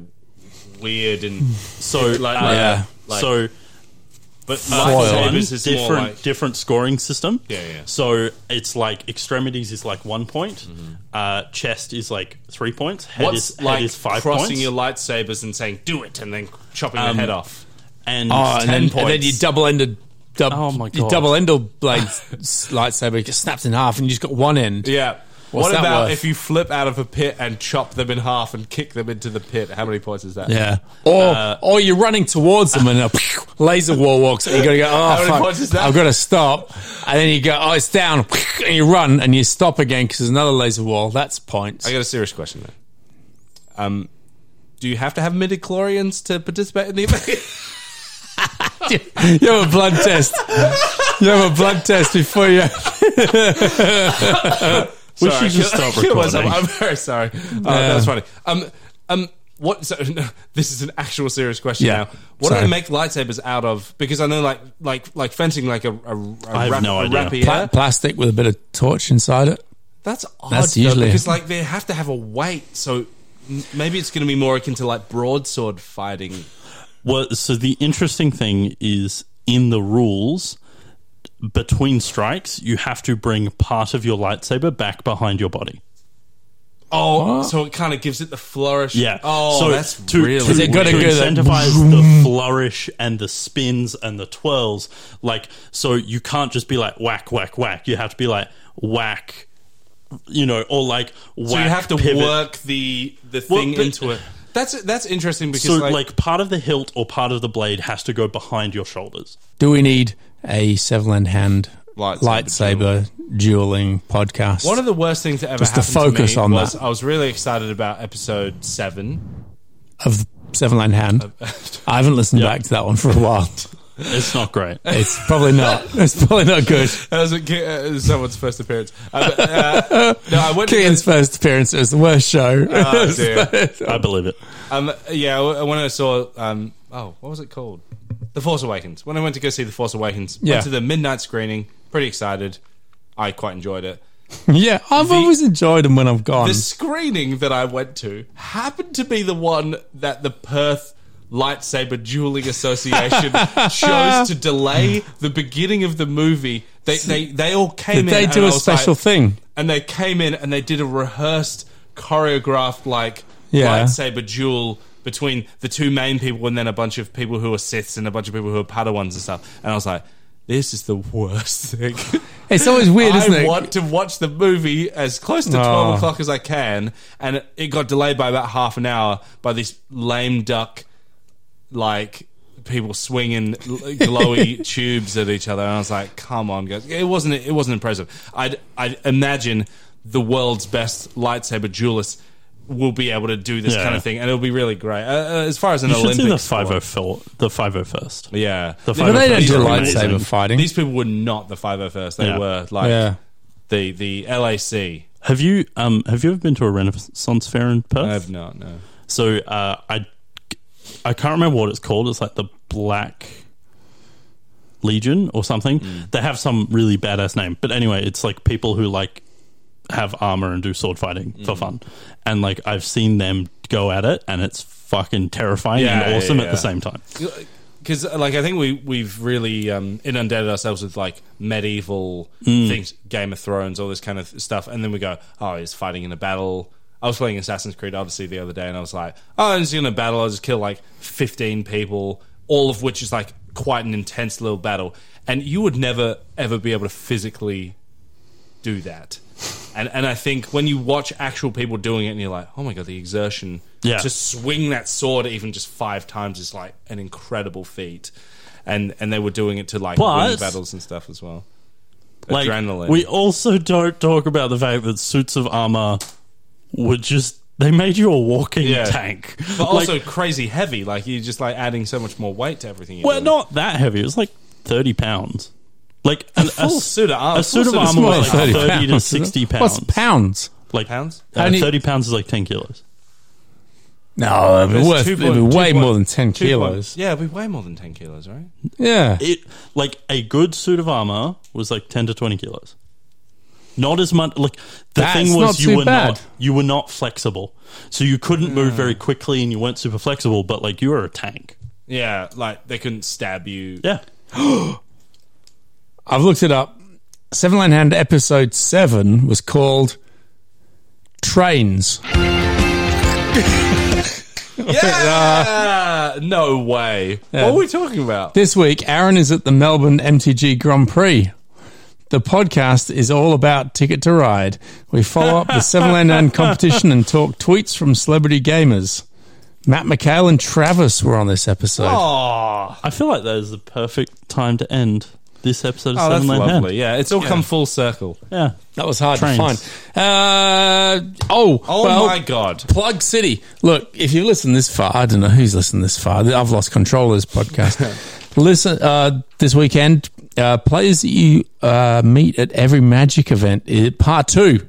Speaker 3: weird and
Speaker 4: So
Speaker 3: like-
Speaker 4: uh,
Speaker 3: yeah, like-
Speaker 4: so
Speaker 3: but
Speaker 4: one
Speaker 3: lightsabers is more
Speaker 4: different
Speaker 3: like
Speaker 4: different scoring system.
Speaker 3: Yeah, yeah.
Speaker 4: So it's like extremities is like one point, uh, chest is like three points, head
Speaker 3: Mm-hmm. what's
Speaker 4: is head
Speaker 3: like
Speaker 4: is five
Speaker 3: crossing
Speaker 4: points,
Speaker 3: your lightsabers and saying "do it" and then chopping
Speaker 4: Um,
Speaker 3: the head off.
Speaker 4: and
Speaker 2: Oh, and
Speaker 3: 10
Speaker 2: then, and then
Speaker 3: points.
Speaker 2: you double ended. Dub,
Speaker 4: Oh my
Speaker 2: Your
Speaker 4: God.
Speaker 2: double ended blade s- lightsaber gets snapped in half, and you just got one end.
Speaker 3: Yeah.
Speaker 2: What's
Speaker 3: what
Speaker 2: that
Speaker 3: about
Speaker 2: worth?
Speaker 3: if you flip out of a pit and chop them in half and kick them into the pit? How many points is that?
Speaker 2: Yeah. Or
Speaker 3: Uh,
Speaker 2: or you're running towards them and a laser war walks. And you gotta go.
Speaker 3: many
Speaker 2: Oh
Speaker 3: points is
Speaker 2: fuck!
Speaker 3: that?"
Speaker 2: I've got to stop. And then you go. Oh, it's down. And you run and you stop again because there's another laser wall. That's points.
Speaker 3: I got a serious question though. Um, do you have to have midi chlorians to participate in the event?
Speaker 2: you have a blood test. You have a blood test before you.
Speaker 4: we
Speaker 3: Sorry,
Speaker 4: should just
Speaker 3: I
Speaker 4: stop
Speaker 3: killed myself.
Speaker 4: recording.
Speaker 3: I'm very sorry. Oh, that was funny. Um, um, what? So, no, this is an actual serious question
Speaker 2: Yeah.
Speaker 3: now. What do
Speaker 2: Sorry.
Speaker 3: they make lightsabers out of? Because I know, like, like, like fencing, like a, a, a,
Speaker 4: have
Speaker 3: rap-
Speaker 4: no
Speaker 3: a
Speaker 4: idea.
Speaker 3: rapier.
Speaker 2: Pla- plastic with a bit of torch inside it.
Speaker 3: That's odd.
Speaker 2: That's
Speaker 3: though,
Speaker 2: usually-
Speaker 3: because like they have to have a weight, so m- maybe it's going to be more akin to like broadsword fighting.
Speaker 4: Well, so the interesting thing is in the rules between strikes, you have to bring part of your lightsaber back behind your body.
Speaker 3: Oh, so it kind of gives it the flourish.
Speaker 4: Yeah.
Speaker 3: Oh,
Speaker 4: so
Speaker 3: that's
Speaker 4: to,
Speaker 3: really.
Speaker 4: to,
Speaker 2: Is it gotta
Speaker 4: to
Speaker 2: go the-
Speaker 4: incentivize the flourish and the spins and the twirls. Like, so you can't just be like whack, whack, whack. You have to be like whack, you know, or like whack.
Speaker 3: so you have to
Speaker 4: pivot.
Speaker 3: work the the
Speaker 4: Well,
Speaker 3: thing
Speaker 4: but-
Speaker 3: into it. That's that's interesting because
Speaker 4: So,
Speaker 3: like,
Speaker 4: like, part of the hilt or part of the blade has to go behind your shoulders.
Speaker 2: Do we need a Severland hand
Speaker 3: Lightsaber
Speaker 2: lightsaber, dueling podcast?
Speaker 3: one of the worst things that ever
Speaker 2: Just to
Speaker 3: happened
Speaker 2: focus
Speaker 3: to me
Speaker 2: on
Speaker 3: was
Speaker 2: that.
Speaker 3: I was really excited about episode seven.
Speaker 2: of Severland hand. I haven't listened back to that one for a while.
Speaker 4: It's not great.
Speaker 2: It's probably not. It's probably not good.
Speaker 3: That was, a, ki- uh, it was someone's first appearance. Uh, but, uh, no, I went. to
Speaker 2: Kian's first appearance. It was the worst show.
Speaker 3: Oh, dear.
Speaker 4: I believe it.
Speaker 3: Um, yeah, w- when I saw, um, oh, what was it called? The Force Awakens. When I went to go see The Force Awakens,
Speaker 2: Yeah.
Speaker 3: went to the midnight screening, pretty excited. I quite enjoyed it.
Speaker 2: yeah, I've always enjoyed them when I've gone.
Speaker 3: The screening that I went to happened to be the one that the Perth Lightsaber Dueling Association chose to delay the beginning of the movie. They they, they all came
Speaker 2: Did
Speaker 3: in.
Speaker 2: they
Speaker 3: and
Speaker 2: do
Speaker 3: I
Speaker 2: a
Speaker 3: was like-
Speaker 2: special thing?
Speaker 3: and they came in and they did a rehearsed, choreographed like
Speaker 2: Yeah.
Speaker 3: lightsaber duel between the two main people and then a bunch of people who are Siths and a bunch of people who are Padawans and stuff. And I was like, this is the worst thing.
Speaker 2: It's always weird, isn't
Speaker 3: I
Speaker 2: it?
Speaker 3: want to watch the movie as close to
Speaker 2: Oh.
Speaker 3: twelve o'clock as I can, and it got delayed by about half an hour by this lame duck, like people swinging glowy tubes at each other. And I was like, "Come on, guys!" It wasn't. It wasn't impressive. I'd, I'd imagine the world's best lightsaber duelist will be able to do this
Speaker 4: Yeah.
Speaker 3: kind of thing, and it'll be really great. Uh, uh, as far as an
Speaker 4: You should
Speaker 3: Olympic
Speaker 4: see the
Speaker 3: sport.
Speaker 4: 504, the 501st.
Speaker 3: yeah.
Speaker 4: The
Speaker 2: But they don't do
Speaker 4: Amazing.
Speaker 2: lightsaber fighting.
Speaker 3: these people were not the 501st. They
Speaker 4: Yeah.
Speaker 3: were like
Speaker 2: Yeah.
Speaker 3: the the LAC.
Speaker 4: Have you um have you ever been to a Renaissance fair in Perth?
Speaker 3: I have not. No.
Speaker 4: So uh, I I can't remember what it's called. It's like the Black Legion or something.
Speaker 3: Hmm.
Speaker 4: They have some really badass name, but anyway, it's like people who like have armor and do sword fighting
Speaker 3: Hmm.
Speaker 4: for fun. And like I've seen them go at it, and it's fucking terrifying
Speaker 3: Yeah,
Speaker 4: and
Speaker 3: yeah,
Speaker 4: awesome at
Speaker 3: yeah.
Speaker 4: the same time.
Speaker 3: because like I think we we've really um, inundated ourselves with like medieval things, Game of Thrones, all this kind of stuff, and then we go, oh, he's fighting in a battle. I was playing Assassin's Creed Odyssey the other day, and I was like, oh, I'm just in a battle. I'll just kill like 15 people, all of which is like quite an intense little battle, and you would never ever be able to physically do that. And and I think when you watch actual people doing it, and you're like, oh my god, the exertion
Speaker 4: Yeah.
Speaker 3: to swing that sword even just five times is like an incredible feat. And and they were doing it to like
Speaker 4: But-
Speaker 3: win battles and stuff as well.
Speaker 4: Like,
Speaker 3: Adrenaline.
Speaker 4: We also don't talk about the fact that suits of armor were just they made you a walking
Speaker 3: Yeah.
Speaker 4: tank.
Speaker 3: but
Speaker 4: Like,
Speaker 3: also crazy heavy. Like you're just like adding so much more weight to everything. You're
Speaker 4: well,
Speaker 3: doing.
Speaker 4: not that heavy. It was like thirty pounds. Like an, a,
Speaker 3: full suit of armor.
Speaker 4: a suit of
Speaker 3: full
Speaker 4: armor
Speaker 3: more
Speaker 4: was
Speaker 3: than
Speaker 4: like
Speaker 2: 30
Speaker 4: thirty to
Speaker 2: pounds.
Speaker 4: sixty
Speaker 2: What's
Speaker 4: pounds.
Speaker 2: pounds?
Speaker 4: Like
Speaker 3: pounds.
Speaker 4: uh,
Speaker 2: Only-
Speaker 4: thirty pounds is like ten kilos.
Speaker 2: No, it'd be,
Speaker 3: It's
Speaker 2: worth,
Speaker 3: two
Speaker 2: it'd be
Speaker 3: point-
Speaker 2: way
Speaker 3: two
Speaker 2: more
Speaker 3: point-
Speaker 2: than 10
Speaker 3: two point-
Speaker 2: kilos.
Speaker 3: yeah, it'd be way more than ten kilos, right?
Speaker 2: Yeah.
Speaker 4: It like a good suit of armor was like ten to twenty kilos. Not as much. Like the
Speaker 2: That's
Speaker 4: thing was,
Speaker 2: not
Speaker 4: you
Speaker 2: too
Speaker 4: were
Speaker 2: bad.
Speaker 4: not you were not flexible, so you couldn't move very quickly, and you weren't super flexible. But like you were a tank.
Speaker 3: Yeah, like they couldn't stab you.
Speaker 4: Yeah.
Speaker 2: I've looked it up. Seven Land Hand episode seven was called Trains.
Speaker 3: Yeah! no way. What are we talking about?
Speaker 2: This week, Aaron is at the Melbourne MTG Grand Prix. The podcast is all about Ticket to Ride. We follow up the Seven Land Hand competition and talk tweets from celebrity gamers. Matt McHale and Travis were on this episode.
Speaker 3: Aww.
Speaker 4: I feel like that is the perfect time to end this episode of
Speaker 3: Oh, that's
Speaker 4: Seven Land
Speaker 3: lovely.
Speaker 4: Hand.
Speaker 3: Yeah, it's all come full circle.
Speaker 4: Yeah.
Speaker 2: That was hard
Speaker 4: Trains.
Speaker 2: to find. Uh, oh,
Speaker 3: Oh
Speaker 2: well,
Speaker 3: my god.
Speaker 2: Plug City. Look, if you listen this far, I don't know who's listened this far. I've lost control of this podcast. listen, uh, this weekend, uh, players that you uh, meet at every Magic event, it, part two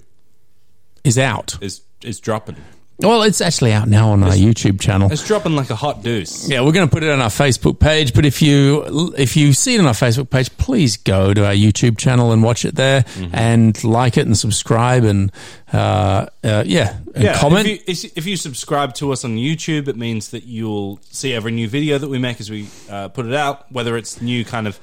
Speaker 2: is out.
Speaker 3: It's, it's dropping.
Speaker 2: Well, it's actually out now on our YouTube channel.
Speaker 3: It's dropping like a hot deuce.
Speaker 2: Yeah, we're going to put it on our Facebook page. But if you if you see it on our Facebook page, please go to our YouTube channel and watch it there,
Speaker 3: Mm-hmm.
Speaker 2: and like it and subscribe and uh, uh, yeah, and comment.
Speaker 3: If you, if you- if you subscribe to us on YouTube, it means that you'll see every new video that we make as we uh, put it out, whether it's new kind of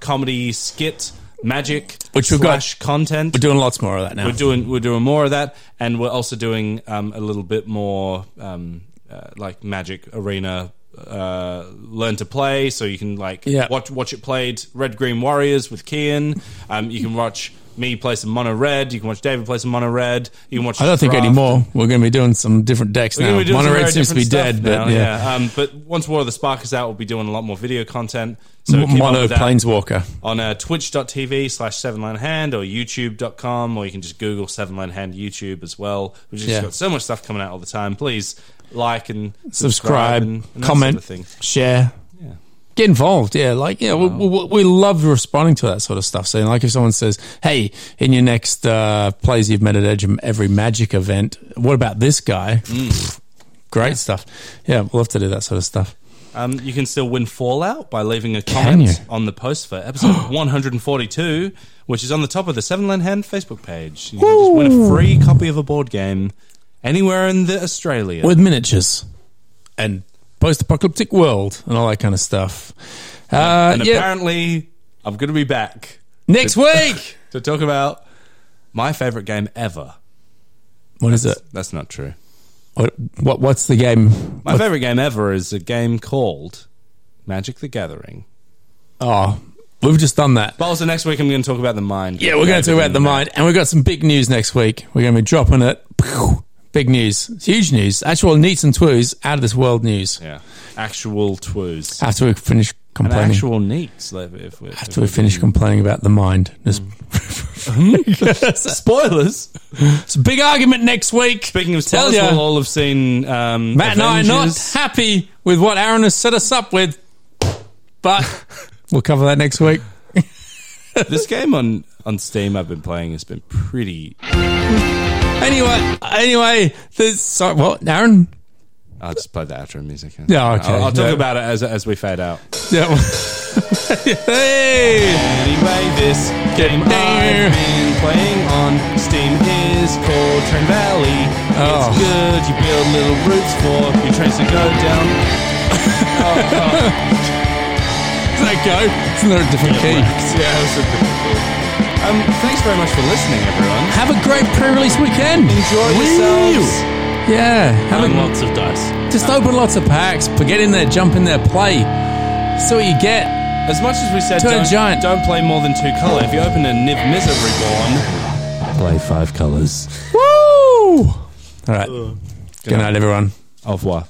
Speaker 3: comedy skit, magic,
Speaker 2: Which we've got-
Speaker 3: slash content.
Speaker 2: we're doing lots more of that now.
Speaker 3: We're doing we're doing more of that, and we're also doing um, a little bit more um, uh, like Magic Arena. Uh, learn to play, so you can like
Speaker 2: Yeah.
Speaker 3: watch watch it played. Red Green Warriors with Kian. Um, you can watch me play some mono red. You can watch David play some mono red. You can watch.
Speaker 2: I don't think
Speaker 3: Draft.
Speaker 2: anymore. We're going to be doing some different decks
Speaker 3: We're
Speaker 2: now.
Speaker 3: gonna be doing some
Speaker 2: Mono Red
Speaker 3: very
Speaker 2: seems to be
Speaker 3: different
Speaker 2: dead,
Speaker 3: stuff
Speaker 2: but
Speaker 3: now,
Speaker 2: yeah,
Speaker 3: Um, but once War of the Spark is out, we'll be doing a lot more video content. So keep up
Speaker 2: Mono
Speaker 3: with that
Speaker 2: Planeswalker.
Speaker 3: on uh, twitch.tv slash sevenlandhand or youtube.com or you can just google sevenlandhand youtube as well we've just
Speaker 2: Yeah.
Speaker 3: got so much stuff coming out all the time please like and
Speaker 2: Subscribe,
Speaker 3: and- and that
Speaker 2: comment,
Speaker 3: sort of thing.
Speaker 2: share. Get involved, yeah. Like, yeah, we, we, we love responding to that sort of stuff. So, like, if someone says, "Hey, in your next uh, plays you've met at Edge every Magic event, what about this guy?"
Speaker 3: Mm.
Speaker 2: Pfft, Great stuff. Yeah, we love to do that sort of stuff.
Speaker 3: um, you can still win fallout by leaving a
Speaker 2: Can
Speaker 3: comment
Speaker 2: you?
Speaker 3: on the post for episode 142 which is on the top of the sevenland hand facebook page you can just win a free copy of a board game anywhere in the australia
Speaker 2: with miniatures and post-apocalyptic world and all that kind of stuff. Uh,
Speaker 3: and
Speaker 2: yeah,
Speaker 3: apparently i'm going to be back
Speaker 2: next week.
Speaker 3: to talk about my favorite game ever
Speaker 2: What is it?
Speaker 3: that's not true
Speaker 2: What, what what's the game?
Speaker 3: My favorite game ever is a game called Magic the Gathering.
Speaker 2: Oh, we've just done that.
Speaker 3: But also next week I'm going to talk about the mind.
Speaker 2: Yeah, we're going to talk about the mind, and we've got some big news next week. We're going to be dropping it. Pew. Big news, It's huge news, actual neats and twos out of this world news.
Speaker 3: Yeah, actual twos
Speaker 2: After we finish
Speaker 3: and
Speaker 2: complaining,
Speaker 3: actual neats. Like if we
Speaker 2: after we finish complaining about the mind, there's
Speaker 3: Mm. spoilers.
Speaker 2: it's a big argument next week.
Speaker 3: Speaking of
Speaker 2: Tell
Speaker 3: spoilers,
Speaker 2: ya.
Speaker 3: we'll all have seen um,
Speaker 2: Matt and I are not
Speaker 3: Avengers.
Speaker 2: happy with what Aaron has set us up with, but we'll cover that next week.
Speaker 3: this game on on Steam I've been playing has been pretty.
Speaker 2: Anyway, anyway, this sorry, what Aaron?
Speaker 3: I'll just play the outro music.
Speaker 2: Yeah, okay.
Speaker 3: I'll, I'll
Speaker 2: Yeah.
Speaker 3: talk about it as as we fade out.
Speaker 2: Yeah. hey.
Speaker 3: Anyway, this game I've been playing on Steam is called Train Valley. It's
Speaker 2: Oh.
Speaker 3: good. You build little routes for your trains to go down. Oh, oh.
Speaker 2: Does that go? It's not a different key.
Speaker 3: Yeah, it was a different key. Um, thanks very much for listening, everyone.
Speaker 2: Have a great pre-release weekend.
Speaker 3: Enjoy yourselves.
Speaker 2: Yeah. Have
Speaker 4: and
Speaker 2: a,
Speaker 4: lots of dice.
Speaker 2: just open lots of packs. But get in there, jump in there, play. See what you get.
Speaker 3: As much as we said,
Speaker 2: Turn
Speaker 3: don't,
Speaker 2: giant.
Speaker 3: don't play more than two color. If you open a Niv Mizzet Reborn, play five colors.
Speaker 2: Woo! All right. Good night, everyone.
Speaker 3: Au revoir.